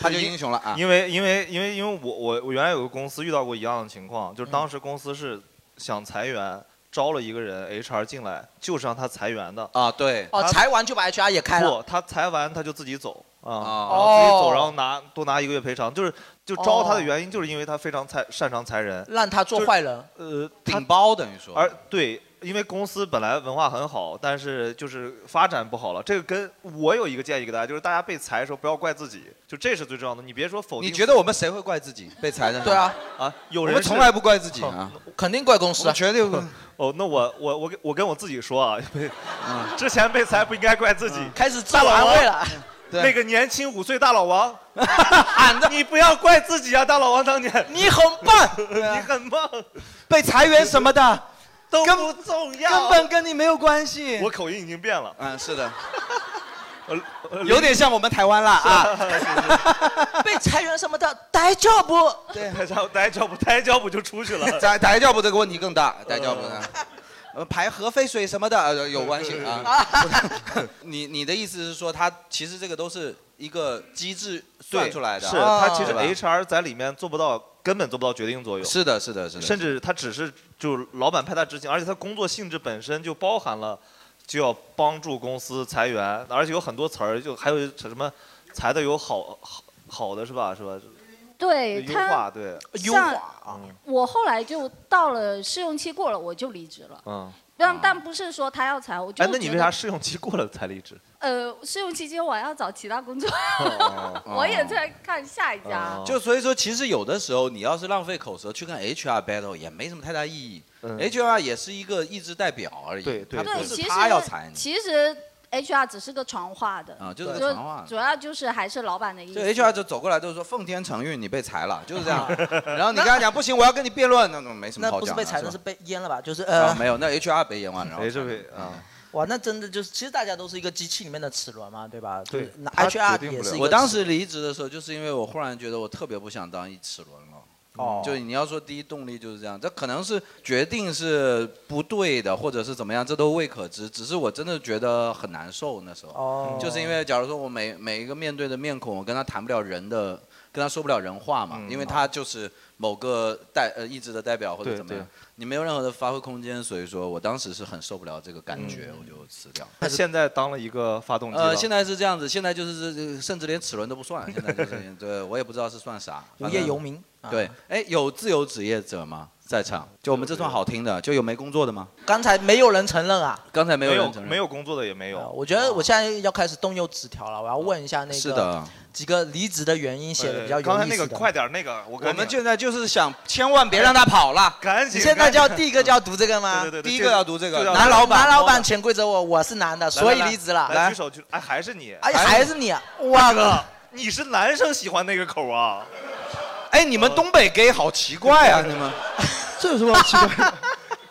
[SPEAKER 4] 他就英雄了啊！
[SPEAKER 1] 因为因为因为因为我我我原来有个公司遇到过一样的情况，
[SPEAKER 4] 嗯
[SPEAKER 1] 就是当时公司是想裁员，招了一个人 HR 进来，就是让他裁员的
[SPEAKER 4] 啊，对
[SPEAKER 3] 哦，裁完就把 HR 也开
[SPEAKER 1] 不
[SPEAKER 3] 了，，
[SPEAKER 1] 他裁完他就自己走啊，
[SPEAKER 4] 然
[SPEAKER 1] 后自己走，
[SPEAKER 3] 哦
[SPEAKER 1] 然后拿多拿一个月赔偿，就是就招他的
[SPEAKER 3] 哦
[SPEAKER 1] 原因就是因为他非常裁擅长裁人，
[SPEAKER 3] 让他做坏人。
[SPEAKER 1] 呃，
[SPEAKER 4] 顶包等于说。
[SPEAKER 1] 而对，因为公司本来文化很好，但是就是发展不好了。这个跟我有一个建议给大家，就是大家被裁的时候不要怪自己，就这是最重要的。你别说否定。
[SPEAKER 4] 你觉得我们谁会怪自己被裁的？
[SPEAKER 1] 对啊啊有人
[SPEAKER 4] 我们
[SPEAKER 1] 是
[SPEAKER 4] 从来不怪自己啊，
[SPEAKER 3] 肯定怪公司
[SPEAKER 4] 啊，绝 对不。
[SPEAKER 1] 哦，那我我我跟我跟我自己说啊，被
[SPEAKER 4] 嗯
[SPEAKER 1] 之前被裁不应该怪自己，
[SPEAKER 3] 开始自
[SPEAKER 1] 大
[SPEAKER 3] 我
[SPEAKER 1] 佬啊
[SPEAKER 3] 安
[SPEAKER 1] 王
[SPEAKER 3] 慰了。
[SPEAKER 4] 对
[SPEAKER 1] 那个年轻五岁大 老王，俺的你不要怪自己啊，大老王当年
[SPEAKER 3] 你很棒，
[SPEAKER 1] 你很棒，
[SPEAKER 4] 被裁员什么的
[SPEAKER 1] 都不重要，
[SPEAKER 4] 根本跟你没有关系。
[SPEAKER 1] 我口音已经变了，
[SPEAKER 4] 嗯，是的，
[SPEAKER 1] 呃
[SPEAKER 4] 有点像我们台湾啦啊。
[SPEAKER 3] 被裁员什么的，呆叫不？
[SPEAKER 4] 对，
[SPEAKER 1] 抬脚抬脚步，抬脚步就出 去了。
[SPEAKER 4] 逮逮教部这个问题更大，逮教部呢，呃，排核废水什么的呃有关系啊。 你你的意思是说，它其实这个都是一个机制算
[SPEAKER 1] 哦对，
[SPEAKER 4] 出来的，啊
[SPEAKER 1] 是它其实
[SPEAKER 4] 对吧
[SPEAKER 1] HR 在里面做不到，根本做不到决定作用。
[SPEAKER 4] 是的，是的，是的，
[SPEAKER 1] 甚至他只是就是老板派他执行，而且他工作性质本身就包含了就要帮助公司裁员，而且有很多词儿，就还有什么裁的有好好好的是吧？是吧？
[SPEAKER 15] 对
[SPEAKER 1] 优嗯
[SPEAKER 15] 他
[SPEAKER 1] 化，对，
[SPEAKER 15] 像我后来就到了试用期过了，我就离职了。
[SPEAKER 1] 嗯。
[SPEAKER 4] 啊
[SPEAKER 15] 但但不是说他要裁，我 就
[SPEAKER 1] 哎，那你
[SPEAKER 15] 觉
[SPEAKER 1] 为
[SPEAKER 15] 得
[SPEAKER 1] 啥试用期过了才离职？
[SPEAKER 15] 呃，试用期间我要找其他工作，
[SPEAKER 4] 哦
[SPEAKER 15] 我也在看下一家。
[SPEAKER 3] 啊
[SPEAKER 1] 哦
[SPEAKER 4] 就所以说，其实有的时候你要是浪费口舌去跟 HR battle 也没什么太大意义、h r 也是一个意志代表而已，对
[SPEAKER 1] 嗯对
[SPEAKER 4] 他不
[SPEAKER 15] 其
[SPEAKER 4] 是
[SPEAKER 15] 实
[SPEAKER 4] 他要裁你。
[SPEAKER 15] 其实 HR 只是个传话的
[SPEAKER 4] 啊就是个传话的
[SPEAKER 15] 主要就是还是老板的意
[SPEAKER 4] 就
[SPEAKER 15] 思。
[SPEAKER 4] HR 就走过来就是说奉天承运，你被裁了，就是这 样。然后你跟他讲不行，我要跟你辩论，那那没什么
[SPEAKER 3] 那
[SPEAKER 4] 好
[SPEAKER 3] 不是
[SPEAKER 4] 讲
[SPEAKER 3] 被
[SPEAKER 4] 的。
[SPEAKER 3] 裁，那
[SPEAKER 4] 吧
[SPEAKER 3] 是被阉了吧？就是呃
[SPEAKER 4] 啊，，没有，那 HR 被演完，然后嗯
[SPEAKER 1] 没这被啊。
[SPEAKER 3] 哇，那真的就是，其实大家都是一个机器里面的齿轮嘛，对吧？就是那
[SPEAKER 4] 他
[SPEAKER 3] HR
[SPEAKER 4] 决定
[SPEAKER 3] 也
[SPEAKER 4] 不
[SPEAKER 3] 是
[SPEAKER 4] 了
[SPEAKER 3] 一个
[SPEAKER 4] 我当时离职的时候，就是因为我忽然觉得我特别不想当一齿轮了。
[SPEAKER 3] 哦
[SPEAKER 4] 就你要说第一动力就是这样，这可能是决定是不对的，或者是怎么样，这都未可知。只是我真的觉得很难受那时候，
[SPEAKER 3] 哦
[SPEAKER 4] 就是因为假如说我每每一个面对的面孔，我跟他谈不了人的，跟他说不了人话嘛，因为他就是某个代呃意志的代表或者
[SPEAKER 1] 对
[SPEAKER 4] 怎么样
[SPEAKER 1] 对，
[SPEAKER 4] 你没有任何的发挥空间，所以说我当时是很受不了这个感觉，我就辞掉。
[SPEAKER 1] 他现在当了一个发动机
[SPEAKER 4] 呃，
[SPEAKER 1] 了。
[SPEAKER 4] 现在是这样子，现在就是这这甚至连齿轮都不算，现在就是 对我也不知道是算啥，
[SPEAKER 3] 无
[SPEAKER 4] 反
[SPEAKER 3] 业
[SPEAKER 4] 正
[SPEAKER 3] 游。民。啊
[SPEAKER 4] 对，，哎，有自由职业者吗？在场，就我们这算好听的，就有没工作的吗？
[SPEAKER 3] 刚才没有人承认啊。
[SPEAKER 4] 刚才没有
[SPEAKER 1] 没
[SPEAKER 4] 人
[SPEAKER 1] 有
[SPEAKER 4] 承认，
[SPEAKER 1] 没有工作的也没有。
[SPEAKER 3] 我觉得我现在要开始动用纸条了，我要问一下那个
[SPEAKER 4] 是的
[SPEAKER 3] 几个离职的原因，写的比较有意思的。
[SPEAKER 1] 呃刚才那个快点儿那个，我
[SPEAKER 4] 我
[SPEAKER 1] 跟你
[SPEAKER 4] 们现在就是想，千万别让他跑了，
[SPEAKER 1] 赶紧
[SPEAKER 3] 你现在就要第一个就要读这个吗？
[SPEAKER 1] 对对对
[SPEAKER 4] 第一个要读这个
[SPEAKER 1] 就要
[SPEAKER 3] 男老板，
[SPEAKER 1] 男
[SPEAKER 3] 男
[SPEAKER 1] 老
[SPEAKER 3] 老
[SPEAKER 1] 板
[SPEAKER 3] 板，潜规则我，我是男的，
[SPEAKER 1] 来
[SPEAKER 3] 所以
[SPEAKER 1] 来
[SPEAKER 3] 离职了。
[SPEAKER 1] 来来，举手举，哎，还是你，
[SPEAKER 3] 哎，还是你啊，
[SPEAKER 1] 大
[SPEAKER 3] 哇
[SPEAKER 1] 哥，你是男生喜欢那个口啊？
[SPEAKER 4] 哎，你们东北 gay 好奇怪啊，你们。
[SPEAKER 9] 这有什么好奇怪的？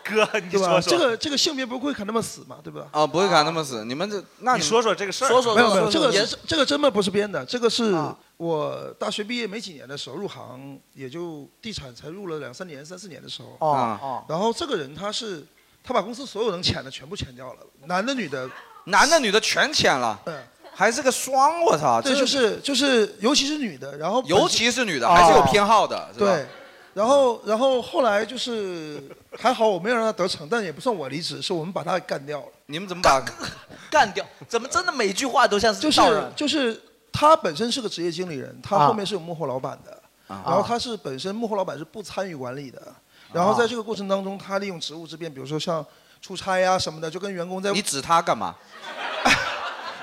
[SPEAKER 1] 哥，你
[SPEAKER 9] 对
[SPEAKER 1] 说说
[SPEAKER 9] 吧？这个这个性别不会砍那么死嘛，对吧？
[SPEAKER 4] 啊，不会砍那么死，你们这那
[SPEAKER 1] 你说说这个事儿
[SPEAKER 9] 没有没有，这
[SPEAKER 1] 说
[SPEAKER 9] 个
[SPEAKER 1] 说
[SPEAKER 9] 是这个真的不是编的，这个是
[SPEAKER 4] 啊
[SPEAKER 9] 我大学毕业没几年的时候入行，也就地产才入了两三年、三四年的时候。
[SPEAKER 3] 哦啊哦
[SPEAKER 9] 然后这个人他是他把公司所有能签的全部签掉了，男的女的，
[SPEAKER 4] 男的女的全签了，还是个双，我操，
[SPEAKER 9] 嗯对，
[SPEAKER 4] 啊这
[SPEAKER 9] 就是就是，尤其是女的，然后本身
[SPEAKER 4] 尤其是
[SPEAKER 1] 啊
[SPEAKER 4] 女的，还是有偏好的，是吧
[SPEAKER 9] 对，，然后然后后来就是还好我没有让他得逞，但也不算我离职，是我们把他给干掉了。
[SPEAKER 4] 你们怎么把
[SPEAKER 3] 干掉，怎么真的每句话都像
[SPEAKER 9] 就是
[SPEAKER 3] 道人？
[SPEAKER 9] 就是他本身是个职业经理人，他
[SPEAKER 3] 啊
[SPEAKER 9] 后面是有幕后老板的，
[SPEAKER 4] 啊
[SPEAKER 9] 然后他是本身幕后老板是不参与管理的，然后在这个过程当中，他利用职务之便，比如说像出差呀、什么的，就跟员工在
[SPEAKER 4] 你指他干嘛？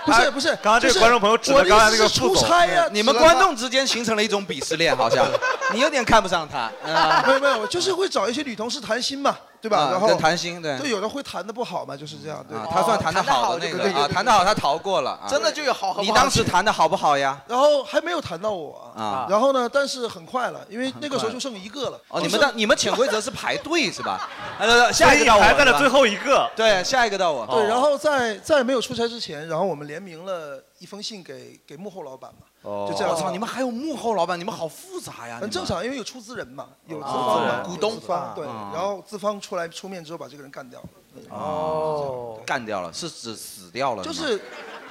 [SPEAKER 9] 不是不是，
[SPEAKER 1] 刚刚这个观众朋友指了刚才那个
[SPEAKER 9] 出
[SPEAKER 1] 副总
[SPEAKER 9] 差呀，啊
[SPEAKER 4] 你们观众之间形成了一种鄙视链，好像你有点看不上他。啊
[SPEAKER 9] 没有没有，我就是会找一些女同事谈心嘛，对吧？
[SPEAKER 4] 啊
[SPEAKER 9] 然后
[SPEAKER 4] 跟谈心对
[SPEAKER 9] 对，有的会谈的不好嘛，就是这样。对，
[SPEAKER 3] 哦
[SPEAKER 4] 啊他算谈得好的那个啊，谈得好他逃过了。啊
[SPEAKER 9] 真的就有好和不好
[SPEAKER 4] 你当时谈的好不好呀？
[SPEAKER 9] 然后还没有谈到我
[SPEAKER 4] 啊
[SPEAKER 9] 然后呢，但是很快了，因为那个时
[SPEAKER 4] 很
[SPEAKER 9] 候
[SPEAKER 4] 快
[SPEAKER 9] 就剩一个了。
[SPEAKER 4] 哦，
[SPEAKER 9] 就
[SPEAKER 4] 你们
[SPEAKER 9] 剩
[SPEAKER 4] 的你们潜规则是排队是吧？呃，下一个到我
[SPEAKER 9] 所以你排在了最后
[SPEAKER 4] 一个。哦对，下一个到我。
[SPEAKER 9] 对，然后在在没有出差之前，然后我们联名了一封信给给幕后老板嘛，
[SPEAKER 4] 哦
[SPEAKER 9] 就这样。
[SPEAKER 4] 我操你们还有幕后老板，你们好复杂呀你们
[SPEAKER 9] 很正常，因为有出资人嘛，有资
[SPEAKER 4] 出
[SPEAKER 9] 方
[SPEAKER 4] 资
[SPEAKER 9] 嘛，
[SPEAKER 4] 人
[SPEAKER 9] 有
[SPEAKER 4] 股东
[SPEAKER 9] 资方对，
[SPEAKER 4] 啊
[SPEAKER 9] 然后资方出来出面之后把这个人干掉了。
[SPEAKER 4] 哦，干掉了，是指死掉了吗，
[SPEAKER 9] 就是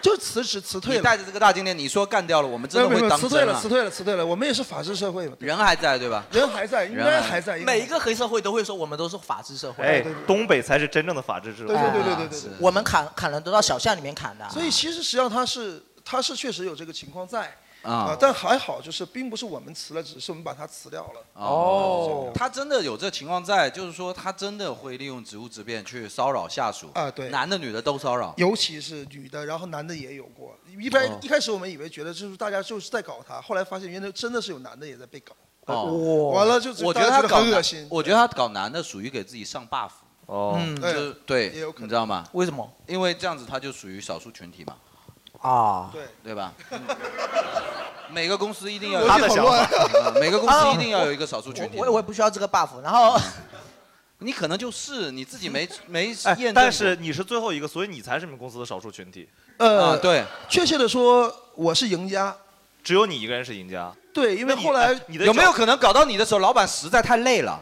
[SPEAKER 9] 就辞职辞退
[SPEAKER 4] 你
[SPEAKER 9] 了。
[SPEAKER 4] 带着这个大金链，你说干掉了，我们真的
[SPEAKER 9] 没有
[SPEAKER 4] 会
[SPEAKER 9] 没有
[SPEAKER 4] 当
[SPEAKER 9] 辞
[SPEAKER 4] 真
[SPEAKER 9] 退了，
[SPEAKER 4] 啊
[SPEAKER 9] 辞退了，辞退了。我们也是法治社会嘛，
[SPEAKER 4] 人还在对吧？
[SPEAKER 9] 人还在，应该还在。应该
[SPEAKER 3] 每一个黑社会都会说我们都是法治社会。
[SPEAKER 1] 哎，东北才是真正的法治制度。
[SPEAKER 9] 对对对对对对
[SPEAKER 4] 哎
[SPEAKER 3] 我们砍砍人都到小巷里面砍的。
[SPEAKER 9] 所以其实实际上他是他是确实有这个情况在
[SPEAKER 4] 啊
[SPEAKER 9] 啊，但还好就是并不是我们辞了职，只是我们把他辞掉了。
[SPEAKER 4] 哦
[SPEAKER 3] 哦
[SPEAKER 9] 哦
[SPEAKER 4] 他真的啊有这情况在，就是说他真的会利用职务之便去骚扰下属
[SPEAKER 9] 啊对
[SPEAKER 4] 男的女的都骚扰。
[SPEAKER 9] 尤其是女的，然后男的也有过。一般、
[SPEAKER 4] 哦
[SPEAKER 9] 一开始我们以为觉得就是大家就是在搞他，后来发现原来真的是有男的也在被搞。完了就
[SPEAKER 4] 哦我觉
[SPEAKER 9] 大家
[SPEAKER 4] 他
[SPEAKER 9] 觉
[SPEAKER 4] 搞
[SPEAKER 9] 很恶
[SPEAKER 4] 男
[SPEAKER 9] 心。
[SPEAKER 4] 我觉得他搞男的属于给自己上 buff。哦
[SPEAKER 9] 嗯
[SPEAKER 4] 就是对
[SPEAKER 9] 对也有可，能
[SPEAKER 4] 你知道吗？
[SPEAKER 3] 为什么？
[SPEAKER 4] 因为这样子他就属于少数群体嘛，
[SPEAKER 3] 啊，
[SPEAKER 9] 对
[SPEAKER 4] 对吧？每个公司一定要
[SPEAKER 3] 有
[SPEAKER 4] 有
[SPEAKER 3] 他的想法
[SPEAKER 4] 嗯每个公司一定要有一个少数群体。
[SPEAKER 3] 啊我我我也不需要这个 buff，然后
[SPEAKER 4] 你可能就是你自己没没
[SPEAKER 1] 哎
[SPEAKER 4] 验证过。
[SPEAKER 1] 但是你是最后一个，所以你才是你们公司的少数群体。
[SPEAKER 9] 呃，
[SPEAKER 1] 啊对，
[SPEAKER 9] 确切的说，我是赢家。
[SPEAKER 1] 只有你一个人是赢家。
[SPEAKER 9] 对，因为后来
[SPEAKER 1] 你的
[SPEAKER 4] 有没有可能搞到你的时候，老板实在太累了？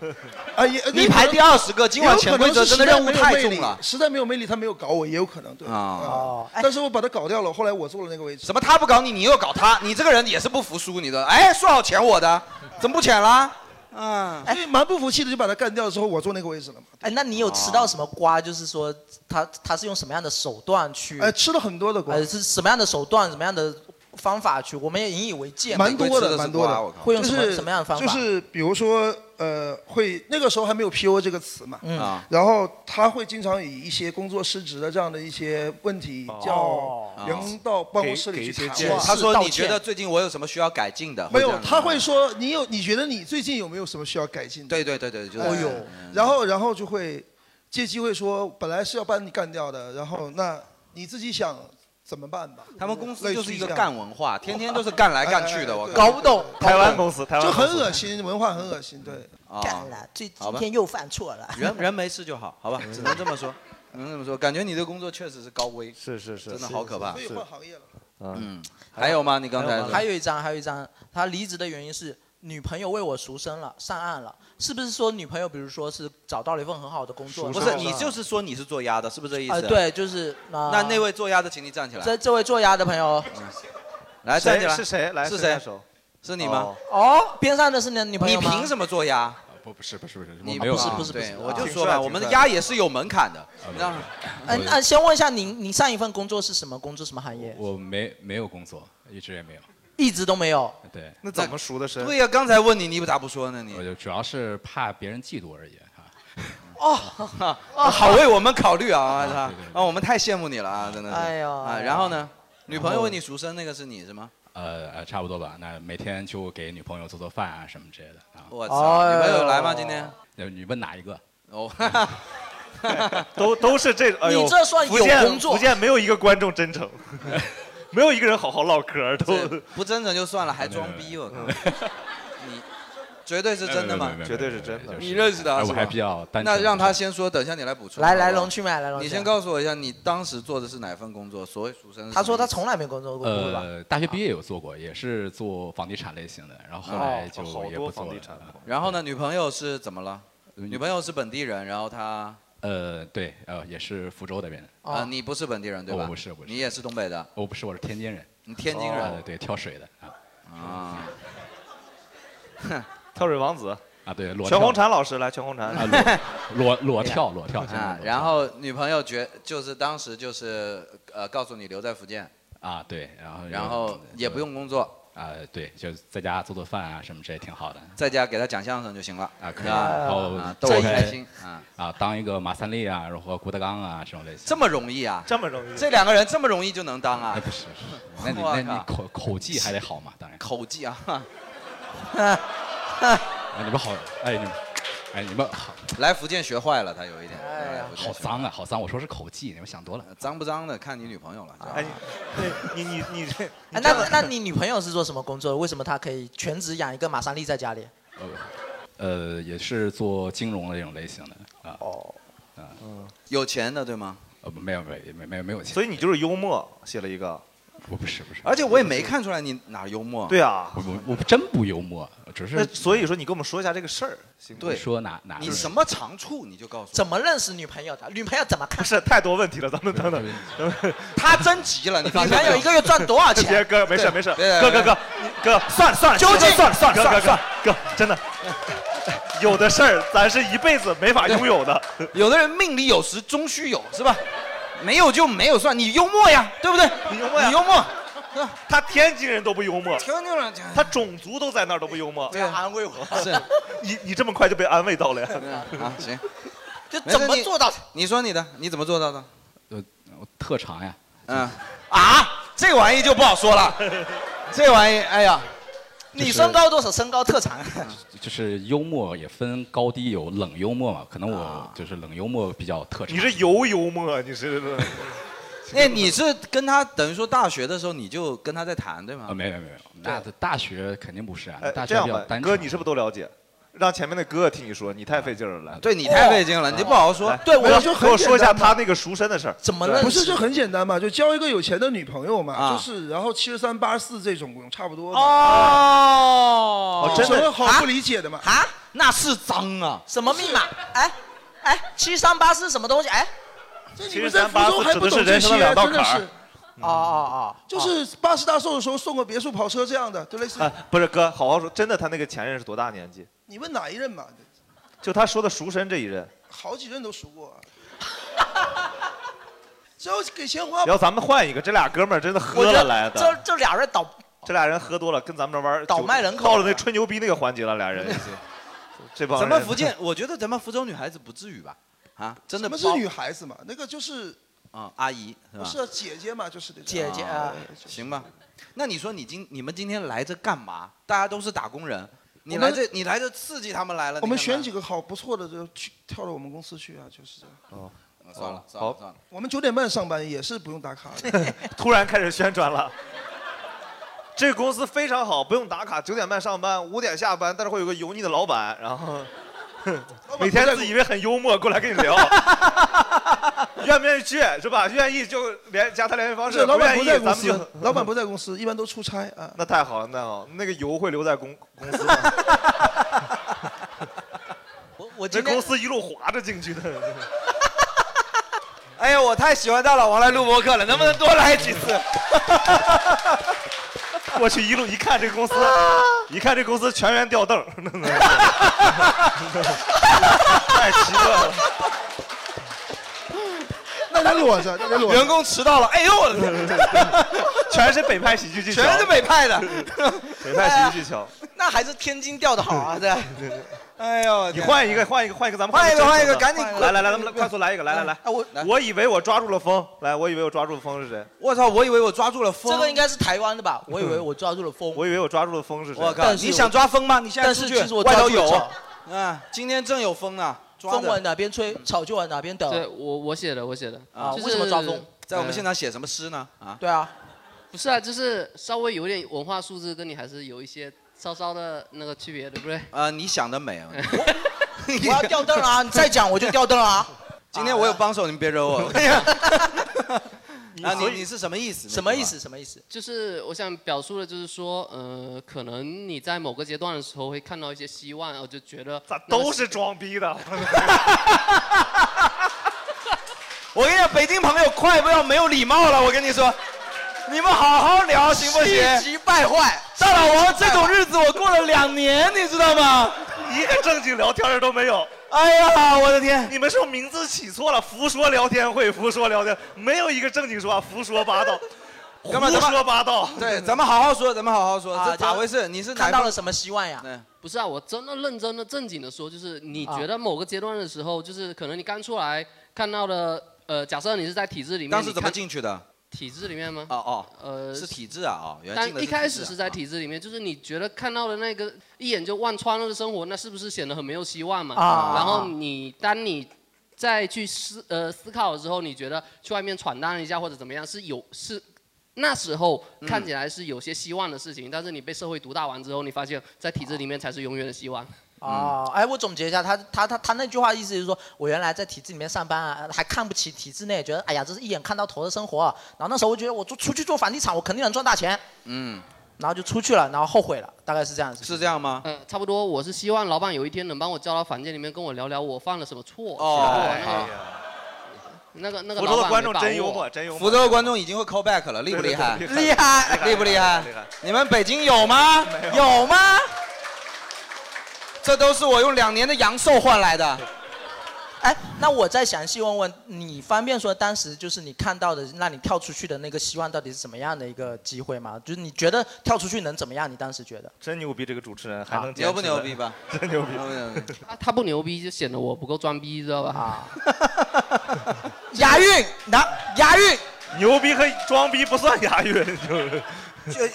[SPEAKER 9] 啊，也
[SPEAKER 4] 你排第二十个，今晚潜规则真的任务太重了。
[SPEAKER 9] 实在没有魅力，他没有搞我，也有可能对
[SPEAKER 4] 啊
[SPEAKER 9] 啊。但是我把他搞掉了，后来我坐了那个位置。
[SPEAKER 4] 怎么他不搞你，你又搞他？你这个人也是不服输，你的。哎，说好潜我的，怎么不潜啦？嗯，
[SPEAKER 9] 所以蛮不服气的，就把他干掉了之后，我坐那个位置了嘛。
[SPEAKER 3] 哎，那你有吃到什么瓜？就是说他他是用什么样的手段去？
[SPEAKER 9] 哎，吃了很多的瓜
[SPEAKER 3] 呃，是什么样的手段？什么样的方法去？我们也引以为戒嘛。
[SPEAKER 9] 蛮多的，蛮多的。
[SPEAKER 3] 会用
[SPEAKER 9] 就
[SPEAKER 3] 什
[SPEAKER 9] 是
[SPEAKER 3] 么什么样的方法？
[SPEAKER 9] 就是比如说，呃，会那个时候还没有 PO 这个词嘛，
[SPEAKER 3] 嗯啊
[SPEAKER 9] 然后他会经常以一些工作失职的这样的一些问题，叫
[SPEAKER 4] 啊
[SPEAKER 9] 人到办公室里去谈话。
[SPEAKER 4] 他说：“你觉得最近我有什么需要改进的？”
[SPEAKER 9] 没
[SPEAKER 4] 会这
[SPEAKER 9] 有？
[SPEAKER 4] 样
[SPEAKER 9] 他会说你有？你觉得你最近有没有什么需要改进的？
[SPEAKER 4] 对对对对，就是。嗯
[SPEAKER 9] 哦呦，然后然后就会借机会说，本来是要把你干掉的，然后那你自己想怎么办吧。
[SPEAKER 4] 他们公司
[SPEAKER 9] 类似
[SPEAKER 4] 就是一个
[SPEAKER 9] 这样
[SPEAKER 4] 干文化，天天都是干来干去的。我
[SPEAKER 9] 对
[SPEAKER 4] 靠
[SPEAKER 9] 搞不懂
[SPEAKER 1] 台湾公司，台湾
[SPEAKER 9] 就
[SPEAKER 1] 公司
[SPEAKER 9] 很恶心，文化很恶心，对。
[SPEAKER 4] 啊
[SPEAKER 3] 干了，这
[SPEAKER 4] 好
[SPEAKER 3] 今
[SPEAKER 4] 吧
[SPEAKER 3] 天又犯错了。
[SPEAKER 4] 人人没事就好，好
[SPEAKER 9] 嗯
[SPEAKER 4] 吧，只能这么说，只能这么说。感觉你这工作确实是高危，
[SPEAKER 1] 是是是
[SPEAKER 4] 真的好可怕。
[SPEAKER 9] 所以换行业了。
[SPEAKER 4] 嗯，还有吗？你刚才说
[SPEAKER 3] 还有一张，还有一张，他离职的原因是女朋友为我赎身了，上岸了，是不是说女朋友，比如说是找到了一份很好的工作？
[SPEAKER 4] 不是你就是说你是做鸭的，是不是这意
[SPEAKER 3] 啊、
[SPEAKER 4] 思？
[SPEAKER 3] 对，。就是那
[SPEAKER 4] 那那位做鸭的，请你站起来。嗯
[SPEAKER 3] 这这位做鸭的朋友，
[SPEAKER 4] 来
[SPEAKER 1] 谁
[SPEAKER 4] 站起来。
[SPEAKER 1] 是谁来
[SPEAKER 4] 是
[SPEAKER 1] 谁
[SPEAKER 4] 谁
[SPEAKER 1] 下手？
[SPEAKER 4] 是你吗？
[SPEAKER 3] 哦，边上的是你的女朋
[SPEAKER 4] 你
[SPEAKER 3] 友吗？
[SPEAKER 4] 凭什么做鸭？
[SPEAKER 12] 不不是啊不是不是，
[SPEAKER 4] 你
[SPEAKER 12] 我没有
[SPEAKER 4] 啊
[SPEAKER 12] 啊
[SPEAKER 4] 不是不是，
[SPEAKER 12] 对
[SPEAKER 4] 我就
[SPEAKER 12] 听
[SPEAKER 4] 说
[SPEAKER 12] 出来
[SPEAKER 4] 吧，
[SPEAKER 12] 听
[SPEAKER 4] 我们的
[SPEAKER 12] 出来
[SPEAKER 4] 鸭也是有门槛
[SPEAKER 12] 啊
[SPEAKER 4] 的。让
[SPEAKER 3] 哎，
[SPEAKER 12] 我
[SPEAKER 3] 那先问一下你，你上一份工作是什么工作？什么行业？
[SPEAKER 12] 我没没有工作，一直也没有。
[SPEAKER 3] 一直都没有。
[SPEAKER 12] 对，
[SPEAKER 1] 那怎么熟的身
[SPEAKER 4] 对呀，刚才问你，你咋不说呢？你
[SPEAKER 12] 我就主要是怕别人嫉妒而已。
[SPEAKER 3] 哦，
[SPEAKER 4] 好为我们考虑啊！啊，啊我们太羡慕你了啊，真的是。
[SPEAKER 12] 哎呦
[SPEAKER 4] 啊，然后呢？女朋友为你赎身那个是你是吗？
[SPEAKER 12] 呃，呃差不多吧。那每天就给女朋友做做饭啊什么之类的啊。
[SPEAKER 4] 我操哎呦女朋友来吗今天
[SPEAKER 12] 呃？你问哪一个？
[SPEAKER 4] 哦，
[SPEAKER 1] 都都是这，哎呦
[SPEAKER 3] 你这算有
[SPEAKER 1] 福建
[SPEAKER 3] 工作
[SPEAKER 1] 福建没有一个观众真诚， 没有一个人好好唠嗑，都
[SPEAKER 4] 这不真诚就算了，还装逼，我靠！
[SPEAKER 3] 嗯
[SPEAKER 4] 你绝对是真的吗
[SPEAKER 12] 没有没有没有没有？
[SPEAKER 1] 绝对是真的
[SPEAKER 4] 你认识的啊？
[SPEAKER 12] 哎我
[SPEAKER 4] 是吧
[SPEAKER 12] 还比较单纯
[SPEAKER 4] 那让他先说，等一下你来补充。
[SPEAKER 3] 来
[SPEAKER 4] 好不好
[SPEAKER 3] 来龙去脉来龙去脉
[SPEAKER 4] 你先告诉我一下，你当时做的是哪份工作？所谓赎身是什么意思。
[SPEAKER 3] 他说他从来没工作过，不会吧？
[SPEAKER 12] 呃，大学毕业有做过，也是做房地产类型的，然后后来就也不做了。
[SPEAKER 4] 然后呢，女朋友是怎么了？女朋友是本地人，然后她
[SPEAKER 12] 呃，对，呃，也是福州那边的。
[SPEAKER 3] 哦
[SPEAKER 4] 啊，你不是本地人对吧？
[SPEAKER 12] 哦我不是，我不是。
[SPEAKER 4] 你也是东北的，
[SPEAKER 12] 我不是，我是天津人。
[SPEAKER 4] 你天津人
[SPEAKER 12] 呃对，跳水的啊。
[SPEAKER 4] 啊。
[SPEAKER 1] 跳水王子
[SPEAKER 12] 啊，对，裸
[SPEAKER 1] 全
[SPEAKER 12] 跳
[SPEAKER 1] 红婵老师来，全红婵
[SPEAKER 12] 啊，裸裸裸跳，裸跳。
[SPEAKER 4] 啊，然后女朋友觉就是当时就是呃告诉你留在福建，
[SPEAKER 12] 啊，对，然后
[SPEAKER 4] 然后也不用工作，
[SPEAKER 12] 啊，对，就在家做做饭啊什么，这也挺好的。
[SPEAKER 4] 在家给她讲相声就行了啊，
[SPEAKER 12] 可以，
[SPEAKER 4] 啊
[SPEAKER 12] 然后
[SPEAKER 4] 啊逗我开心啊，
[SPEAKER 12] 啊，当一个马三立啊，然后郭德纲啊这种类型。
[SPEAKER 4] 这么容易啊？
[SPEAKER 1] 这么容易？
[SPEAKER 4] 这两个人这么容易就能当啊？
[SPEAKER 12] 哎不是，那你
[SPEAKER 4] 我
[SPEAKER 12] 那你
[SPEAKER 4] 靠啊
[SPEAKER 12] 口口技还得好嘛，当然。
[SPEAKER 4] 口技啊。
[SPEAKER 12] 哎，你们好，哎你们，哎你们好，
[SPEAKER 4] 来福建学坏了，他有一点。
[SPEAKER 1] 哎
[SPEAKER 12] 好脏啊，好脏！我说是口技，你们想多了。
[SPEAKER 4] 脏不脏的，看你女朋友了。
[SPEAKER 1] 哎，你你你这，
[SPEAKER 3] 哎那那你女朋友是做什么工作的？为什么她可以全职养一个马三立在家里？
[SPEAKER 12] 呃，也是做金融的这种类型的啊。
[SPEAKER 3] 哦。
[SPEAKER 12] 啊。
[SPEAKER 1] 嗯
[SPEAKER 4] 有钱的对吗？
[SPEAKER 12] 呃，没有没有没有没有没有钱。
[SPEAKER 1] 所以你就是幽默，写了一个。
[SPEAKER 12] 我不是不是。
[SPEAKER 4] 而且我也没看出来你哪儿幽默。
[SPEAKER 1] 对啊。
[SPEAKER 12] 我我我真不幽默，只
[SPEAKER 1] 那
[SPEAKER 12] 是
[SPEAKER 1] 所以说，你跟我们说一下这个事儿，行吗
[SPEAKER 4] 对，
[SPEAKER 12] 说哪哪
[SPEAKER 4] 你什么长处你就告诉我。
[SPEAKER 3] 怎么认识女朋友的？女朋友怎么看？
[SPEAKER 1] 不是太多问题了，咱们等等。
[SPEAKER 4] 他真急
[SPEAKER 1] 啊
[SPEAKER 4] 了，你
[SPEAKER 3] 女朋友一个月赚多少钱
[SPEAKER 1] 别 哥，没事
[SPEAKER 3] 对
[SPEAKER 1] 没事，
[SPEAKER 3] 对
[SPEAKER 1] 哥哥哥哥，算了算了，
[SPEAKER 3] 究竟
[SPEAKER 1] 算了算了
[SPEAKER 3] 算
[SPEAKER 1] 算
[SPEAKER 3] 了
[SPEAKER 1] 了哥哥哥，真的， 有的事儿咱是一辈子没法拥有的。
[SPEAKER 4] 有的人命里有时终须有，是吧？没有就没有算，你幽默呀，对不对？你幽默，你幽默。
[SPEAKER 1] 他天津人都不幽默，
[SPEAKER 4] 天津人
[SPEAKER 1] 他种族都在那儿都不幽默，
[SPEAKER 3] 对安慰我。
[SPEAKER 4] 是，
[SPEAKER 1] 你你这么快就被安慰到 了呀？
[SPEAKER 4] 啊， 行，
[SPEAKER 3] 就
[SPEAKER 4] 没事
[SPEAKER 3] 怎么做到？
[SPEAKER 4] 你说你的，你怎么做到的？
[SPEAKER 12] 呃，我特长呀。
[SPEAKER 4] 嗯，啊，这玩意就不好说 了，这玩意，哎呀，
[SPEAKER 12] 就是
[SPEAKER 3] 你身高多少？身高特
[SPEAKER 4] 啊
[SPEAKER 3] 长？
[SPEAKER 12] 就是幽默也分高低，有冷幽默嘛，可能我就是冷幽默比较特长。
[SPEAKER 1] 你是油幽默，啊你是
[SPEAKER 4] 那你是跟他等于说大学的时候你就跟他在谈对吗？
[SPEAKER 12] 啊，没有没有没有，那大学肯定不是啊，
[SPEAKER 1] 哎
[SPEAKER 12] 大
[SPEAKER 1] 这
[SPEAKER 12] 学
[SPEAKER 1] 样
[SPEAKER 12] 比较
[SPEAKER 1] 吧，
[SPEAKER 12] 单纯。啊
[SPEAKER 1] 哥，你是不是都了解？让前面的哥哥替你说，你太费劲儿了。来啊
[SPEAKER 4] 对你太费劲了你就不好好说
[SPEAKER 1] 来
[SPEAKER 4] 对我
[SPEAKER 1] 哥
[SPEAKER 4] 就很
[SPEAKER 1] 给我说一下
[SPEAKER 4] 简单嘛
[SPEAKER 1] 他那个赎身的事儿。
[SPEAKER 3] 怎么
[SPEAKER 9] 不是，就很简单嘛，就交一个有钱的女朋友嘛，
[SPEAKER 1] 啊
[SPEAKER 9] 就是然后七十三八四这种差不多。
[SPEAKER 3] 哦
[SPEAKER 9] 有什么好不理解的嘛？
[SPEAKER 3] 啊，
[SPEAKER 4] 那是脏啊！
[SPEAKER 3] 什么密码？哎哎，七三八是什么东西？哎，
[SPEAKER 9] 这
[SPEAKER 1] 你们在福州还不懂这些7384指的是人生的两道坎儿真的是
[SPEAKER 4] 啊
[SPEAKER 3] 哦哦哦，
[SPEAKER 9] 嗯就是八十大寿的时候送个别墅跑车这样的，就类似。
[SPEAKER 1] 啊，不是哥，好好说，真的，他那个前任是多大年纪？
[SPEAKER 9] 你问哪一任嘛？
[SPEAKER 1] 就他说的赎身这一任，
[SPEAKER 9] 好几任都输过、啊。 只要给钱
[SPEAKER 4] 啊
[SPEAKER 9] 花。
[SPEAKER 1] 要咱们换一个，这俩哥们儿真的喝
[SPEAKER 9] 我觉
[SPEAKER 1] 了
[SPEAKER 9] 得
[SPEAKER 1] 来的。
[SPEAKER 9] 这
[SPEAKER 3] 这俩人倒，
[SPEAKER 1] 这俩人喝多了，跟咱们这玩儿
[SPEAKER 4] 倒
[SPEAKER 1] 酒
[SPEAKER 4] 卖人口
[SPEAKER 1] 到了
[SPEAKER 4] 了
[SPEAKER 1] 那吹牛逼那个环节了，俩人已 经。这帮
[SPEAKER 4] 咱
[SPEAKER 1] 人
[SPEAKER 4] 们福建，我觉得咱们福州女孩子不至于吧？啊，真的
[SPEAKER 9] 什么
[SPEAKER 4] 包
[SPEAKER 9] 是女孩子嘛？那个就是
[SPEAKER 4] 啊，阿姨是吧？
[SPEAKER 9] 不是哎姐姐嘛？就是那种
[SPEAKER 4] 啊，行吧？那你说你今你们今天来这干嘛？大家都是打工人，你
[SPEAKER 9] 我
[SPEAKER 4] 来
[SPEAKER 9] 们
[SPEAKER 4] 这你来这刺激他们来了。
[SPEAKER 9] 我们
[SPEAKER 4] 你干
[SPEAKER 9] 选
[SPEAKER 4] 嘛
[SPEAKER 9] 几个好不错的，就去跳到我们公司去啊，就是这样。
[SPEAKER 1] 哦，
[SPEAKER 9] 嗯
[SPEAKER 12] 嗯
[SPEAKER 4] 算了
[SPEAKER 1] 哦
[SPEAKER 4] 算了
[SPEAKER 1] 好
[SPEAKER 4] 算了，
[SPEAKER 9] 我们九点半上班也是不用打卡 的。
[SPEAKER 1] 突然开始宣传了。这个公司非常好，不用打卡，九点半上班，五点下班，但是会有个油腻的老板，然后每天自以为很幽默，过来跟 你聊，愿不愿意去是吧？愿意就联加他联系方
[SPEAKER 9] 不
[SPEAKER 1] 式，
[SPEAKER 9] 是，老板不
[SPEAKER 1] 愿
[SPEAKER 9] 在
[SPEAKER 1] 意咱
[SPEAKER 9] 公
[SPEAKER 1] 们
[SPEAKER 9] 司
[SPEAKER 1] 就，
[SPEAKER 9] 老板不在公司，一般都出差啊。
[SPEAKER 1] 那太好了，那好，那个油会留在公公司吗？
[SPEAKER 3] 我我
[SPEAKER 1] 这公司一路滑着进去的。
[SPEAKER 4] 哎呀，我太喜欢大老王来录播客了，能不能多来几次？
[SPEAKER 1] 我去，一路一看这公司，
[SPEAKER 4] 啊
[SPEAKER 1] 一看这公司全员 吊凳， 太奇怪了。
[SPEAKER 9] 那得裸着，那得裸着。
[SPEAKER 4] 员工迟到了，哎呦我的天！
[SPEAKER 1] 全是北派喜剧技巧，
[SPEAKER 4] 全是北派的，
[SPEAKER 1] 北派喜剧技巧。
[SPEAKER 3] 那还是天津钓的 好啊，对。
[SPEAKER 4] 哎呦，
[SPEAKER 1] 你换一个，换一个，换一个，咱们
[SPEAKER 3] 换一
[SPEAKER 1] 真实
[SPEAKER 3] 个
[SPEAKER 1] 的
[SPEAKER 3] 换一个赶紧
[SPEAKER 1] 来来来，咱们来快速来一个，来来来。
[SPEAKER 3] 我
[SPEAKER 1] 我以为我抓住了风，来，我以为我抓住了风是谁？
[SPEAKER 4] 我操，我以为我抓住了风
[SPEAKER 3] 这个应该是台湾的吧？我以为我抓住了风。
[SPEAKER 1] 我以为我抓住了风是谁？
[SPEAKER 4] 我靠，你想抓风吗？你现在
[SPEAKER 3] 但
[SPEAKER 4] 出
[SPEAKER 3] 是
[SPEAKER 4] 去
[SPEAKER 3] 其实我，抓
[SPEAKER 4] 外头
[SPEAKER 3] 住了
[SPEAKER 4] 有
[SPEAKER 3] 草，
[SPEAKER 4] 啊，今天正有风呢，抓
[SPEAKER 3] 风
[SPEAKER 4] 的
[SPEAKER 3] 往哪边吹，草就往哪边
[SPEAKER 16] 对
[SPEAKER 3] 抖。
[SPEAKER 16] 我我写的，我写的
[SPEAKER 3] 啊
[SPEAKER 16] 就是
[SPEAKER 3] 为什么抓风
[SPEAKER 4] 在我们现场写什么诗呢？啊，
[SPEAKER 3] 对啊，
[SPEAKER 16] 不是啊，就是稍微有点文化素质，跟你还是有一些稍稍的那个区别，对 不对？
[SPEAKER 4] 啊，你想得美 啊！
[SPEAKER 3] 我要吊凳啊！你再讲我就吊凳啊！
[SPEAKER 4] 今天我有帮手，你们别惹 我。啊，你
[SPEAKER 16] 所以
[SPEAKER 4] 你是什么意思？
[SPEAKER 16] 什么意思
[SPEAKER 3] 是什么意思？
[SPEAKER 16] 就是我想表述的，就是说，呃，可能你在某个阶段的时候会看到一些希望，我就觉得咋
[SPEAKER 1] 都是装逼的。
[SPEAKER 4] 我跟你讲，北京朋友快不要没有礼貌了，我跟你说，你们好好聊行不行？
[SPEAKER 3] 气急败坏，
[SPEAKER 4] 大老王这种日子我过了两年，你知道吗？
[SPEAKER 1] 一个正经聊天的都没有。
[SPEAKER 4] 哎呀，我的天！
[SPEAKER 1] 你们是不是名字起错了？胡说聊天会，胡说聊天，没有一个正经说话，胡说八道，胡
[SPEAKER 4] 哥们儿咱们
[SPEAKER 1] 说八道。
[SPEAKER 4] 对，咱们好好说，咱们好好说，
[SPEAKER 16] 啊
[SPEAKER 4] 这咋回事？你是哪嗯
[SPEAKER 16] 看到
[SPEAKER 4] 个
[SPEAKER 16] 了
[SPEAKER 3] 什么希望呀？
[SPEAKER 16] 不是啊，我真的认真的、正经的说，就是你
[SPEAKER 4] 啊
[SPEAKER 16] 觉得某个阶段的时候，就是可能你刚出来看到的，呃，假设你是在体制里面，
[SPEAKER 4] 当时
[SPEAKER 16] 你
[SPEAKER 4] 怎么
[SPEAKER 16] 看
[SPEAKER 4] 进去的？
[SPEAKER 16] 体制里面吗？
[SPEAKER 4] 哦哦，
[SPEAKER 16] 呃，
[SPEAKER 4] 是体制啊哦，原来
[SPEAKER 16] 但
[SPEAKER 4] 进的
[SPEAKER 16] 一
[SPEAKER 4] 是体
[SPEAKER 16] 开
[SPEAKER 4] 制
[SPEAKER 16] 始
[SPEAKER 4] 啊
[SPEAKER 16] 是在体制里面，就是你觉得看到的那个一眼就望穿了的生活，那是不是显得很没有希望嘛？
[SPEAKER 17] 啊
[SPEAKER 16] 然后你当你再去思呃思考的时候，你觉得去外面闯荡一下或者怎么样是有是。那时候
[SPEAKER 4] 嗯
[SPEAKER 16] 看起来是有些希望的事情，但是你被社会毒打完之后，你发现，在体制里面才是永远的希望。
[SPEAKER 3] 哦，哎，我总结一下，他他他他那句话意思就是说，我原来在体制里面上班啊，还看不起体制内，觉得哎呀，这是一眼看到头的生活啊。然后那时候我觉得我出出去做房地产，我肯定能赚大钱，
[SPEAKER 4] 嗯，
[SPEAKER 3] 然后就出去了，然后后悔了，大概是这样子。
[SPEAKER 4] 是这样吗？
[SPEAKER 16] 嗯，差不多。我是希望老板有一天能帮我叫到房间里面跟我聊聊我犯了什么错。
[SPEAKER 4] 哦，好
[SPEAKER 16] 那个那个
[SPEAKER 4] 福
[SPEAKER 16] 老
[SPEAKER 4] 州的
[SPEAKER 16] 板没
[SPEAKER 4] 观众
[SPEAKER 16] 把
[SPEAKER 4] 真幽
[SPEAKER 16] 握
[SPEAKER 4] 默，真幽默。福州的观众已经会 call back 了，厉不厉害？
[SPEAKER 16] 对对对厉害
[SPEAKER 4] 厉不厉害
[SPEAKER 16] 厉害厉害？
[SPEAKER 4] 你们北京有吗？
[SPEAKER 3] 有吗？
[SPEAKER 4] 这都是我用两年的阳寿换来的。
[SPEAKER 3] 哎，那我再详细问问你，方便说当时就是你看到的，让你跳出去的那个希望到底是怎么样的一个机会吗？就是你觉得跳出去能怎么样？你当时觉得？
[SPEAKER 1] 真牛逼，这个主持人还能
[SPEAKER 4] 牛不牛逼吧？
[SPEAKER 1] 真牛逼！
[SPEAKER 16] 他他不牛逼就显得我不够装逼，知道吧？
[SPEAKER 3] 啊，押韵，拿 押韵，
[SPEAKER 1] 牛逼和装逼不算押韵，就是啊
[SPEAKER 4] 就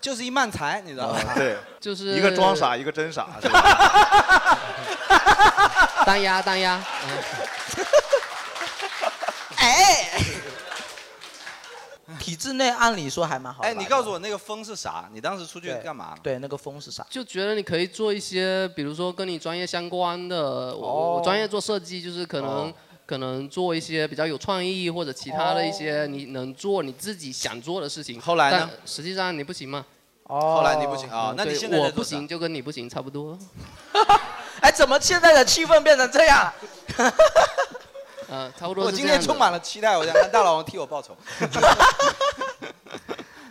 [SPEAKER 4] 就是一慢才，你知道吗？
[SPEAKER 1] 对，
[SPEAKER 16] 就是
[SPEAKER 1] 一个装傻，一个真傻。是吧
[SPEAKER 16] 单压单嗯压。
[SPEAKER 3] 哎，体制内按理说还蛮好。
[SPEAKER 4] 哎，你告诉我那个风是啥？你当时出去干嘛？
[SPEAKER 3] 对，那个风是啥？
[SPEAKER 16] 就觉得你可以做一些，比如说跟你专业相关的，我我专业做设计，就是可能、
[SPEAKER 4] 哦
[SPEAKER 16] 可能做一些比较有创意或者其他的一些你能做你自己想做的事情。
[SPEAKER 4] 后来呢？
[SPEAKER 16] 实际上你不行嘛。
[SPEAKER 3] 哦
[SPEAKER 4] 后来你不行啊
[SPEAKER 16] 嗯
[SPEAKER 4] 那你
[SPEAKER 16] 对
[SPEAKER 4] 现在在
[SPEAKER 16] 我
[SPEAKER 4] 做
[SPEAKER 16] 不
[SPEAKER 4] 啥
[SPEAKER 16] 行，就跟你不行差不多。
[SPEAKER 3] 哎，怎么现在的气氛变成这样了？
[SPEAKER 16] 嗯，差不多
[SPEAKER 4] 我
[SPEAKER 16] 是这
[SPEAKER 4] 今
[SPEAKER 16] 样
[SPEAKER 4] 天
[SPEAKER 16] 子
[SPEAKER 4] 充满了期待，我想看大老王替我报仇。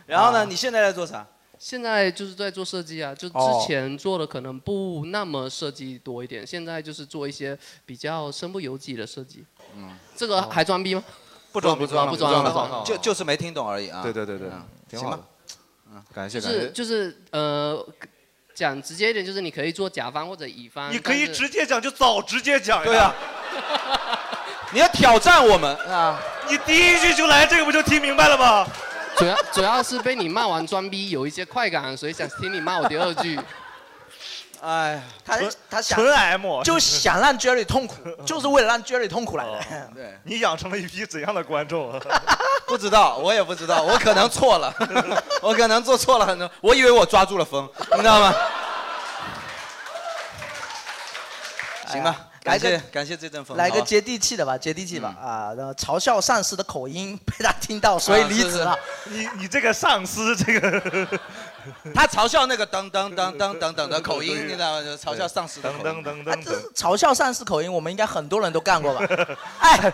[SPEAKER 4] 然后呢？你现在在做啥？
[SPEAKER 16] 现在就是在做设计啊，就
[SPEAKER 4] 哦
[SPEAKER 16] 之前做的可能不那么设计多一点，现在就是做一些比较身不由己的设计。
[SPEAKER 4] 嗯，
[SPEAKER 16] 这个还装逼吗？
[SPEAKER 4] 不装不
[SPEAKER 16] 不装
[SPEAKER 4] 装
[SPEAKER 16] 不
[SPEAKER 4] 不
[SPEAKER 16] 装
[SPEAKER 4] 装
[SPEAKER 16] 不装
[SPEAKER 4] 就就是没听懂而已啊。
[SPEAKER 1] 对对对对
[SPEAKER 4] 嗯
[SPEAKER 1] 挺
[SPEAKER 4] 行
[SPEAKER 1] 好
[SPEAKER 4] 吧
[SPEAKER 1] 的。
[SPEAKER 4] 嗯，感
[SPEAKER 16] 就
[SPEAKER 4] 谢感
[SPEAKER 16] 是
[SPEAKER 4] 谢。
[SPEAKER 16] 就是呃，讲直接一点，就是你可以做甲方或者乙方。
[SPEAKER 1] 你可以
[SPEAKER 16] 但是
[SPEAKER 1] 直接讲，就早直接讲呀。
[SPEAKER 4] 对 啊，你要挑战我们啊！
[SPEAKER 1] 你第一句就来这个，不就听明白了吗？
[SPEAKER 16] 主要主要是被你骂完装逼有一些快感，所以想听你骂我第二 句。
[SPEAKER 4] 哎，
[SPEAKER 3] 他他想
[SPEAKER 1] 纯 M
[SPEAKER 3] 就想让 Jerry 痛苦，就是为了让 Jerry 痛苦来的。
[SPEAKER 4] 对，
[SPEAKER 1] 你养成了一批怎样的观众？啊
[SPEAKER 4] 不知道，我也不知道，我可能错了， 我可能做错了很多。我以为我抓住了 风，你知道
[SPEAKER 3] 哎
[SPEAKER 4] 吗？行吧，
[SPEAKER 3] 哎来
[SPEAKER 4] 感
[SPEAKER 3] 个
[SPEAKER 4] 谢感谢这阵风，
[SPEAKER 3] 来
[SPEAKER 4] 好
[SPEAKER 3] 个
[SPEAKER 4] 吧嗯
[SPEAKER 3] 接地气的吧，接地气吧啊！然后嘲笑上司的口音被他听到，
[SPEAKER 4] 啊
[SPEAKER 3] 所以离职了。
[SPEAKER 1] 你你这个上司，这个
[SPEAKER 4] 他嘲笑那个噔噔噔噔噔噔的口 音，你知道吗？就是嘲笑上司的口音。
[SPEAKER 1] 噔噔
[SPEAKER 3] 噔。嘲笑上司口音，我们应该很多人都干过吧？ 哎，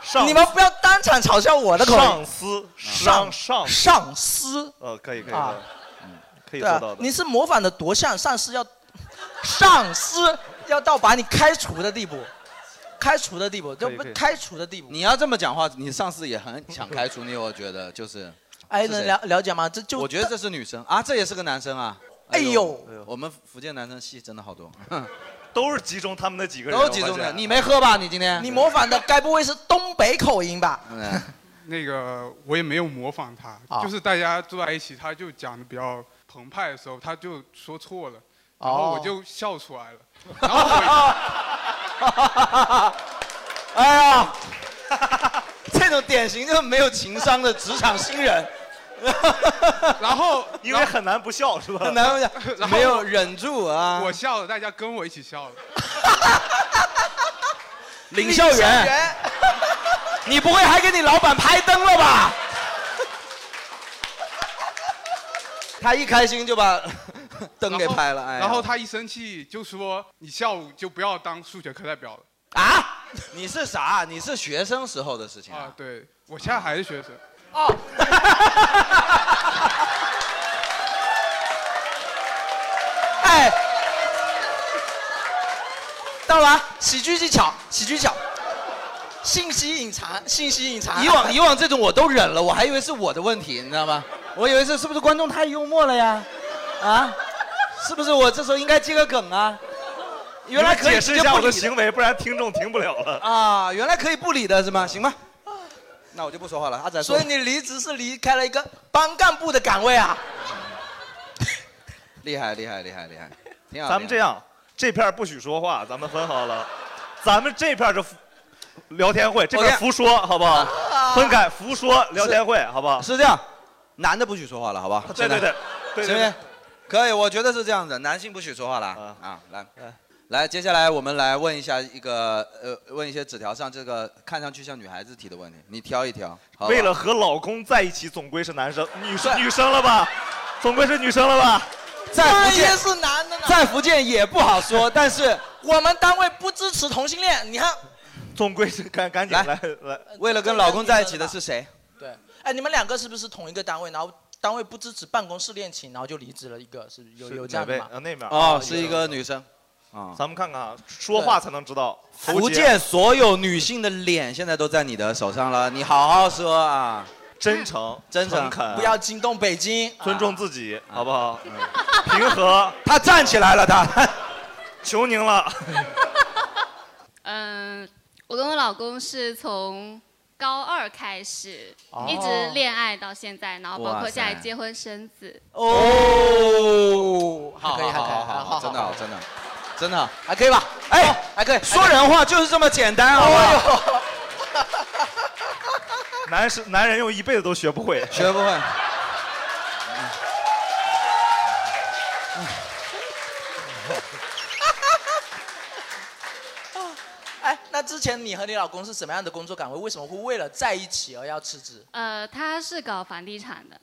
[SPEAKER 1] 上
[SPEAKER 3] 你们不要当场嘲笑我的口音。
[SPEAKER 1] 上司上上
[SPEAKER 3] 上司，
[SPEAKER 1] 呃，可以可以，
[SPEAKER 3] 啊
[SPEAKER 1] 可以嗯可以
[SPEAKER 3] 对
[SPEAKER 1] 做
[SPEAKER 3] 啊
[SPEAKER 1] 到，的。
[SPEAKER 3] 你是模仿的多像上司要，上司要到把你开除的地步，开除的地步，就不开除的地步。
[SPEAKER 4] 你要这么讲话，你上司也很想开除你，我觉得就是。
[SPEAKER 3] 哎，
[SPEAKER 4] 是谁
[SPEAKER 3] 能了了解吗？这就
[SPEAKER 4] 我觉得这是女生啊，这也是个男生啊。
[SPEAKER 3] 哎呦，
[SPEAKER 4] 我们福建男生戏真的好多，
[SPEAKER 1] 都是集中他们那几个人，
[SPEAKER 4] 都集中
[SPEAKER 1] 我发
[SPEAKER 4] 的。
[SPEAKER 1] 现啊
[SPEAKER 4] 你没喝吧？ 你今天？
[SPEAKER 3] 你模仿的该不会是东北口音吧？
[SPEAKER 18] 那个我也没有模仿他，
[SPEAKER 3] 啊
[SPEAKER 18] 就是大家坐在一起，他就讲的比较澎湃的时候，他就说错了，
[SPEAKER 4] 哦
[SPEAKER 18] 然后我就笑 出来了。然后我
[SPEAKER 4] 哎呀，这种典型就是没有情商的职场新人。
[SPEAKER 18] 然后
[SPEAKER 1] 因为很难不笑是吧
[SPEAKER 4] 很难不笑
[SPEAKER 18] 然后
[SPEAKER 4] 没有忍住啊
[SPEAKER 18] 我笑了，大家跟我一起笑了。
[SPEAKER 4] 领校园，你不会还给你老板拍灯了吧？他一开心就把灯给拍了，哎呀，
[SPEAKER 18] 然后他一生气就说：“你下午就不要当数学课代表了。
[SPEAKER 4] 啊你是啥？你是学生时候的事情啊？
[SPEAKER 18] 对，我现在还是学生。
[SPEAKER 6] 어.
[SPEAKER 3] 哎，到了啊喜剧技巧，喜剧技巧，信息隐藏，信息隐藏。
[SPEAKER 4] 以往以往这种我都忍了，我还以为是我的问题，你知道吗？我以为是是不是观众太幽默了呀？啊，是不是我这时候应该接个梗啊？原来可以
[SPEAKER 1] 解释一下我的
[SPEAKER 4] 直接不理啊
[SPEAKER 1] 行为，不然听众听不了了。
[SPEAKER 4] 啊，原来可以不理的是吗？行吧。那我就不说话了，阿仔说
[SPEAKER 3] 所以你离职是离开了一个班干部的岗位啊。
[SPEAKER 4] 厉害厉害厉害厉害，挺好。
[SPEAKER 1] 咱们这
[SPEAKER 4] 挺好
[SPEAKER 1] 样，这片儿不许说话，咱们分好了。咱们这片儿是服聊天会，这片
[SPEAKER 4] OK
[SPEAKER 1] 儿
[SPEAKER 4] 啊
[SPEAKER 1] 胡说，好不好？分开胡说聊天会，好不好？
[SPEAKER 4] 是这样，男的不许说话了，好吧？
[SPEAKER 1] 啊对对对，对
[SPEAKER 4] 行不
[SPEAKER 1] 对对
[SPEAKER 4] 行？可以，我觉得是这样的，男性不许说话了啊来来，接下来我们来问一下一个呃，问一些纸条上这个看上去像女孩子提的问题，你挑一挑。好吧
[SPEAKER 1] 为了和老公在一起，总归是男生，女生女生了吧？总归是女生了吧？
[SPEAKER 4] 在福建
[SPEAKER 3] 是男的呢，
[SPEAKER 4] 在福建也不好说，但是
[SPEAKER 3] 我们单位不支持同性恋，你看，
[SPEAKER 1] 总归是赶赶紧来来。
[SPEAKER 4] 为了跟老公在一起的是谁？
[SPEAKER 3] 对，哎，你们两个是不是同一个单位？然后单位不支持办公室恋情，然后就离职了一个，是不是有有这样的吗？
[SPEAKER 1] 啊，那边
[SPEAKER 4] 哦，是一个女生。啊，
[SPEAKER 1] 咱们看看啊，说话才能知道。
[SPEAKER 4] 福建所有女性的脸现在都在你的手上了，你好好说啊，
[SPEAKER 1] 真诚、
[SPEAKER 4] 真诚，
[SPEAKER 1] 诚恳
[SPEAKER 3] 不要惊动北京，
[SPEAKER 1] 尊重自己，好不好？平和。
[SPEAKER 4] 他站起来了，他
[SPEAKER 1] 求您了。
[SPEAKER 8] 嗯，我跟我老公是从高二开始、
[SPEAKER 1] 哦
[SPEAKER 8] 一直恋爱到现在，然后包
[SPEAKER 4] 哇
[SPEAKER 8] 括
[SPEAKER 4] 塞
[SPEAKER 8] 现在结婚生子。
[SPEAKER 3] 哦
[SPEAKER 4] 哦，好
[SPEAKER 3] 可
[SPEAKER 4] 好
[SPEAKER 3] 以还可以
[SPEAKER 4] 好好好，真的好真的好真的好
[SPEAKER 3] 还可以吧？
[SPEAKER 4] 哎，哦
[SPEAKER 3] 还可以
[SPEAKER 4] 说人话就是这么简单，好不好？
[SPEAKER 1] 男是男人用一辈子都学不会，
[SPEAKER 4] 学不会。
[SPEAKER 3] 哎，那之前你和你老公是什么样的工作岗位？为什么会为了在一起而要辞职？
[SPEAKER 8] 呃，他是搞房地产的，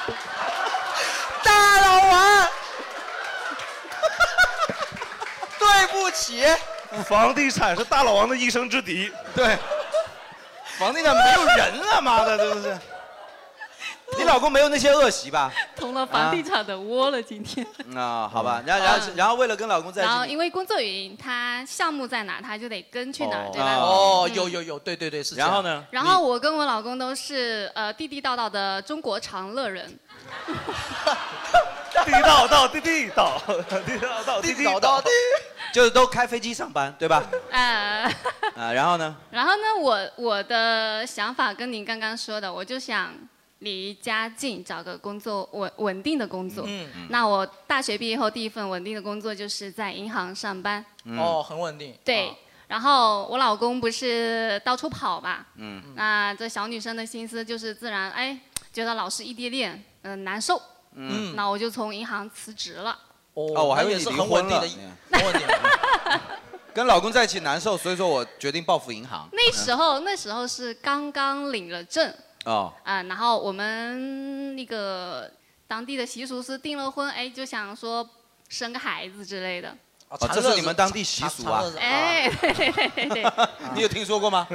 [SPEAKER 3] 大老王，对不起，
[SPEAKER 1] 房地产是大老王的一生之敌。
[SPEAKER 4] 对，房地产没有人了，妈的，这不是？你老公没有那些恶习吧？
[SPEAKER 8] 捅了房地产的窝了。今天，
[SPEAKER 4] 啊，好吧，然后然后然后为了跟老公在一
[SPEAKER 8] 嗯然后
[SPEAKER 4] 起，
[SPEAKER 8] 因为工作原因，他项目在哪，他就得跟去哪儿，对吧？
[SPEAKER 3] 哦，
[SPEAKER 8] 嗯
[SPEAKER 3] 有有有，对对对，是这样。
[SPEAKER 4] 然后呢？
[SPEAKER 8] 然后我跟我老公都是呃地地道道的中国长乐人，
[SPEAKER 1] 地道道，地地道，地道道，地
[SPEAKER 4] 地道道，就是都开飞机上班，对吧？
[SPEAKER 8] 呃，
[SPEAKER 4] 啊，然后呢？
[SPEAKER 8] 然后呢，我我的想法跟您刚刚说的，我就想离家近，找个工作稳稳定的工作。
[SPEAKER 3] 嗯嗯
[SPEAKER 8] 那我大学毕业后第一份稳定的工作就是在银行上班。
[SPEAKER 3] 哦，很稳定。
[SPEAKER 8] 对。然后我老公不是到处跑嘛，
[SPEAKER 4] 嗯
[SPEAKER 8] 那这小女生的心思就是自然，哎，觉得老是异地恋，嗯、难受。
[SPEAKER 4] 嗯
[SPEAKER 8] 那我就从银行辞职了。
[SPEAKER 4] 哦，我还
[SPEAKER 3] 那
[SPEAKER 4] 以为
[SPEAKER 3] 也
[SPEAKER 4] 你
[SPEAKER 3] 是
[SPEAKER 4] 离
[SPEAKER 3] 很
[SPEAKER 4] 婚
[SPEAKER 3] 稳
[SPEAKER 4] 了
[SPEAKER 3] 定的，
[SPEAKER 4] 嗯跟老公在一起难受，所以说我决定报复银行。
[SPEAKER 8] 那时候那时候是刚刚领了证，
[SPEAKER 4] 哦，
[SPEAKER 8] 啊、然后我们那个当地的习俗是订了婚，哎，就想说生个孩子之类的。
[SPEAKER 4] 哦这是你们当地习俗啊？
[SPEAKER 8] 哎， 对对对 对，
[SPEAKER 4] 你有听说过吗？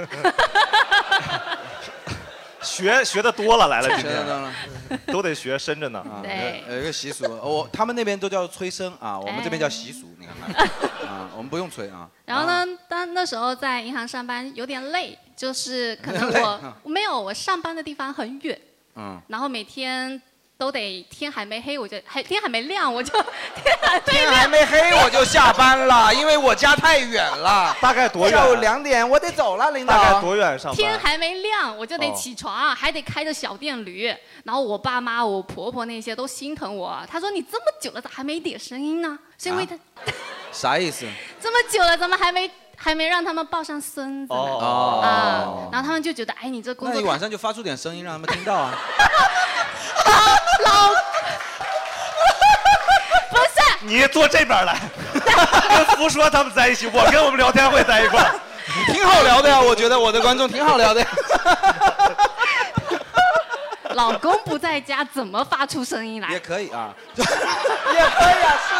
[SPEAKER 1] 学学的多了来了，今
[SPEAKER 4] 学得多了
[SPEAKER 1] 天都得学，深着呢。
[SPEAKER 8] 对
[SPEAKER 4] 有一个习俗，我 他们那边都叫催生啊，我们这边叫习俗，你看 看啊，我们不用催啊。
[SPEAKER 8] 然后呢，当那时候在银行上班有点累，就是可 能
[SPEAKER 4] 累啊
[SPEAKER 8] 我我没有我上班的地方很远，
[SPEAKER 4] 嗯，
[SPEAKER 8] 然后每天都得天还没黑我就还天还没 亮我就天还没
[SPEAKER 4] 天还没黑我就下班了，因为我家太远 了。
[SPEAKER 1] 大概多远啊
[SPEAKER 4] 下午两点我得走了，领导。
[SPEAKER 1] 大概多远上
[SPEAKER 8] 天
[SPEAKER 1] 班？
[SPEAKER 8] 还没亮，我就得
[SPEAKER 1] 哦
[SPEAKER 8] 起床，还得开着小电驴。然后我爸妈、我婆婆那些都心疼我，他说你这么久了咋还没一点声音呢？是
[SPEAKER 4] 啊
[SPEAKER 8] 因为他
[SPEAKER 4] 啥意思？
[SPEAKER 8] 这么久了，怎么还没还没让他们抱上孙子呢？
[SPEAKER 4] 哦
[SPEAKER 8] 啊，然后他们就觉得，哎，你这工
[SPEAKER 4] 那
[SPEAKER 8] 作
[SPEAKER 4] 你晚上就发出点声音让他们听到啊。
[SPEAKER 8] 老不是
[SPEAKER 1] 你坐这边来，跟福说他们在一起，我跟我们聊天会在一块儿。
[SPEAKER 4] 挺好聊的呀，我觉得我的观众挺好聊的呀。
[SPEAKER 8] 老公不在家，怎么发出声音来？
[SPEAKER 4] 也可以啊，
[SPEAKER 3] 也可以啊，是。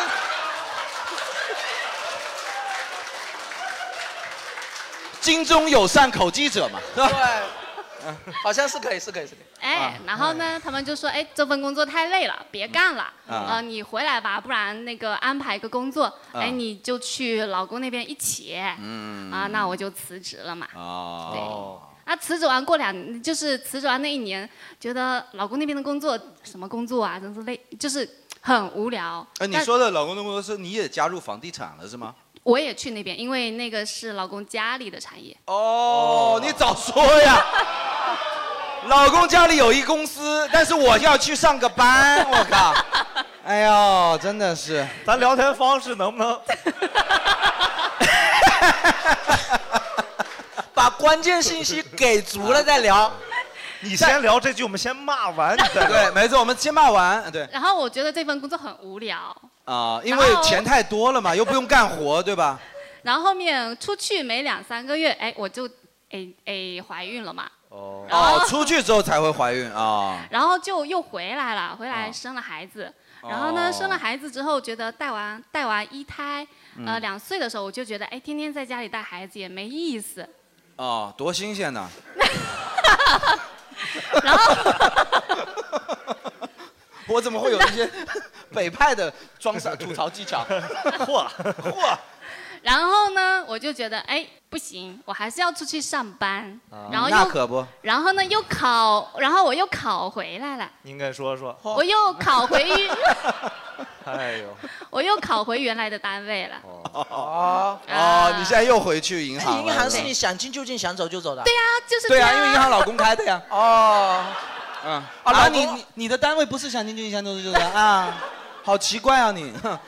[SPEAKER 4] 京中有善口技者嘛，是吧？
[SPEAKER 3] 对，好像是可以，是可以，是啊可以。
[SPEAKER 4] 啊
[SPEAKER 8] 哎，然后呢，他们就说，哎，这份工作太累了，别干了，
[SPEAKER 4] 啊
[SPEAKER 3] 嗯
[SPEAKER 8] 呃，你回来吧，不然那个安排个工作，哎，
[SPEAKER 4] 嗯
[SPEAKER 8] 你就去老公那边一起，
[SPEAKER 4] 嗯
[SPEAKER 8] 啊，那我就辞职了嘛。
[SPEAKER 4] 哦，
[SPEAKER 8] 啊，辞职完过两，就是辞职完那一年，觉得老公那边的工作什么工作啊，真是累，就是很无聊。
[SPEAKER 4] 哎，你
[SPEAKER 8] 但
[SPEAKER 4] 说的老公的工作是你也加入房地产了是吗？
[SPEAKER 8] 我也去那边，因为那个是老公家里的产业。
[SPEAKER 4] 哦，你早说呀！ 老公家里有一公司，但是我要去上个班，我 靠！哎呦，真的是，
[SPEAKER 1] 咱聊天方式能不能
[SPEAKER 3] 把关键信息给足了再聊？
[SPEAKER 1] 你先聊这句，我们先骂完。
[SPEAKER 4] 对，没错，我们先骂完。对
[SPEAKER 8] 然后我觉得这份工作很无聊，
[SPEAKER 4] 啊、因为钱太多了嘛，又不用干活，对吧？
[SPEAKER 8] 然后后面出去没两三个月，哎，我就哎哎怀孕了嘛，
[SPEAKER 4] 哦哦，出去之后才会怀孕啊、
[SPEAKER 8] 然后就又回来了，回来生了孩子。然后呢，
[SPEAKER 4] 哦
[SPEAKER 8] 生了孩子之后，觉得带完带完一胎，呃，
[SPEAKER 4] 嗯
[SPEAKER 8] 两岁的时候，我就觉得，哎，天天在家里带孩子也没意思。
[SPEAKER 4] 哦，多新鲜呐！
[SPEAKER 8] 然后
[SPEAKER 4] 我怎么会有一些北派的装傻吐槽技 巧？嚯嚯！
[SPEAKER 8] 然后呢，我就觉得，哎，不行，我还是要出去上班。
[SPEAKER 4] 啊
[SPEAKER 8] 然后
[SPEAKER 1] 那
[SPEAKER 8] 又，
[SPEAKER 1] 可不，
[SPEAKER 8] 然后呢，又考，然后我又考回来了，
[SPEAKER 1] 你应该说说。
[SPEAKER 4] 哦
[SPEAKER 8] 我又考回，
[SPEAKER 1] 哎呦，
[SPEAKER 8] 我又考回原来的单位了。
[SPEAKER 4] 哦哦，你现在又回去银行了？
[SPEAKER 3] 啊银行是
[SPEAKER 4] 吧
[SPEAKER 3] 你想进就进，想走就走的。
[SPEAKER 8] 对呀、 就是
[SPEAKER 4] 对啊，因为银行老 公开的呀。
[SPEAKER 3] 哦，
[SPEAKER 4] 嗯，啊，
[SPEAKER 3] 啊
[SPEAKER 4] 然后
[SPEAKER 3] 老
[SPEAKER 4] 你
[SPEAKER 3] 公
[SPEAKER 4] 你你的单位不是想进就进，想走就走的啊？好奇怪啊你！哼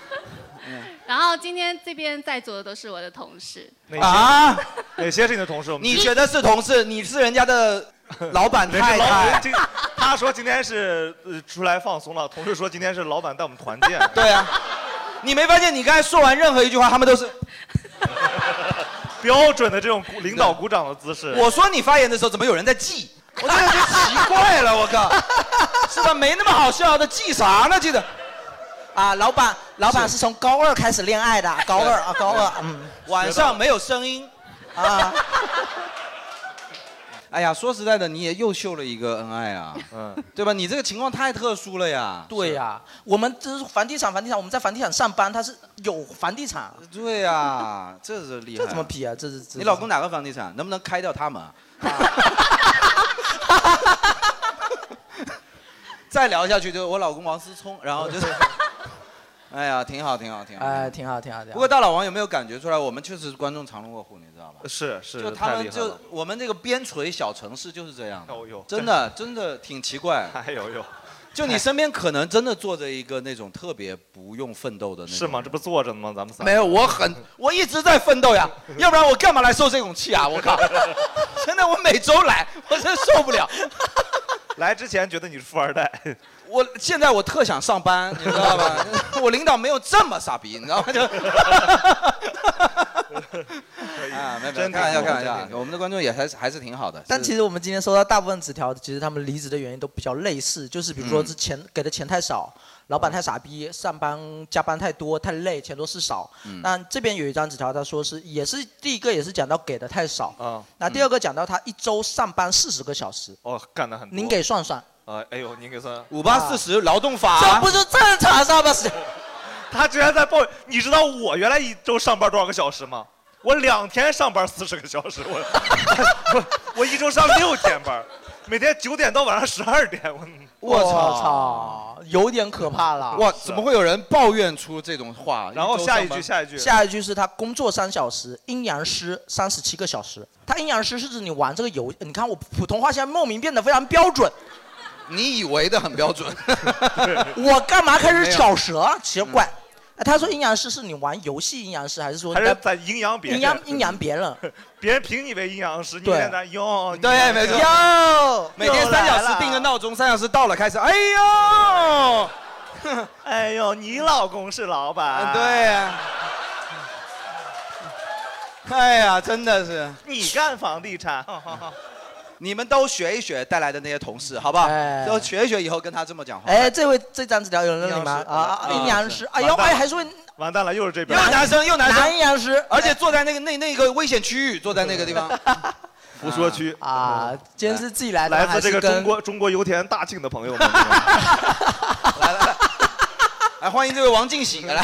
[SPEAKER 8] 然后今天这边在座的都是我的同事，
[SPEAKER 4] 啊，
[SPEAKER 1] 哪些是你的同事？我们
[SPEAKER 4] 你觉得是同事，你是人家的老 板太太。
[SPEAKER 1] 今他说今天是呃出来放松了，同事说今天是老板带我们团建。
[SPEAKER 4] 对啊，你没发现你刚才说完任何一句话，他们都是
[SPEAKER 1] 标准的这种鼓领导鼓掌的姿势。
[SPEAKER 4] 我说你发言的时候，怎么有人在记？我真的觉得奇怪了，我靠！是吧？没那么好笑的，记啥呢？记得
[SPEAKER 3] 啊，老板，老板是从高二开始恋 爱的，高二啊，高二，嗯，
[SPEAKER 4] 晚上没有声音啊。哎呀，说实在的，你也又秀了一个恩爱啊，嗯，对吧？你这个情况太特殊了呀。
[SPEAKER 3] 对呀、我们这是房地产，房地产，我们在房地产上班，他是有房地产，啊
[SPEAKER 4] 对呀、这是厉害、
[SPEAKER 3] 这怎么比啊？这是这是
[SPEAKER 4] 你老公哪个房地产？能不能开掉他们 啊？再聊下去就我老公王思聪，然后 就是，哎呀，挺好，挺好，挺好。
[SPEAKER 3] 哎，挺好，挺好，挺好。
[SPEAKER 4] 不过大老王有没有感觉出来，我们确实是观众常龙卧虎，你知道吧？
[SPEAKER 1] 呃是是，
[SPEAKER 4] 就他
[SPEAKER 1] 太厉
[SPEAKER 4] 们
[SPEAKER 1] 害
[SPEAKER 4] 就
[SPEAKER 1] 了
[SPEAKER 4] 我们这个边陲小城市就是这 样的，
[SPEAKER 1] 哦哟
[SPEAKER 4] 真的真的挺奇怪。
[SPEAKER 1] 哎呦呦，
[SPEAKER 4] 就你身边可能真的坐着一个那种特别不用奋斗的那种。
[SPEAKER 1] 是吗？这不坐着呢吗？咱们仨
[SPEAKER 4] 没有，我很，我一直在奋斗呀，要不然我干嘛来受这种气啊？我靠！真的，我每周来，我真受不了。
[SPEAKER 1] 来之前觉得你是富二代，
[SPEAKER 4] 我现在我特想上班，你知道吧？我领导没有这么傻逼，你知道吗？就啊，没有没有，
[SPEAKER 3] 真挺
[SPEAKER 4] 开玩笑，
[SPEAKER 3] 好
[SPEAKER 4] 开玩笑
[SPEAKER 3] 真
[SPEAKER 4] 啊
[SPEAKER 3] 挺，
[SPEAKER 4] 我们的观众也还是还是挺好的。
[SPEAKER 3] 但其实我们今天收到大部分纸条，其实他们离职的原因都比较类似，就是比如说
[SPEAKER 4] 嗯
[SPEAKER 3] 之前给的钱太少，老板太傻逼，上班加班太多太累，钱多事少。
[SPEAKER 4] 嗯
[SPEAKER 3] 那这边有一张纸条，他说是也是第一个也是讲到给的太少，
[SPEAKER 4] 哦
[SPEAKER 1] 啊，
[SPEAKER 3] 那
[SPEAKER 4] 嗯
[SPEAKER 3] 第二个讲到他一周上班四十个小时，
[SPEAKER 1] 哦，干得很多。
[SPEAKER 3] 您给算算， 啊
[SPEAKER 1] 啊，哎呦，您给算
[SPEAKER 4] 五八四十劳动法，
[SPEAKER 3] 这不是正常上班时间。
[SPEAKER 1] 他居然在抱怨，你知道我原来一周上班多少个小时吗？我两天上班四十个小时，我 我我一周上六天班，每天九点到晚上十二点，我
[SPEAKER 4] 我
[SPEAKER 3] 操，有点可怕了。
[SPEAKER 4] 哇，怎么会有人抱怨出这种话？
[SPEAKER 3] 下一句是他工作三小时，阴阳师三十七个小时。他阴阳师是指你玩这个游，你看我普通话现在莫名变得非常标准。
[SPEAKER 4] 你以为的很标准，
[SPEAKER 3] 我干嘛开始巧舌啊？奇怪。哎他说阴阳师是你玩游戏阴阳师，还是说
[SPEAKER 1] 还
[SPEAKER 3] 你在
[SPEAKER 1] 是在阴阳别人
[SPEAKER 3] 阴阳阴阳别 人？
[SPEAKER 1] 别人评你为阴阳师，你
[SPEAKER 3] 对
[SPEAKER 1] 在那哟，
[SPEAKER 4] 对，没错。
[SPEAKER 3] 哟
[SPEAKER 4] 每天三小时定个闹钟，三小时到了开始，哎呦，
[SPEAKER 1] 哎呦，你老公是老 板，
[SPEAKER 4] 对呀，哎呀，真的是。
[SPEAKER 1] 你干房地产，
[SPEAKER 4] 你们都学一学带来的那些同事，好不好？都学一学，以后跟他这么讲话。
[SPEAKER 3] 哎，这位这张纸条有人认领吗？啊，啊阴阳师，哎呦，哎，还是会
[SPEAKER 1] 完蛋了，又是这边
[SPEAKER 4] 又男生又男生，
[SPEAKER 3] 男阴阳师，
[SPEAKER 4] 而且坐在那个那那个危险区域，坐在那个地 方。
[SPEAKER 1] 不说区
[SPEAKER 3] 啊，今天是自己来的，
[SPEAKER 1] 来自这个
[SPEAKER 3] 还是
[SPEAKER 1] 中
[SPEAKER 3] 跟
[SPEAKER 1] 国中国油田大庆的朋友们，
[SPEAKER 4] 来，哎欢迎这位王进喜 来。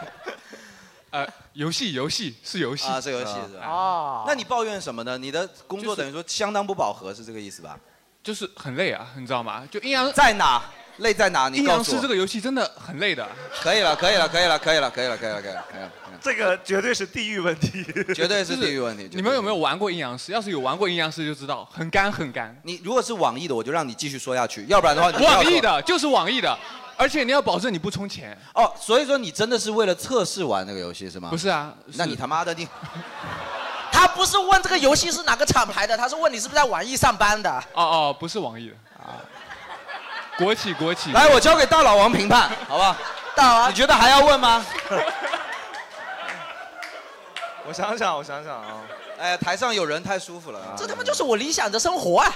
[SPEAKER 5] 呃，游戏游戏是游戏
[SPEAKER 4] 啊，是游戏是吧？
[SPEAKER 3] 哦
[SPEAKER 4] 那你抱怨什么呢？你的工作等于说相当不饱和，是这个意思吧？
[SPEAKER 5] 就是很累啊，你知道吗？就阴阳
[SPEAKER 4] 在哪？累在哪？你
[SPEAKER 18] 阴
[SPEAKER 4] 告
[SPEAKER 18] 阳
[SPEAKER 4] 诉我。
[SPEAKER 18] 师这个游戏真的很累的。
[SPEAKER 4] 可以了，可以了，可以了，可以了，可以了，可以了，可以了，可以了。
[SPEAKER 1] 这个绝对是地域问 题，
[SPEAKER 4] 绝对是地域问题
[SPEAKER 18] 你们有没有玩过阴阳师？要是有玩过阴阳师就知道，很干很干。
[SPEAKER 4] 你如果是网易的，我就让你继续说下去，要不然的话你不要
[SPEAKER 18] 网
[SPEAKER 4] 说
[SPEAKER 18] 易的就是网易的，而且你要保证你不充钱。
[SPEAKER 4] 哦，所以说你真的是为了测试玩这个游戏是吗？
[SPEAKER 18] 不是啊
[SPEAKER 4] 那你他妈的你
[SPEAKER 3] 他不是问这个游戏是哪个厂牌的，他是问你是不是在网易上班的。
[SPEAKER 18] 哦哦，不是网易的
[SPEAKER 4] 啊，
[SPEAKER 18] 国企国企。
[SPEAKER 4] 来，我交给大佬王评判，好吧？大王，你觉得还要问吗？
[SPEAKER 1] 我想想，我想想啊，
[SPEAKER 4] 哎，台上有人太舒服了啊！
[SPEAKER 1] 这他
[SPEAKER 3] 他妈就是我理想的生活啊！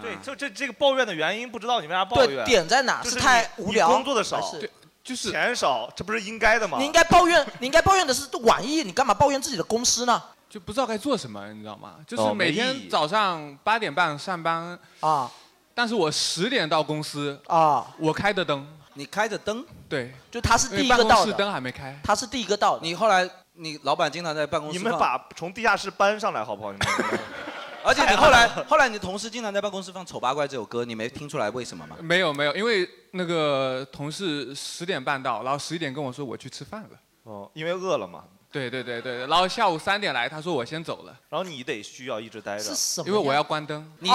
[SPEAKER 1] 对，就这这个抱怨的原因，不知道你为啥抱
[SPEAKER 3] 对
[SPEAKER 1] 怨，
[SPEAKER 3] 点在哪
[SPEAKER 1] 就是是
[SPEAKER 3] 太
[SPEAKER 1] 你
[SPEAKER 3] 无聊
[SPEAKER 1] 你工作的少
[SPEAKER 3] 还是对，
[SPEAKER 18] 就是
[SPEAKER 1] 钱少，这不是应该的吗？
[SPEAKER 3] 你应该抱怨， 你应该抱怨的是网易，你干嘛抱怨自己的公司呢？
[SPEAKER 18] 就不知道该做什么，你知道吗？就是
[SPEAKER 1] 哦没
[SPEAKER 18] 每
[SPEAKER 1] 意
[SPEAKER 18] 天
[SPEAKER 1] 义
[SPEAKER 18] 早上八点半上班
[SPEAKER 3] 啊，
[SPEAKER 18] 但是我十点到公司
[SPEAKER 3] 啊，
[SPEAKER 18] 我开的灯，
[SPEAKER 4] 你开着灯，
[SPEAKER 18] 对，
[SPEAKER 3] 就他是
[SPEAKER 18] 因为
[SPEAKER 3] 第一个
[SPEAKER 18] 办
[SPEAKER 3] 到
[SPEAKER 18] 公室
[SPEAKER 3] 的，
[SPEAKER 18] 灯还没开，
[SPEAKER 3] 他是第一个到的。
[SPEAKER 4] 你后来，你老板经常在办公室
[SPEAKER 1] 你
[SPEAKER 4] 放。
[SPEAKER 1] 们把从地下室搬上来好不好？你们
[SPEAKER 4] 而且你后来后来你的同事经常在办公室放《丑八怪》这首歌，你没听出来为什么吗？
[SPEAKER 18] 没有没有，因为那个同事十点半到，然后十一点跟我说我去吃饭了。
[SPEAKER 1] 哦，因为饿了嘛。
[SPEAKER 18] 对对对对，然后下午三点来，他说我先走了，
[SPEAKER 1] 然后你得需要一直待着
[SPEAKER 4] 是什么呀
[SPEAKER 18] 因为我要关灯。
[SPEAKER 4] 你、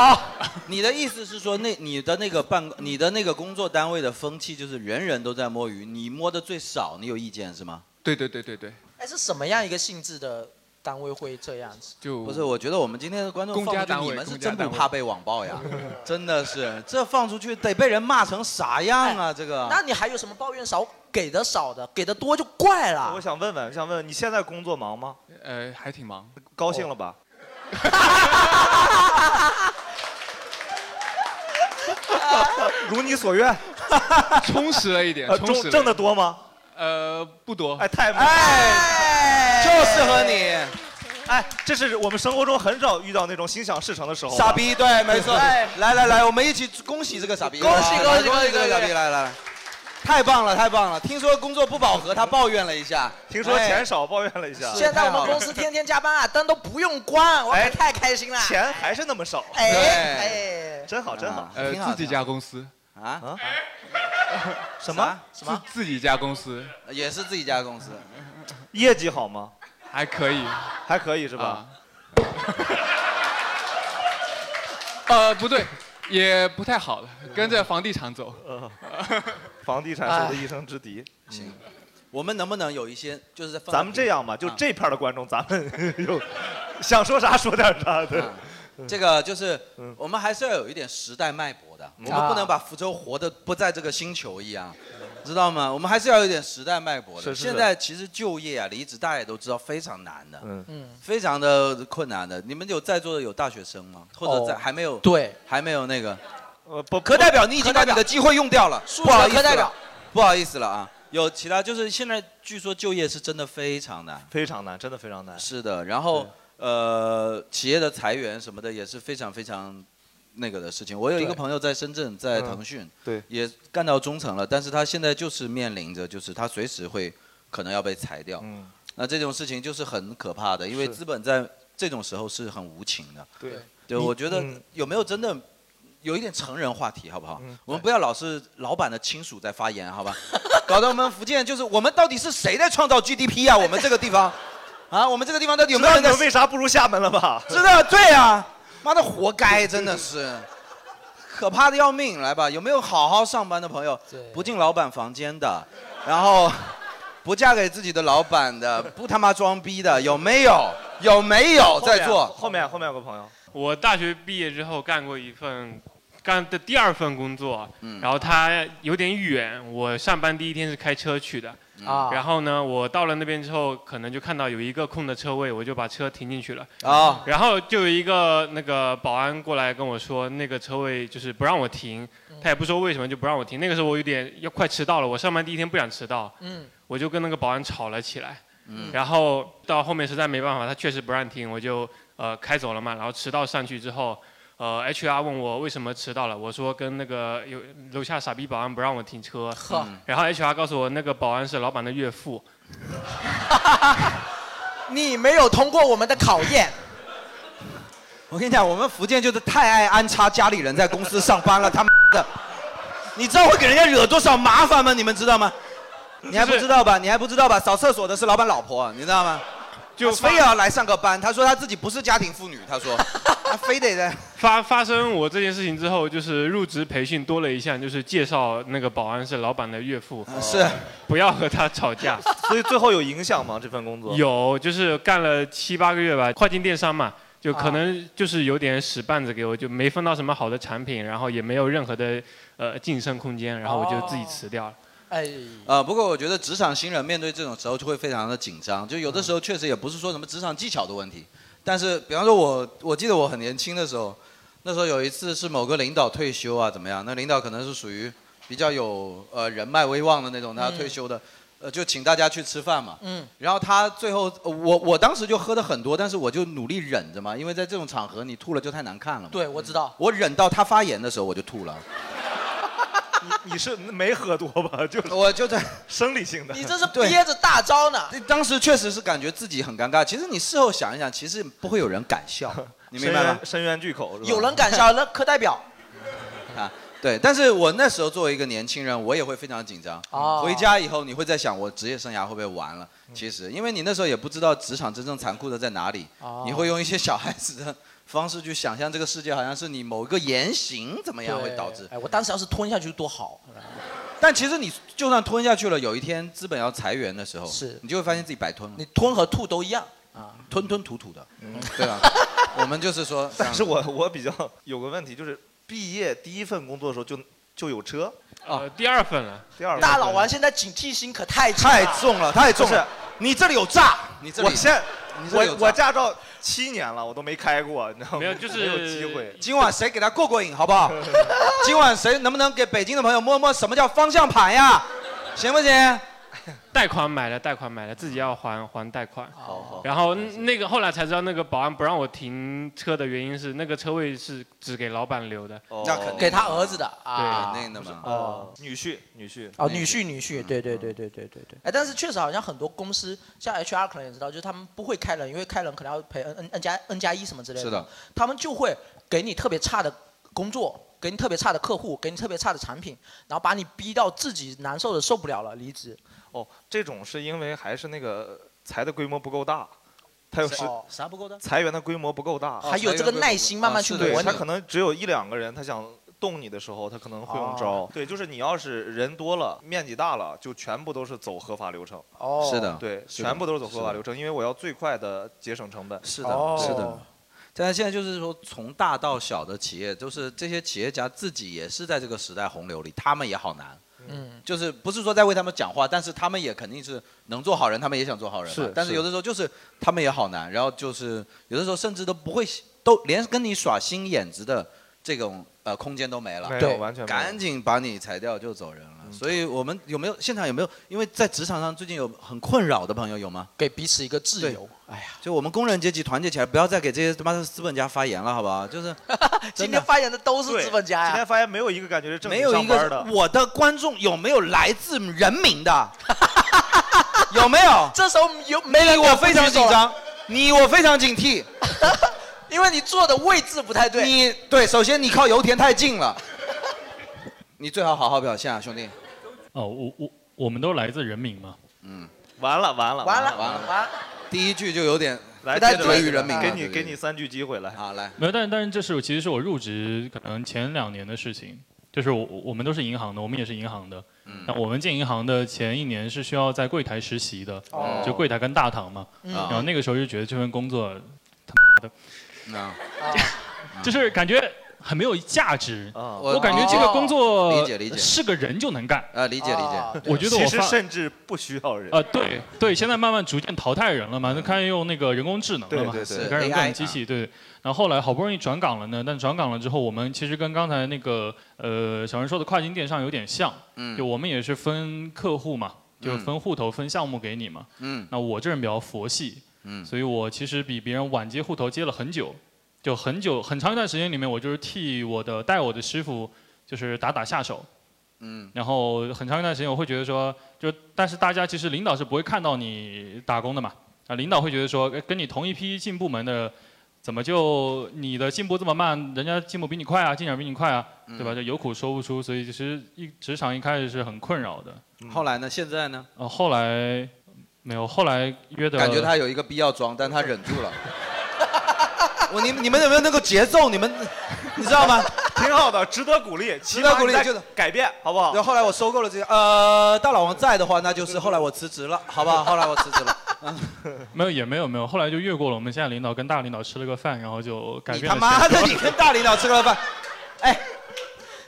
[SPEAKER 4] 你的意思是说，那你的那个办你的那个工作单位的风气就是人人都在摸鱼，你摸的最少，你有意见是吗？
[SPEAKER 18] 对对对对对，
[SPEAKER 3] 哎，是什么样一个性质的单位会这样子？
[SPEAKER 18] 就啊
[SPEAKER 4] 不是，我觉得我们今天的观众
[SPEAKER 18] 公
[SPEAKER 4] 放
[SPEAKER 18] 家
[SPEAKER 4] 出去，
[SPEAKER 18] 单位
[SPEAKER 4] 你们是
[SPEAKER 18] 公家
[SPEAKER 4] 真不
[SPEAKER 18] 单位
[SPEAKER 4] 怕被网暴 呀，真的是这放出去得被人骂成啥样啊？这个
[SPEAKER 3] 那你还有什么抱怨少给的少的，给的多就怪了。
[SPEAKER 1] 我想问问，想问问你现在工作忙吗？
[SPEAKER 18] 呃，还挺忙。哦
[SPEAKER 1] 高兴了吧？ 如你所愿，
[SPEAKER 18] 充实了一点
[SPEAKER 1] 呃
[SPEAKER 18] 充
[SPEAKER 1] 挣
[SPEAKER 18] 实了一
[SPEAKER 1] 挣
[SPEAKER 18] 点
[SPEAKER 1] 得多吗？
[SPEAKER 18] 呃，不多。
[SPEAKER 1] 哎，太哎，
[SPEAKER 4] 就适合你。
[SPEAKER 1] 哎，这是我们生活中很少遇到那种心想事成的时候。
[SPEAKER 4] 傻逼，对，没错。
[SPEAKER 1] 哎
[SPEAKER 4] 来来来，我们一起恭喜这个傻逼！
[SPEAKER 1] 恭喜
[SPEAKER 4] 来
[SPEAKER 1] 恭喜
[SPEAKER 4] 恭喜这个
[SPEAKER 1] 恭喜
[SPEAKER 4] 傻逼！
[SPEAKER 1] 恭喜
[SPEAKER 4] 来来来，太棒了，太棒了！听说工作不饱和，他抱怨了一下，
[SPEAKER 1] 听说
[SPEAKER 4] 哎
[SPEAKER 1] 钱少，抱怨了一下。
[SPEAKER 3] 现在我们公司天天加班啊，灯都不用关，我可太开心了。
[SPEAKER 1] 哎钱还是那么少。
[SPEAKER 3] 哎哎，
[SPEAKER 1] 真好，真啊好。
[SPEAKER 18] 呃，自己家公司
[SPEAKER 4] 啊？
[SPEAKER 1] 什么
[SPEAKER 3] 什么？
[SPEAKER 18] 自己家公司
[SPEAKER 4] 呃也是自己家公司，
[SPEAKER 1] 业绩好吗？
[SPEAKER 18] 还可以，啊
[SPEAKER 1] 还可以是吧？
[SPEAKER 18] 呃，不对，也不太好了，跟着房地产走。
[SPEAKER 1] 呃房地产
[SPEAKER 18] 哎
[SPEAKER 1] 是我的一生之敌。
[SPEAKER 4] 行，我们能不能有一些就是在放啊
[SPEAKER 1] 咱们这样吧，就这片儿的观众，咱们 有想说啥说点啥的。
[SPEAKER 4] 嗯这个就是我们还是要有一点时代脉搏的，
[SPEAKER 1] 嗯
[SPEAKER 4] 我们不能把福州活得不在这个星球一样，知道吗？我们还是要有点时代脉搏的。
[SPEAKER 1] 是是的
[SPEAKER 4] 现在其实就业啊、离职，大家也都知道非常难的，
[SPEAKER 1] 嗯
[SPEAKER 3] 嗯，
[SPEAKER 4] 非常的困难的。你们有在座的有大学生吗？或者在、还没有？
[SPEAKER 3] 对，
[SPEAKER 4] 还没有那个。
[SPEAKER 1] 哦呃，不，
[SPEAKER 4] 科代表你已经把你的机会用掉了，
[SPEAKER 3] 数
[SPEAKER 4] 不好
[SPEAKER 3] 学
[SPEAKER 4] 意思
[SPEAKER 3] 科代
[SPEAKER 4] 了
[SPEAKER 3] 表，
[SPEAKER 4] 不好意思了啊。有其他就是现在据说就业是真的非常难，
[SPEAKER 1] 非常难，真的非常难。
[SPEAKER 4] 是的，然后呃，企业的裁员什么的也是非常非常那个的事情。我有一个
[SPEAKER 1] 对
[SPEAKER 4] 朋友在深圳，在
[SPEAKER 1] 嗯
[SPEAKER 4] 腾讯，
[SPEAKER 1] 对，
[SPEAKER 4] 也干到中层了，但是他现在就是面临着，就是他随时会可能要被裁掉。
[SPEAKER 1] 嗯，
[SPEAKER 4] 那这种事情就是很可怕的，因为
[SPEAKER 1] 是
[SPEAKER 4] 资本在这种时候是很无情的。
[SPEAKER 1] 对
[SPEAKER 4] 对，
[SPEAKER 1] 你
[SPEAKER 4] 我觉得
[SPEAKER 1] 嗯
[SPEAKER 4] 有没有真的有一点成人话题，好不好？
[SPEAKER 1] 嗯
[SPEAKER 4] 我们不要老是老板的亲属在发言，好吧？ 搞得我们福建就是我们到底是谁在创造 GDP 啊？我们这个地方，啊，我们这个地方到底有没有人
[SPEAKER 1] 知道
[SPEAKER 4] 在？
[SPEAKER 1] 你们为啥不如厦门了 吧？
[SPEAKER 4] 知道，对啊，妈的，活该，真的是。可怕的要命，来吧！有没有好好上班的朋友？不进老板房间的，然后 不嫁给自己的老板的，不他妈装逼的，有没有？有没有在做？
[SPEAKER 1] 后面后面有个朋友，
[SPEAKER 2] 我大学毕业之后干过一份，干的第二份工作，然后它有点远，我上班第一天是开车去的。
[SPEAKER 3] 啊
[SPEAKER 2] 然后呢，我到了那边之后，可能就看到有一个空的车位，我就把车停进去了。
[SPEAKER 4] 啊
[SPEAKER 2] 然后就有一个那个保安过来跟我说，那个车位就是不让我停，他也不说为什么就不让我停。那个时候我有点要快迟到了，我上班第一天不想迟到，
[SPEAKER 3] 嗯
[SPEAKER 2] 我就跟那个保安吵了起来。
[SPEAKER 4] 嗯
[SPEAKER 2] 然后到后面实在没办法，他确实不让停，我就呃开走了嘛。然后迟到上去之后，呃 HR 问我为什么迟到了，我说跟那个有楼下傻逼保安不让我停车
[SPEAKER 3] 呵。
[SPEAKER 4] 嗯
[SPEAKER 2] 然后 HR 告诉我那个保安是老板的岳父。
[SPEAKER 3] 你没有通过我们的考验。
[SPEAKER 4] 我跟你讲，我们福建就是太爱安插家里人在公司上班了，他妈的，你知道会给人家惹多少麻烦吗？你们知道吗？你还不知道吧？你还不知道吧？扫厕所的是老板老婆，你知道吗？就非要来上个班，他说他自己不是家庭妇女，他说他非得在。
[SPEAKER 2] 发发生我这件事情之后，就是入职培训多了一项，就是介绍那个保安是老板的岳父，
[SPEAKER 4] 啊是
[SPEAKER 2] 不要和他 吵架。
[SPEAKER 1] 所以最后有影响吗？这份工作？
[SPEAKER 2] 有，就是干了七八个月吧，跨境电商嘛，就
[SPEAKER 3] 啊
[SPEAKER 2] 可能就是有点使绊子给我，就没分到什么好的产品，然后也没有任何的呃晋升空间，然后我就自己辞掉了。
[SPEAKER 3] 哎，
[SPEAKER 4] 呃，不过我觉得职场新人面对这种时候就会非常的紧张，就有的时候确实也不是说什么职场技巧的问题，但是比方说我，我记得我很年轻的时候，那时候有一次是某个领导退休啊，怎么样？那领导可能是属于比较有呃人脉威望的那种，他
[SPEAKER 3] 嗯
[SPEAKER 4] 退休的，呃，就请大家去吃饭嘛。
[SPEAKER 3] 嗯，
[SPEAKER 4] 然后他最后，呃我我当时就喝的很多，但是我就努力忍着嘛，因为在这种场合你吐了就太难看了嘛。
[SPEAKER 3] 对，我知道。
[SPEAKER 4] 我忍到他发言的时候我就吐了。
[SPEAKER 1] 你你是没喝多吧？ 就是
[SPEAKER 4] 我就在
[SPEAKER 1] 生理性的。
[SPEAKER 3] 你这是憋着大招呢。
[SPEAKER 4] 当时确实是感觉自己很尴尬。其实你事后想一想，其实不会有人敢笑， 你明白吗？
[SPEAKER 1] 深渊巨口是啊吧？
[SPEAKER 3] 有人敢笑，那课代表。
[SPEAKER 4] 啊，对。但是我那时候作为一个年轻人，我也会非常紧张。
[SPEAKER 3] 哦
[SPEAKER 4] 回家以后，你会在想我职业生涯会不会完了？其实，因为你那时候也不知道职场真正残酷的在哪里，
[SPEAKER 3] 哦
[SPEAKER 4] 你会用一些小孩子的方式去想象这个世界，好像是你某一个言行怎么样会导致
[SPEAKER 3] 对。哎，我当时要是吞下去多好。
[SPEAKER 4] 但其实你就算吞下去了，有一天资本要裁员的时候，
[SPEAKER 3] 是
[SPEAKER 4] 你就会发现自己白吞了。
[SPEAKER 3] 你吞和吐都一样啊，
[SPEAKER 4] 吞吞吐吐的，嗯对 啊吧？我们就是说，
[SPEAKER 1] 但是我我比较有个问题，就是毕业第一份工作的时候就就有车
[SPEAKER 2] 啊，第二份了，
[SPEAKER 1] 第二份
[SPEAKER 3] 大佬王现在警惕心可太强
[SPEAKER 1] 太重了太重了
[SPEAKER 4] 你这里有诈，
[SPEAKER 1] 你
[SPEAKER 4] 这里
[SPEAKER 1] 我现在
[SPEAKER 4] 你这里有
[SPEAKER 1] 我
[SPEAKER 4] 诈
[SPEAKER 1] 我驾照七年了，我都没开过，你知道吗？没有，就是没有机会。
[SPEAKER 4] 今晚谁给他过过瘾，好不 好？今晚谁能不能给北京的朋友摸摸什么叫方向盘呀？行不行？
[SPEAKER 2] 贷款买了，贷款买了，自己要还还贷款。
[SPEAKER 4] 好好
[SPEAKER 2] 然后那个后来才知道，那个保安不让我停车的原因是那个车位是只给老板留的，
[SPEAKER 4] 那肯定
[SPEAKER 3] 哦给他儿子的啊，
[SPEAKER 2] 对，
[SPEAKER 4] 的嘛
[SPEAKER 1] 哦，女婿女婿
[SPEAKER 3] 哦，女婿女婿，对对对对对对对。哎，但是确实好像很多公司，像 HR 可能也知道，就是他们不会开人，因为开人可能要赔 N N N 加 N 加一什么之类的。
[SPEAKER 4] 是的。
[SPEAKER 3] 他们就会给你特别差的工作，给你特别差的客户，给你特别差的产品，然后把你逼到自己难受的受不了了，离职。
[SPEAKER 1] 哦，这种是因为还是那个裁的规模不够大，他有时
[SPEAKER 3] 哦啥不够大
[SPEAKER 1] 裁员的规模不够大，
[SPEAKER 3] 还有这个耐心慢慢去
[SPEAKER 1] 对
[SPEAKER 3] 磨你
[SPEAKER 1] 他可能只有一两个人，他想动你的时候，他可能会用招。
[SPEAKER 3] 哦
[SPEAKER 1] 对，就是你要是人多了，面积大了，就全部都是走合法流程。
[SPEAKER 3] 哦
[SPEAKER 4] 是的
[SPEAKER 1] 对，
[SPEAKER 4] 是的
[SPEAKER 1] 全部都是走合
[SPEAKER 4] 是
[SPEAKER 1] 法
[SPEAKER 4] 的
[SPEAKER 1] 流程，因为我要最快的节省成本。
[SPEAKER 3] 啊
[SPEAKER 4] 是的，
[SPEAKER 1] 哦
[SPEAKER 4] 是的。但是现在就是说，从大到小的企业，就是这些企业家自己也是在这个时代洪流里，他们也好难。
[SPEAKER 3] 嗯，
[SPEAKER 4] 就是不是说在为他们讲话，但是他们也肯定是能做好人，他们也想做好人嘛。
[SPEAKER 1] 是
[SPEAKER 4] 但是
[SPEAKER 1] 是
[SPEAKER 4] 有的时候就是他们也好难，然后就是有的时候甚至都不会，都连跟你耍心眼子的这种呃空间都没了。
[SPEAKER 1] 没有对完全没有嗯
[SPEAKER 4] 赶紧把你裁掉就走人了。所以我们有没有现场有没有？因为在职场上最近有很困扰的朋友有吗？
[SPEAKER 3] 给彼此一个自由。
[SPEAKER 4] 哎呀，就我们工人阶级团结起来，不要再给这些他妈的资本家发言了，好不 好？就是
[SPEAKER 3] 今天发言的都是资本家呀。
[SPEAKER 1] 今天发现没有一个感觉是正
[SPEAKER 4] 没
[SPEAKER 1] 经
[SPEAKER 4] 有一
[SPEAKER 1] 上班
[SPEAKER 4] 个
[SPEAKER 1] 的。
[SPEAKER 4] 我的观众有没有来自人民的？有没有？
[SPEAKER 3] 这时候有
[SPEAKER 4] 没你我非常紧张，你我非常警惕。
[SPEAKER 3] 因为你坐的位置不太对。
[SPEAKER 4] 你对，首先你靠油田太近了，你最好好好表现啊，兄弟。
[SPEAKER 17] 哦，我我我们都来自人民嘛。嗯，
[SPEAKER 1] 完了完了
[SPEAKER 3] 完了
[SPEAKER 4] 完
[SPEAKER 3] 完了，
[SPEAKER 4] 第一句就有点
[SPEAKER 1] 来
[SPEAKER 4] 不太
[SPEAKER 1] 接着
[SPEAKER 4] 对
[SPEAKER 1] 来
[SPEAKER 4] 于人民了
[SPEAKER 1] 给
[SPEAKER 4] 对
[SPEAKER 1] 你
[SPEAKER 4] 不
[SPEAKER 1] 给
[SPEAKER 4] 对
[SPEAKER 1] 你三句机会来
[SPEAKER 4] 啊来。
[SPEAKER 17] 没有，但但是这是我其实是我入职可能前两年的事情，就是我我我们都是银行的，我们也是银行的。
[SPEAKER 4] 嗯
[SPEAKER 17] 那我们进银行的前一年是需要在柜台实习的，
[SPEAKER 4] 哦
[SPEAKER 17] 就柜台跟大堂嘛。
[SPEAKER 4] 嗯
[SPEAKER 17] 然后那个时候就觉得这份工作他妈的，
[SPEAKER 4] 那
[SPEAKER 17] 就是感觉很没有价值。
[SPEAKER 4] 我
[SPEAKER 17] 我感觉这个工作
[SPEAKER 4] 嗯哦理解理解
[SPEAKER 17] 是个人就能干。
[SPEAKER 4] 啊，理解理解。
[SPEAKER 17] 我觉得我
[SPEAKER 1] 其实
[SPEAKER 17] 发
[SPEAKER 1] 甚至不需要人。
[SPEAKER 17] 啊，对对，现在慢慢逐渐淘汰人了嘛，就开始用那个人工智能了嘛，
[SPEAKER 1] 对对对
[SPEAKER 17] 开始
[SPEAKER 1] AI
[SPEAKER 17] 用机
[SPEAKER 4] 啊
[SPEAKER 17] 器，对。然后后来好不容易转岗了呢，但转岗了之后，我们其实跟刚才那个呃小人说的跨境电商有点像，
[SPEAKER 4] 嗯
[SPEAKER 17] 就我们也是分客户嘛，就是
[SPEAKER 4] 嗯
[SPEAKER 17] 分户头、分项目给你嘛。
[SPEAKER 4] 嗯
[SPEAKER 17] 那我这人比较佛系，
[SPEAKER 4] 嗯
[SPEAKER 17] 所以我其实比别人晚接户头接了很久，就很久很长一段时间里面，我就是替我的带我的师傅就是打打下手，
[SPEAKER 4] 嗯
[SPEAKER 17] 然后很长一段时间我会觉得说，就但是大家其实领导是不会看到你打工的嘛，啊，领导会觉得说，呃跟你同一批进部门的怎么就你的进步这么慢，人家进步比你快啊，进展比你快啊，
[SPEAKER 4] 嗯
[SPEAKER 17] 对吧？就有苦说不出，所以其实一职场一开始是很困扰的。
[SPEAKER 4] 嗯后来呢？现在呢？
[SPEAKER 17] 呃，后来没有，后来约的
[SPEAKER 4] 感觉他有一个必要装，但他忍住了。我你你们有没有那个节奏？你们 你知道吗？
[SPEAKER 1] 挺好的，值得鼓励，
[SPEAKER 4] 值得鼓励
[SPEAKER 1] 起码你在
[SPEAKER 4] 就是
[SPEAKER 1] 改变，好不好？
[SPEAKER 4] 然后后来我收购了这些，呃，大老王在的话，那就是后来我辞职了，好不好？后来我辞职了。
[SPEAKER 17] 没有也没有没有，后来就越过了。我们现在领导跟大领导吃了个饭，然后就改
[SPEAKER 4] 你
[SPEAKER 17] 变
[SPEAKER 4] 他
[SPEAKER 17] 了。
[SPEAKER 4] 妈的，你跟大领导吃个饭，哎，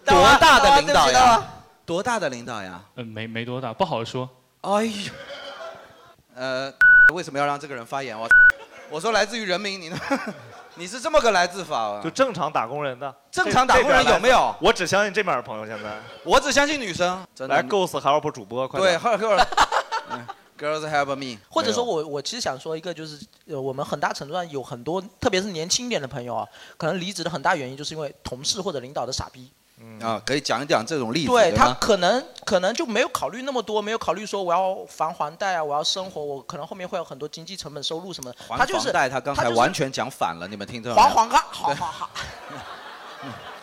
[SPEAKER 4] 多大啊的领导
[SPEAKER 17] 大王对不起大
[SPEAKER 4] 呀？多大的领导呀？
[SPEAKER 17] 呃，没没多大，不好说。
[SPEAKER 4] 哎呦，呃，为什么要让这个人发言？我我说来自于人民，你呢？ 你是这么个来自法啊？
[SPEAKER 1] 就正常打工人的，
[SPEAKER 4] 正常打工人有没有？
[SPEAKER 1] 我只相信这边的朋友现在。
[SPEAKER 4] 我只相信女生，真的
[SPEAKER 1] 来 Ghost Help 主播，快
[SPEAKER 4] 对
[SPEAKER 1] 点
[SPEAKER 4] ，Help Girls，嗯 Girls Help Me，
[SPEAKER 3] 或者说
[SPEAKER 4] 没有
[SPEAKER 3] 我我其实想说一个，就是呃，我们很大程度上有很多，特别是年轻一点的朋友啊，可能离职的很大原因就是因为同事或者领导的傻逼。
[SPEAKER 4] 啊，可以讲一讲这种例子，
[SPEAKER 3] 对他
[SPEAKER 4] 吗
[SPEAKER 3] 可能可能就没有考虑那么多，没有考虑说我要还房贷啊，我要生活，我可能后面会有很多经济成本、收入什么的。
[SPEAKER 4] 还
[SPEAKER 3] 他就是
[SPEAKER 4] 房贷，他刚才
[SPEAKER 3] 就是
[SPEAKER 4] 完全讲反了，你们听这
[SPEAKER 3] 还还刚，好好好，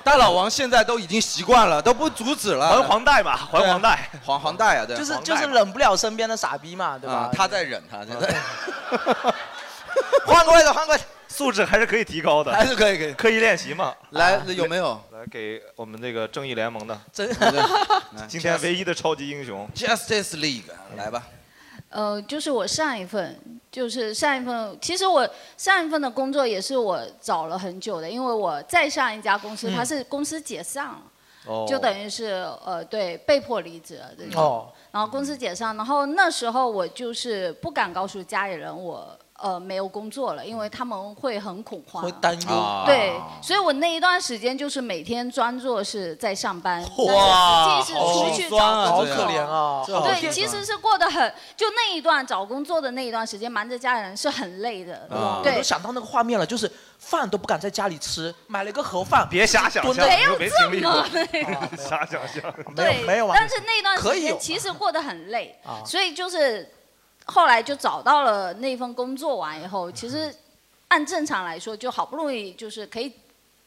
[SPEAKER 4] 大老王现在都已经习惯了，都不阻止了。
[SPEAKER 1] 还房贷吧，还
[SPEAKER 4] 房
[SPEAKER 1] 贷，
[SPEAKER 4] 还房贷啊，对，
[SPEAKER 3] 就是就是忍不了身边的傻逼嘛，对吧
[SPEAKER 4] 啊？，他在忍，他现在。
[SPEAKER 3] 换过来的，换过来的，
[SPEAKER 1] 素质还是可以提高的，
[SPEAKER 4] 还是可以可以
[SPEAKER 1] 刻意练习嘛。
[SPEAKER 4] 来有没有？
[SPEAKER 1] 来给我们这个正义联盟的，
[SPEAKER 3] 真
[SPEAKER 1] 今天唯一的超级英雄
[SPEAKER 4] Justice League，来吧。
[SPEAKER 15] 呃，就是我上一份，就是上一份，其实我上一份的工作也是我找了很久的，因为我再上一家公司，
[SPEAKER 3] 嗯
[SPEAKER 15] 它是公司解散了，
[SPEAKER 3] 哦
[SPEAKER 15] 就等于是呃对被迫离职了这种。
[SPEAKER 3] 哦
[SPEAKER 15] 然后公司解散，然后那时候我就是不敢告诉家里人我呃没有工作了，因为他们会很恐慌，
[SPEAKER 3] 会担忧啊
[SPEAKER 15] 对，所以我那一段时间就是每天装作是在上班，
[SPEAKER 3] 哇
[SPEAKER 15] 但是实际
[SPEAKER 6] 어,
[SPEAKER 15] 是出去找
[SPEAKER 3] 好
[SPEAKER 15] 工作
[SPEAKER 3] 可怜啊这好心
[SPEAKER 15] 对，
[SPEAKER 3] 酸
[SPEAKER 15] 其实是过得很，就那一段找工作的那一段时间，瞒着家人是很累
[SPEAKER 4] 啊
[SPEAKER 15] 的。
[SPEAKER 3] 我
[SPEAKER 15] 对
[SPEAKER 3] 就，想到那个画面了，就是饭都不敢在家里吃，买了一个盒饭，
[SPEAKER 1] 别瞎想
[SPEAKER 3] 蹲
[SPEAKER 1] 象，
[SPEAKER 3] 在
[SPEAKER 1] 你又没经历过
[SPEAKER 15] 没有这么，
[SPEAKER 1] 瞎想象。
[SPEAKER 3] 没有没有啊，
[SPEAKER 15] 但是那段
[SPEAKER 3] 可
[SPEAKER 15] 时
[SPEAKER 3] 以有
[SPEAKER 15] 间其实过得很累
[SPEAKER 3] 啊，
[SPEAKER 15] 所以就是后来就找到了那份工作完以后，其实按正常来说，就好不容易就是可以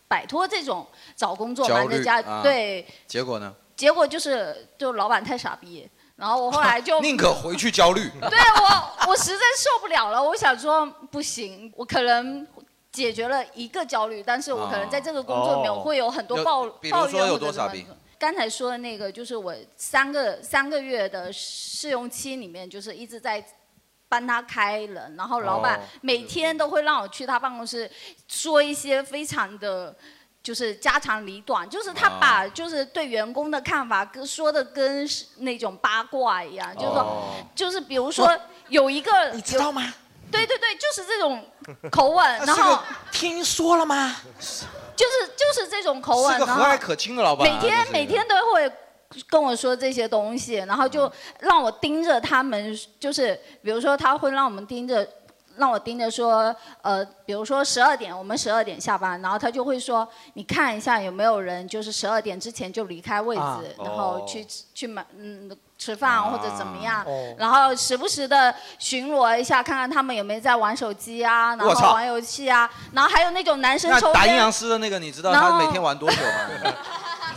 [SPEAKER 15] 摆脱这种找工作
[SPEAKER 4] 焦
[SPEAKER 15] 瞒着
[SPEAKER 4] 虑
[SPEAKER 15] 家，
[SPEAKER 4] 啊
[SPEAKER 15] 对，
[SPEAKER 4] 结果呢？
[SPEAKER 15] 结果就是就老板太傻逼，然后我后来 就
[SPEAKER 4] 宁可回去焦虑。
[SPEAKER 15] 对我，我实在受不了了。我想说，不行，我可能解决了一个焦虑， 但是我可能在这个工作里面
[SPEAKER 4] 哦
[SPEAKER 15] 会有很多
[SPEAKER 4] 有
[SPEAKER 15] 抱、
[SPEAKER 4] 比如
[SPEAKER 15] 抱
[SPEAKER 4] 说
[SPEAKER 15] 怨
[SPEAKER 4] 有
[SPEAKER 15] 或者
[SPEAKER 4] 多
[SPEAKER 15] 什么
[SPEAKER 4] 傻逼
[SPEAKER 15] 的刚才说的那个，就是我三个三个月的试用期里面，就是一直在帮他开人，然后老板
[SPEAKER 19] 哦
[SPEAKER 15] 每天都会让我去他办公室说一些非常的。就是家长里短，就是他
[SPEAKER 19] 哦
[SPEAKER 15] 把就是对员工的看法跟说的跟是那种八卦一样，就是说
[SPEAKER 19] 哦
[SPEAKER 15] 就是比如说有一个，哦你知道
[SPEAKER 3] 吗？
[SPEAKER 15] 对对对，就是这种口吻，
[SPEAKER 3] 那
[SPEAKER 15] 然
[SPEAKER 3] 是个
[SPEAKER 15] 后
[SPEAKER 3] 听说了吗？
[SPEAKER 15] 就是就是这种口吻，
[SPEAKER 4] 是个
[SPEAKER 15] 然
[SPEAKER 4] 和
[SPEAKER 15] 后
[SPEAKER 4] 蔼可亲的老板啊。
[SPEAKER 15] 每天
[SPEAKER 4] 这是
[SPEAKER 15] 每天都会跟我说这些东西，然后
[SPEAKER 4] 嗯
[SPEAKER 15] 就让我盯着他们，就是比如说他会让我们盯着。让我盯着说，呃，比如说十二点，我们十二点下班，然后他就会说，你看一下有没有人就是十二点之前就离开位置，
[SPEAKER 19] 啊
[SPEAKER 15] 然后去、
[SPEAKER 19] 哦
[SPEAKER 15] 去买嗯吃饭、
[SPEAKER 4] 啊
[SPEAKER 15] 或者怎么样，
[SPEAKER 19] 哦
[SPEAKER 15] 然后时不时的巡逻一下，看看他们有没有在玩手机啊，然
[SPEAKER 4] 我
[SPEAKER 15] 后
[SPEAKER 4] 操
[SPEAKER 15] 玩游戏啊，然后还有那种男生
[SPEAKER 4] 那
[SPEAKER 15] 抽
[SPEAKER 4] 打阴
[SPEAKER 15] 烟
[SPEAKER 4] 阳师的那个，你知道
[SPEAKER 15] 然后
[SPEAKER 4] 他每天玩多久吗？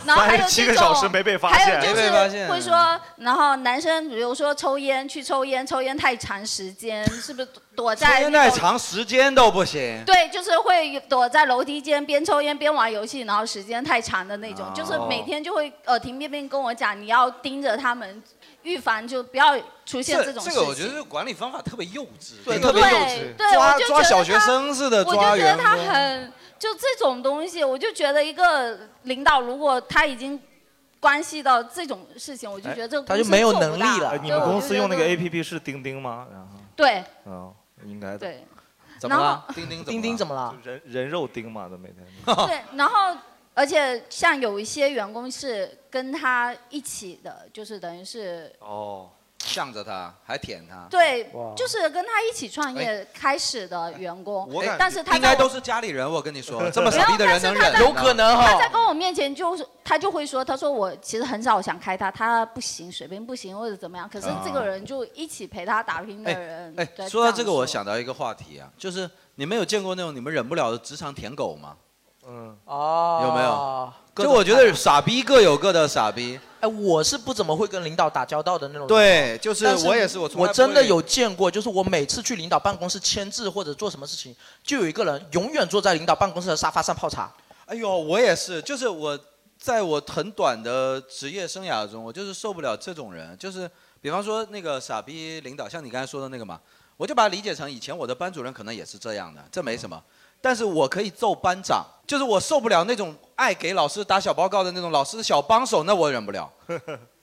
[SPEAKER 15] 然后还 有
[SPEAKER 4] 37
[SPEAKER 15] 这
[SPEAKER 4] 个
[SPEAKER 15] 种
[SPEAKER 4] 小时没被发
[SPEAKER 15] 还有
[SPEAKER 4] 现
[SPEAKER 15] 就
[SPEAKER 4] 没被发
[SPEAKER 15] 是
[SPEAKER 4] 现啊
[SPEAKER 15] 会说，然后男生比如说抽烟去抽烟，抽烟太长 时间，是不是躲在
[SPEAKER 4] 现
[SPEAKER 15] 那
[SPEAKER 4] 在
[SPEAKER 15] 种
[SPEAKER 4] 长时间都不行。
[SPEAKER 15] 对，就是会躲在楼梯间边抽烟边玩游戏，然后时间太长的那种，
[SPEAKER 4] 哦
[SPEAKER 15] 就是每天就会呃耳提面命跟我讲，你要盯着他们，预防就不要出现
[SPEAKER 4] 这
[SPEAKER 15] 种事
[SPEAKER 4] 这
[SPEAKER 15] 情。
[SPEAKER 4] 个我觉得管理方法特别幼稚，
[SPEAKER 15] 对
[SPEAKER 4] 特别幼稚，
[SPEAKER 15] 对，
[SPEAKER 4] 抓
[SPEAKER 15] 我就觉
[SPEAKER 4] 抓
[SPEAKER 15] 得
[SPEAKER 4] 小学
[SPEAKER 15] 他
[SPEAKER 4] 生似的
[SPEAKER 15] 我就
[SPEAKER 4] 抓
[SPEAKER 15] 觉得
[SPEAKER 4] 员
[SPEAKER 15] 他
[SPEAKER 4] 工。
[SPEAKER 15] 很就这种东西，我就觉得一个领导如果他已经关系到这种事情，我就觉得这个公司做不大
[SPEAKER 1] 哎你
[SPEAKER 15] 对
[SPEAKER 1] 们
[SPEAKER 15] 我就
[SPEAKER 1] 公司
[SPEAKER 15] 觉
[SPEAKER 1] 用那个
[SPEAKER 15] 得
[SPEAKER 1] APP 是钉钉吗？然后，
[SPEAKER 15] 对
[SPEAKER 1] 嗯，应该的。
[SPEAKER 15] 对
[SPEAKER 1] 怎
[SPEAKER 15] 么了？
[SPEAKER 4] 钉钉
[SPEAKER 3] 钉钉怎么了？
[SPEAKER 1] 人人肉钉嘛，这每天。
[SPEAKER 15] 对，然后而且像有一些员工是跟他一起的，就是等于是
[SPEAKER 1] 哦，
[SPEAKER 4] 向着他，还舔他。
[SPEAKER 15] 对
[SPEAKER 4] 哇，
[SPEAKER 15] 就是跟他一起创业开始的员工
[SPEAKER 4] 我感，
[SPEAKER 15] 哎但是他
[SPEAKER 4] 应该
[SPEAKER 15] 在
[SPEAKER 4] 都
[SPEAKER 15] 我
[SPEAKER 4] 是家里人，我跟你说，
[SPEAKER 15] 没
[SPEAKER 4] 这么傻逼的人能哦忍？啊
[SPEAKER 15] 他在跟我面前就是他就会说，他说我其实很少想开他，他不行，水平不行或者怎么样。可是这个人就一起陪他打拼的人，
[SPEAKER 4] 哎
[SPEAKER 15] 对，
[SPEAKER 4] 说到这
[SPEAKER 15] 样
[SPEAKER 4] 个，我想到一个话题啊，就是你们有见过那种你们忍不了的职场舔狗吗？
[SPEAKER 1] 嗯，
[SPEAKER 3] 哦，
[SPEAKER 4] 有没有？
[SPEAKER 3] 各
[SPEAKER 4] 就
[SPEAKER 3] 种
[SPEAKER 4] 我觉得傻逼各有各的傻逼。
[SPEAKER 3] 哎，我是不怎么会跟领导打交道的那种人。
[SPEAKER 4] 对就是
[SPEAKER 3] 但
[SPEAKER 4] 我也是我从来
[SPEAKER 3] 我
[SPEAKER 4] 不
[SPEAKER 3] 真的
[SPEAKER 4] 会
[SPEAKER 3] 有见过，就是我每次去领导办公室签字或者做什么事情，就有一个人永远坐在领导办公室的沙发上泡茶。
[SPEAKER 4] 哎呦，我也是，就是我在我很短的职业生涯中，我就是受不了这种人，就是比方说那个傻逼领导，像你刚才说的那个嘛，我就把它理解成以前我的班主任可能也是这样的，这没什么。但是我可以揍班长，就是我受不了那种爱给老师打小报告的那种老师的小帮手，那我忍不了。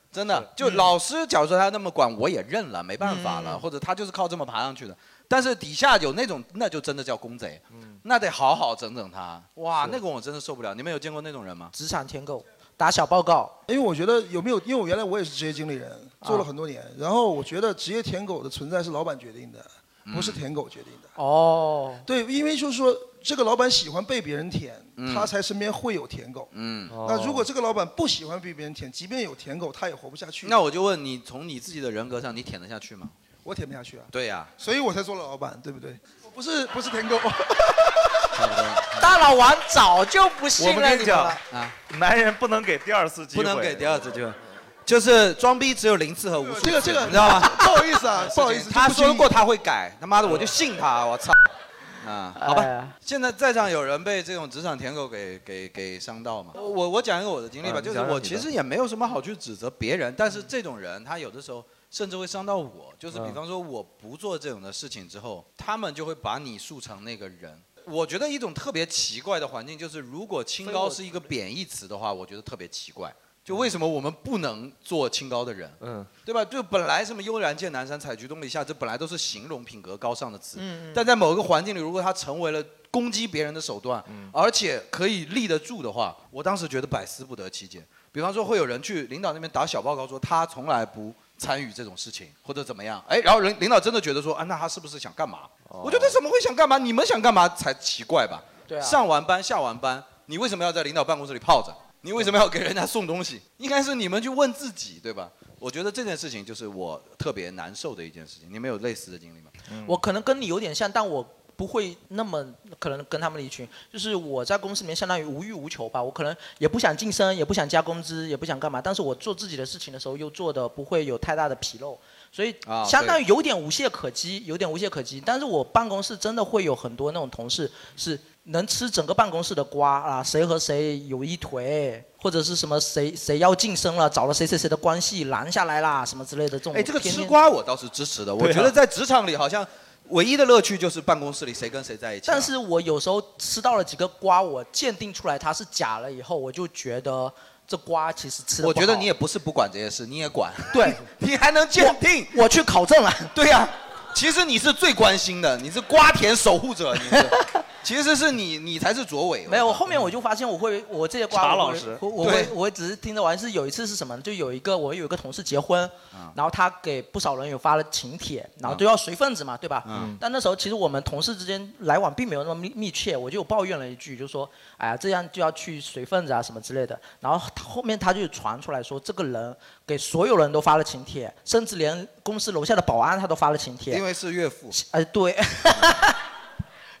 [SPEAKER 4] 真的，就老师假如说他那么管，我也认了，没办法了，或者他就是靠这么爬上去的。但是底下有那种，那就真的叫公贼，
[SPEAKER 9] 嗯
[SPEAKER 4] 那得好好整整他。哇，那个我真的受不了。你们有见过那种人吗？
[SPEAKER 3] 职场舔狗，打小报告。
[SPEAKER 9] 因为我觉得有没有，因为我原来我也是职业经理人，做了很多
[SPEAKER 4] 啊
[SPEAKER 9] 年。呃然后我觉得职业舔狗的存在是老板决定的，
[SPEAKER 4] 嗯
[SPEAKER 9] 不是舔狗决定的。
[SPEAKER 3] 哦，
[SPEAKER 9] 对，因为就是说这个老板喜欢被别人舔，
[SPEAKER 4] 嗯
[SPEAKER 9] 他才身边会有舔狗。
[SPEAKER 4] 嗯
[SPEAKER 9] 那如果这个老板不喜欢被别人舔，即便有舔狗，他也活不下去。
[SPEAKER 4] 那我就问你，从你自己的人格上，你舔得下去吗？
[SPEAKER 9] 我舔不下去啊，
[SPEAKER 4] 对呀、
[SPEAKER 9] 所以我才做了老板，对不对？我不是不是舔狗。
[SPEAKER 3] 大老王早就不信
[SPEAKER 1] 我
[SPEAKER 3] 任
[SPEAKER 1] 跟你
[SPEAKER 3] 们
[SPEAKER 1] 讲
[SPEAKER 3] 了。
[SPEAKER 4] 啊，
[SPEAKER 1] 男人不能给第二次机
[SPEAKER 4] 不
[SPEAKER 1] 会，啊
[SPEAKER 4] 能给第二次机会，就是装逼只有零次和无数次。
[SPEAKER 9] 这个这个
[SPEAKER 4] 你知道吗？
[SPEAKER 9] 不好意 思啊，不好意思，
[SPEAKER 4] 他
[SPEAKER 9] 这不经
[SPEAKER 4] 说
[SPEAKER 9] 意
[SPEAKER 4] 过他会改，他妈的我就信他，我操！啊，好吧。
[SPEAKER 9] 哎呀
[SPEAKER 4] 现在在场有人被这种职场舔狗给给给伤到吗？我我讲一个我的经历吧，
[SPEAKER 1] 啊
[SPEAKER 4] 就是
[SPEAKER 1] 你讲讲
[SPEAKER 4] 我
[SPEAKER 1] 你
[SPEAKER 4] 其
[SPEAKER 1] 的
[SPEAKER 4] 实也没有什么好去指责别人，但是这种人他有的时候甚至会伤到我，就是比
[SPEAKER 1] 嗯
[SPEAKER 4] 方说我不做这种的事情之后，他们就会把你塑成那个人。我觉得一种特别奇怪的环境就是，如果清高是一个贬义词的话，我觉得特别奇怪。就为什么我们不能做清高的人？
[SPEAKER 1] 嗯，
[SPEAKER 4] 对吧？就本来什么悠然见南山，采菊东篱下，这本来都是形容品格高尚的词。
[SPEAKER 1] 嗯嗯
[SPEAKER 4] 但在某个环境里，如果它成为了攻击别人的手段，
[SPEAKER 3] 嗯
[SPEAKER 4] 而且可以立得住的话，我当时觉得百思不得其解。比方说，会有人去领导那边打小报告说他从来不参与这种事情，或者怎么样？哎，然后领领导真的觉得说啊，那他是不是想干嘛？我觉得怎么会想干嘛？你们想干嘛才奇怪吧？
[SPEAKER 3] 哦对啊
[SPEAKER 4] 上完班下完班，你为什么要在领导办公室里泡着？你为什么要给人家送东 西？应该是你们去问自己，对吧？我觉得这件事情就是我特别难受的一件事情。你们有类似的经历吗？
[SPEAKER 3] 我可能跟你有点像，但我不会那么可能跟他们一群。就是我在公司里面相当于无欲无求吧，我可能也不想晋升，也不想加工资，也不想干嘛。但是我做自己的事情的时候，又做的不会有太大的纰漏，所以
[SPEAKER 6] 아,
[SPEAKER 4] 啊
[SPEAKER 3] 相当于有点无懈可击，有点无懈可击。但是我办公室真的会有很多那种同事是能吃整个办公室的瓜啊，谁和谁有一腿。或者是什么谁谁要晋升了，找了谁谁谁的关系拦下来啦，什么之类的这种。
[SPEAKER 4] 哎，这个
[SPEAKER 3] 天
[SPEAKER 4] 吃
[SPEAKER 3] 天
[SPEAKER 4] 瓜我倒是支持的。我
[SPEAKER 3] 对啊
[SPEAKER 4] 觉得在职场里好像唯一的乐趣就是办公室里谁跟谁在一起。
[SPEAKER 3] 但是我有时候吃到了几个瓜，我鉴定出来它是假了以后，我就觉得这瓜其实吃的
[SPEAKER 4] 我觉得你也不是不管这些事，你也管。
[SPEAKER 3] 对，
[SPEAKER 4] 你还能鉴定
[SPEAKER 3] 我？去考证了。
[SPEAKER 4] 对呀、其实你是最关心的，你是瓜田守护者，你 是，其实是你，你才是卓伟。
[SPEAKER 3] 没有，我后面我就发现我会，我这些瓜
[SPEAKER 4] 嗯查
[SPEAKER 3] 我
[SPEAKER 4] 老
[SPEAKER 3] 会
[SPEAKER 4] 师
[SPEAKER 3] 我我
[SPEAKER 4] 对
[SPEAKER 3] 会我只是听着玩。是有一次是什么呢？就有一个我有一个同事结婚，
[SPEAKER 4] 啊
[SPEAKER 3] 然后他给不少人有发了请帖，然后都要随份子嘛，对吧？
[SPEAKER 4] 嗯
[SPEAKER 3] 但那时候其实我们同事之间来往并没有那么密密切，我就有抱怨了一句，就说哎呀这样就要去随份子啊什么之类的。然后他后面他就传出来说，这个人给所有人都发了请帖，甚至连公司楼下的保安他都发了请帖。
[SPEAKER 4] 因为是岳父。
[SPEAKER 3] 哎，对。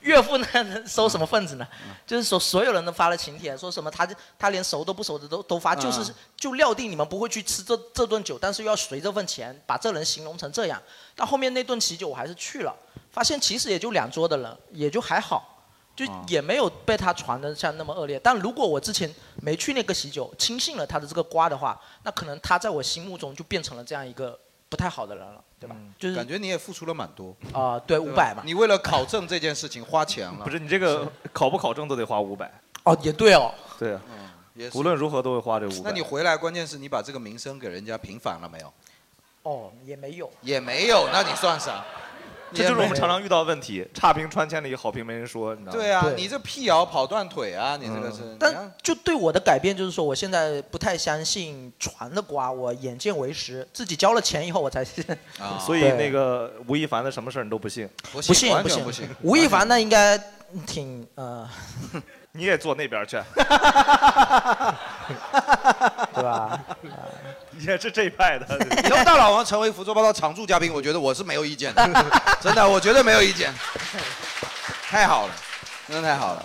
[SPEAKER 3] 岳父呢，收什么份子呢？就是说，所有人都发了请帖，说什么他就他连熟都不熟的都都发，
[SPEAKER 4] 嗯
[SPEAKER 3] 就是就料定你们不会去吃这这顿酒，但是又要随这份钱把这人形容成这样。但后面那顿喜酒我还是去了，发现其实也就两桌的人，也就还好，就也没有被他传的像那么恶劣。但如果我之前没去那个喜酒，轻信了他的这个瓜的话，那可能他在我心目中就变成了这样一个不太好的人了，对吧？就是
[SPEAKER 4] 感觉你也付出了蛮多
[SPEAKER 3] 啊、对，五百嘛。
[SPEAKER 4] 你为了考证这件事情花钱了，
[SPEAKER 1] 不是你这个 考不考证都得花五百。
[SPEAKER 3] 哦，也对哦。
[SPEAKER 1] 对啊，
[SPEAKER 4] 嗯也是
[SPEAKER 1] 无论如何都会花这五
[SPEAKER 4] 那
[SPEAKER 1] 百
[SPEAKER 4] 你。回来，关键是你把这个名声给人家平反了没有？
[SPEAKER 3] 哦，也没有。
[SPEAKER 4] 也没有，那你算啥？
[SPEAKER 1] 这就是我们常常遇到的问题，差评穿千里，好评没人说，你知道吗？嗯
[SPEAKER 4] 对啊，你这辟谣跑断腿啊，你这个是。
[SPEAKER 3] 嗯但就对我的改变就是说，我现在不太相信传的瓜，我眼见为实。自己交了钱以后，我才 信。
[SPEAKER 1] 所以
[SPEAKER 3] 对
[SPEAKER 1] 那个吴亦凡的什么事儿你啊都不信？
[SPEAKER 3] 不信不信吴亦凡那应该挺 呃，
[SPEAKER 1] 你也坐那边 去，
[SPEAKER 3] 对吧？
[SPEAKER 1] 也是这一派的。
[SPEAKER 4] 以后大老王成为福州报道常驻嘉宾，我觉得我是没有意见 的，真的，我绝对没有意见。太好了，真的太好了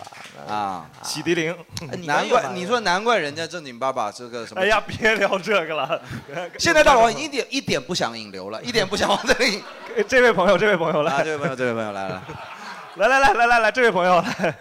[SPEAKER 4] 啊！
[SPEAKER 1] 洗涤灵，
[SPEAKER 3] 你
[SPEAKER 4] 难
[SPEAKER 3] 们有
[SPEAKER 4] 怪
[SPEAKER 3] 吧
[SPEAKER 4] 哎你说难怪人家正经八百这个什么？
[SPEAKER 1] 哎呀，别聊这个了。
[SPEAKER 4] 现在大老王一点一点不想引流了，一点不想往这里。
[SPEAKER 1] 哎这位朋友，啊这位朋友来，
[SPEAKER 4] 这位朋友，这位朋友来来。
[SPEAKER 1] 来来来来来来，这位朋友来。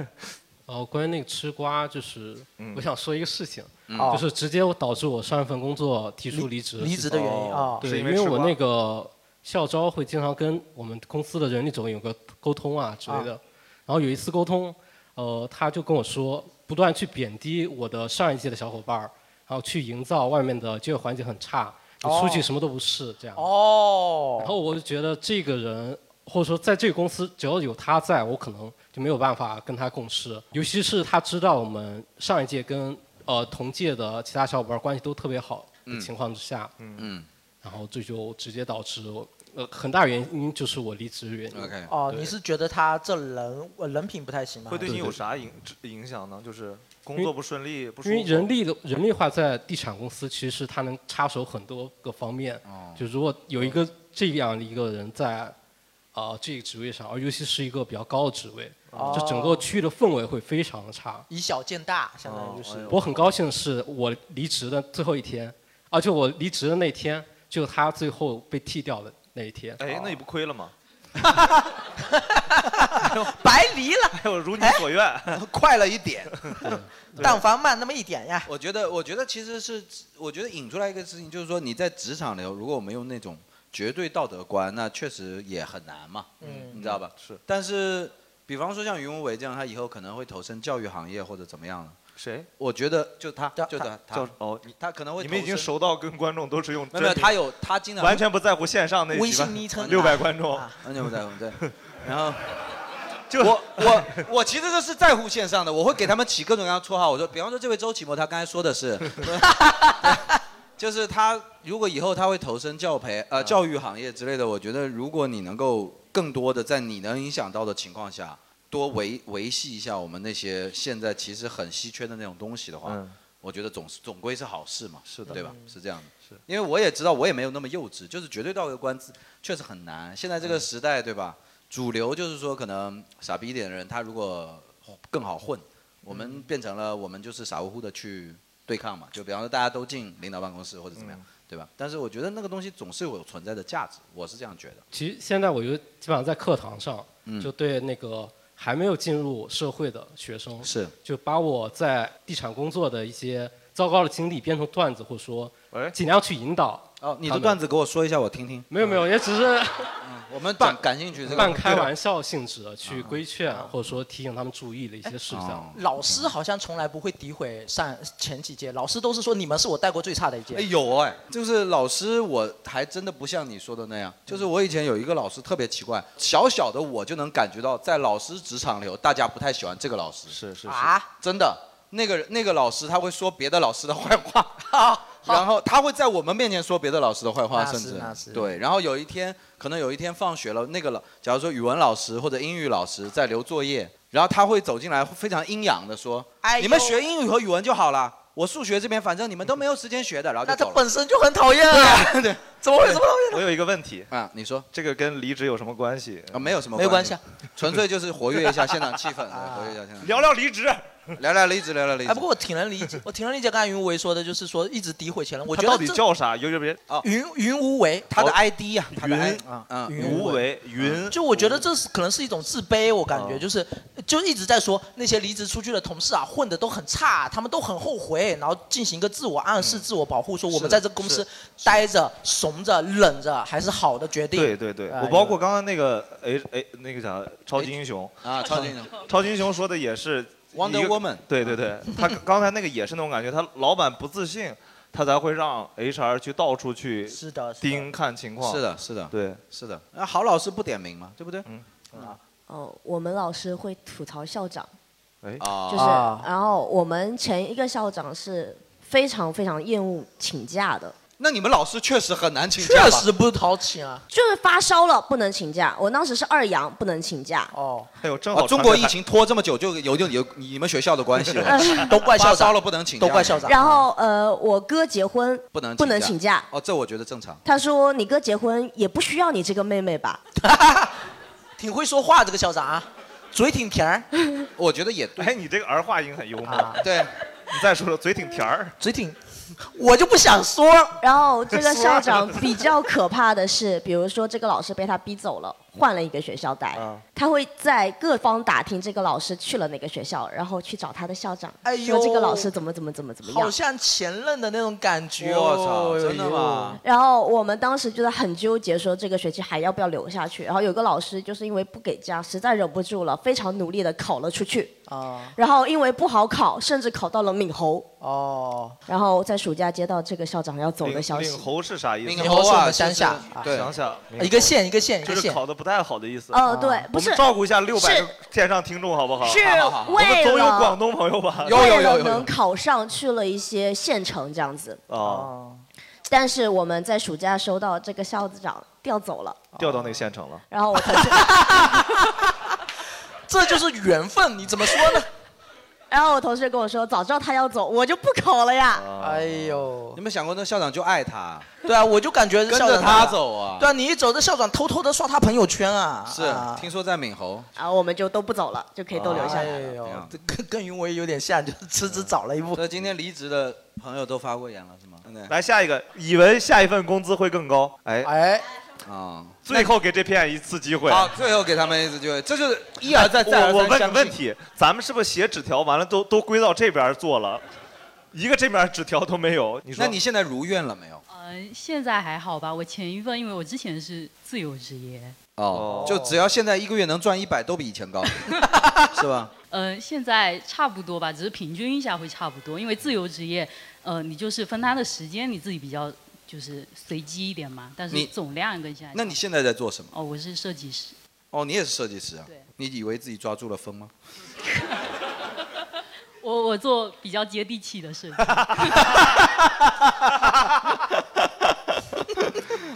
[SPEAKER 11] 哦，关于那个吃瓜，就是
[SPEAKER 3] 嗯
[SPEAKER 11] 我想说一个事情，
[SPEAKER 12] 嗯
[SPEAKER 11] 就是直接导致我上一份工作提出离职。
[SPEAKER 12] 离离职的原因哦啊是
[SPEAKER 11] 对，
[SPEAKER 12] 因
[SPEAKER 11] 因为
[SPEAKER 12] 为吃
[SPEAKER 11] 我
[SPEAKER 12] 瓜
[SPEAKER 11] 那个校招会经常跟我们公司的人力总有个沟通啊之类的，
[SPEAKER 12] 啊
[SPEAKER 11] 然后有一次沟通，呃，他就跟我说，不断去贬低我的上一届的小伙伴儿，然后去营造外面的就业环境很差，你出去
[SPEAKER 3] 哦
[SPEAKER 11] 什么都不是这样。
[SPEAKER 3] 哦。
[SPEAKER 11] 然后我就觉得这个人，或者说在这个公司，只要有他在，我可能就没有办法跟他共事。尤其是他知道我们上一届跟呃同届的其他小伙伴关系都特别好的
[SPEAKER 4] 嗯
[SPEAKER 11] 情况之下，嗯，
[SPEAKER 4] 嗯，
[SPEAKER 6] 음.
[SPEAKER 11] 然后这就直接导致我呃很大原因就是我离职的原因。
[SPEAKER 3] 哦，
[SPEAKER 11] 对
[SPEAKER 3] 你是觉得他这人呃人品不太行吗？
[SPEAKER 1] 会对你有啥影影响呢？就是工
[SPEAKER 11] 因为
[SPEAKER 1] 作不顺利，不舒
[SPEAKER 11] 因为
[SPEAKER 1] 服。
[SPEAKER 11] 人力的人力化在地产公司，其实它能插手很多个方面。
[SPEAKER 1] 哦
[SPEAKER 11] 就如果有一个这样的一个人在，呃，这个职位上，而尤其是一个比较高的职位，
[SPEAKER 3] 哦
[SPEAKER 11] 就整个区域的氛围会非常的差。
[SPEAKER 3] 以小见大，相当于
[SPEAKER 1] 哦哎
[SPEAKER 3] 就是。
[SPEAKER 11] 我很高兴的是我离职的最后一天，而且我离职的那天，就他最后被替掉的那一天。
[SPEAKER 1] 哎，那你不亏了吗？
[SPEAKER 3] 哦白离了。
[SPEAKER 1] 哎呦，如你所愿，
[SPEAKER 4] 快了一点。
[SPEAKER 3] 但凡慢那么一点呀。
[SPEAKER 4] 我觉得，我觉得其实是，我觉得引出来一个事情，就是说你在职场里，如果我们用那种绝对道德观，那确实也很难嘛，
[SPEAKER 3] 嗯
[SPEAKER 4] 你知道吧？
[SPEAKER 1] 是。
[SPEAKER 4] 但是，比方说像于文伟这样，他以后可能会投身教育行业或者怎么样了。
[SPEAKER 1] 谁？
[SPEAKER 4] 我觉得就他，就他，
[SPEAKER 1] 叫
[SPEAKER 4] 他
[SPEAKER 1] 哦，
[SPEAKER 4] 他可能会
[SPEAKER 1] 你们已
[SPEAKER 4] 投
[SPEAKER 1] 经
[SPEAKER 4] 身
[SPEAKER 1] 熟到跟观众都是用
[SPEAKER 4] 没有没有
[SPEAKER 1] 真名
[SPEAKER 4] 他有他经常
[SPEAKER 1] 完全不在乎线上那
[SPEAKER 4] 微信昵称
[SPEAKER 1] 六
[SPEAKER 4] 啊
[SPEAKER 1] 百观众，
[SPEAKER 4] 完全不在乎对。然后
[SPEAKER 1] 就
[SPEAKER 4] 我我我其实这是在乎线上的，我会给他们起各种各样的绰号。我说，比方说这位周奇墨，他刚才说的 是，就是他如果以后他会投身教培呃教育行业之类的，我觉得如果你能够更多的在你能影响到的情况下，多维维系一下我们那些现在其实很稀缺的那种东西的话，
[SPEAKER 1] 嗯
[SPEAKER 4] 我觉得总是总归是好事嘛，是
[SPEAKER 1] 的
[SPEAKER 4] 对吧？
[SPEAKER 1] 嗯
[SPEAKER 4] 是这样的，是因为我也知道我也没有那么幼稚，就是绝对道德观自确实很难。现在这个时代，对吧？主流就是说，可能傻逼一点的人，他如果更好混，我们变成了我们就是傻乎乎的去对抗嘛。就比方说大家都进领导办公室或者怎么样，对吧？但是我觉得那个东西总是有存在的价值，我是这样觉得。
[SPEAKER 11] 其实现在我觉得基本上在课堂上，
[SPEAKER 1] 嗯
[SPEAKER 11] 就对那个还没有进入社会的学生，
[SPEAKER 4] 是
[SPEAKER 11] 就把我在地产工作的一些糟糕的经历编成段子，或者说
[SPEAKER 1] 哎
[SPEAKER 11] 尽量去引导。
[SPEAKER 4] 哦，你的段子给我说一下，我听听。
[SPEAKER 11] 没有没有，也 只是
[SPEAKER 4] 我们
[SPEAKER 11] 半
[SPEAKER 4] 感兴趣这个
[SPEAKER 11] 半开玩笑性质的
[SPEAKER 4] 啊
[SPEAKER 11] 去规劝，或者说提醒他们注意的一些事项。
[SPEAKER 3] 老
[SPEAKER 1] 嗯
[SPEAKER 3] 师好像从来不会诋毁上前几届，老师都是说你们是我带过最差的一届。
[SPEAKER 4] 哎，有哎，就是老师，我还真的不像你说的那样，就是我以前有一个老师特别奇怪，小小的我就能感觉到，在老师职场里头，大家不太喜欢这个老师。是是
[SPEAKER 3] 是啊，
[SPEAKER 4] 真的，那个那个老师他会说别的老师的坏 话，然后他会在我们面前说别的老师的坏话，
[SPEAKER 3] 那
[SPEAKER 4] 甚
[SPEAKER 3] 是
[SPEAKER 4] 至
[SPEAKER 3] 那是
[SPEAKER 4] 对。然后有一天，可能有一天放学了，那个老，假如说语文老师或者英语老师在留作业，然后他会走进来，非常阴阳的说：“
[SPEAKER 3] 哎呦
[SPEAKER 4] 你们学英语和语文就好了。”我数学这边反正你们都没有时间学的，然后就
[SPEAKER 3] 那他
[SPEAKER 4] 走了
[SPEAKER 3] 本身就很讨厌啊，
[SPEAKER 4] 对，
[SPEAKER 3] 怎么会有这么讨厌呢？
[SPEAKER 1] 我有一个问题
[SPEAKER 4] 啊，你说
[SPEAKER 1] 这个跟离职有什么关系？
[SPEAKER 4] 啊，没有什么
[SPEAKER 1] 没
[SPEAKER 4] 关
[SPEAKER 1] 关系啊
[SPEAKER 4] 纯粹就是活跃一下现场 气氛，对活跃一下现场气氛。
[SPEAKER 1] 聊聊离职，
[SPEAKER 4] 聊聊离职，聊聊离职
[SPEAKER 3] 啊哎，不。过我挺能理解， 我挺能理解刚才云无为说的，就是说一直诋毁前任。我
[SPEAKER 1] 他
[SPEAKER 3] 觉
[SPEAKER 1] 到
[SPEAKER 3] 得
[SPEAKER 1] 底
[SPEAKER 3] 这
[SPEAKER 1] 叫啥？有有别
[SPEAKER 4] 啊，
[SPEAKER 3] 云云无为，
[SPEAKER 4] 他的
[SPEAKER 3] 我
[SPEAKER 4] ID 呀，他的 ID
[SPEAKER 3] 云
[SPEAKER 4] 啊，
[SPEAKER 3] 云
[SPEAKER 1] 无为云
[SPEAKER 3] 就我觉得这是可能是一种自卑，我感
[SPEAKER 4] 哦
[SPEAKER 3] 觉就是就一直在说那些离职出去的同事啊，混的都很差，他们都很后悔，然后进行一个自我暗
[SPEAKER 4] 嗯
[SPEAKER 3] 示、自我保护，说我
[SPEAKER 1] 是的
[SPEAKER 3] 们在这个公司待着、怂着、忍着还是好的决定。
[SPEAKER 1] 对对对，
[SPEAKER 3] 哎
[SPEAKER 1] 我包括刚刚那个 H 哎那个啥超级英雄
[SPEAKER 4] 啊超级英雄，
[SPEAKER 1] 超级英雄说的也是
[SPEAKER 4] Wonder
[SPEAKER 1] 一个
[SPEAKER 4] Woman
[SPEAKER 1] 对对对，他刚才那个也是那种感觉，他老板不自信，他才会让 HR 去到处去
[SPEAKER 3] 是的是的
[SPEAKER 1] 盯看情况。
[SPEAKER 4] 是的，是的，
[SPEAKER 1] 对，
[SPEAKER 4] 是的。那郝老师不点名嘛，对不对？
[SPEAKER 1] 嗯。
[SPEAKER 13] 哦，我们老师会吐槽校长，
[SPEAKER 1] 哎，
[SPEAKER 4] 哦
[SPEAKER 13] 就是，
[SPEAKER 4] 啊
[SPEAKER 13] 然后我们前一个校长是非常非常厌恶请假的，
[SPEAKER 4] 那你们老师确实很难请假吧
[SPEAKER 3] 确实不讨请啊。
[SPEAKER 13] 就是发烧了不能请假，我当时是二阳不能请假。
[SPEAKER 3] 哦，
[SPEAKER 1] 哎呦，正
[SPEAKER 4] 啊
[SPEAKER 1] 好
[SPEAKER 4] 中国疫情拖这么久，就有就有你们学校的关系 了，
[SPEAKER 3] 都怪校长
[SPEAKER 4] 发烧了不能请假，
[SPEAKER 13] 然后呃，我哥结婚
[SPEAKER 4] 不能
[SPEAKER 13] 不能请假，
[SPEAKER 4] 哦，这我觉得正常。
[SPEAKER 13] 他说你哥结婚也不需要你这个妹妹吧？
[SPEAKER 3] 挺会说话这个校长啊，嘴挺甜儿。
[SPEAKER 4] 我觉得也对。
[SPEAKER 1] 哎，你这个儿化音很幽默。
[SPEAKER 4] 对，
[SPEAKER 1] 你再说说，嘴挺甜儿。
[SPEAKER 3] 啊嘴挺，我就不想说。
[SPEAKER 13] 然后这个校长比较可怕的是，比如说这个老师被他逼走了，换了一个学校带，
[SPEAKER 3] 啊
[SPEAKER 13] 他会在各方打听这个老师去了哪个学校，然后去找他的校长，
[SPEAKER 3] 哎呦
[SPEAKER 13] 说这个老师怎么怎么怎么怎么样。
[SPEAKER 3] 好像前任的那种感觉
[SPEAKER 4] 我
[SPEAKER 3] 哦。
[SPEAKER 4] 操，真的吗？
[SPEAKER 13] 然后我们当时就是很纠结，说这个学期还要不要留下去。然后有个老师就是因为不给假，实在忍不住了，非常努力的考了出去。
[SPEAKER 1] 哦
[SPEAKER 3] 啊。
[SPEAKER 13] 然后因为不好考，甚至考到了闽侯。
[SPEAKER 3] 哦。
[SPEAKER 13] 然后在暑假接到这个校长要走
[SPEAKER 1] 领
[SPEAKER 13] 的消息
[SPEAKER 1] 领。猴是啥意思？
[SPEAKER 3] 领猴是我们乡下
[SPEAKER 13] 啊
[SPEAKER 1] 就是
[SPEAKER 3] 对
[SPEAKER 1] 乡下
[SPEAKER 3] 一个县一个县一
[SPEAKER 1] 就
[SPEAKER 3] 个
[SPEAKER 1] 是
[SPEAKER 3] 县
[SPEAKER 1] 考的不太好的意思。啊
[SPEAKER 13] 呃对不
[SPEAKER 1] 我们
[SPEAKER 13] 是
[SPEAKER 1] 照顾一下六百
[SPEAKER 13] 是
[SPEAKER 1] 个线上听众好不好？
[SPEAKER 13] 是
[SPEAKER 1] 好好好我
[SPEAKER 13] 为
[SPEAKER 1] 们总有
[SPEAKER 13] 了
[SPEAKER 1] 广东朋友吧？
[SPEAKER 13] 为了能考上，去了一些县城这样子。
[SPEAKER 1] 哦，
[SPEAKER 13] 但是我们在暑假收到这个校长调走了，
[SPEAKER 1] 调到那个县城了。
[SPEAKER 13] 然后我才知道
[SPEAKER 3] 这就是缘分，你怎么说呢？
[SPEAKER 13] 然后我同事跟我说，早知道他要走，我就不考了呀。
[SPEAKER 3] 哎呦，
[SPEAKER 4] 你没想过那校长就爱他？
[SPEAKER 3] 对啊，我就感觉
[SPEAKER 4] 跟
[SPEAKER 3] 校
[SPEAKER 4] 着
[SPEAKER 3] 长
[SPEAKER 4] 他走啊
[SPEAKER 3] 对啊，你一走，这校长偷偷的刷他朋友圈啊。
[SPEAKER 4] 是
[SPEAKER 3] 啊，
[SPEAKER 4] 听说在闽侯。
[SPEAKER 13] 然啊后我们就都不走了，就可以都留下来
[SPEAKER 3] 哎
[SPEAKER 13] 了。
[SPEAKER 3] 呦，这跟跟云维有点像，就是辞职早了一步。
[SPEAKER 4] 所以今天离职的朋友都发过言了是吗？
[SPEAKER 1] 来下一个，以为下一份工资会更高，哎
[SPEAKER 3] 哎，
[SPEAKER 4] 啊，
[SPEAKER 1] 最后给这骗一次机会。
[SPEAKER 4] 好，最后给他们一次机会，这就是一而再再而
[SPEAKER 1] 我我
[SPEAKER 4] 三
[SPEAKER 1] 问
[SPEAKER 4] 相信
[SPEAKER 1] 个问题，咱们是不是写纸条完了都都归到这边做了，一个这边纸条都没有？你说
[SPEAKER 4] 那你现在如愿了没有？
[SPEAKER 19] 嗯、现在还好吧。我前一份，因为我之前是自由职业，
[SPEAKER 4] 哦，就只要现在一个月能赚一百，都比以前 高，是吧？
[SPEAKER 19] 嗯、现在差不多吧，只是平均一下会差不多。因为自由职业，呃，你就是分摊的时间你自己比较就是随机一点嘛，但
[SPEAKER 4] 你
[SPEAKER 19] 是总量跟现在
[SPEAKER 4] 那你现在在做什么？
[SPEAKER 19] 哦，我是设计师，
[SPEAKER 4] 哦，你也是设计师啊？你以为自己抓住了风吗？
[SPEAKER 19] 我我做比较接地气的设 计。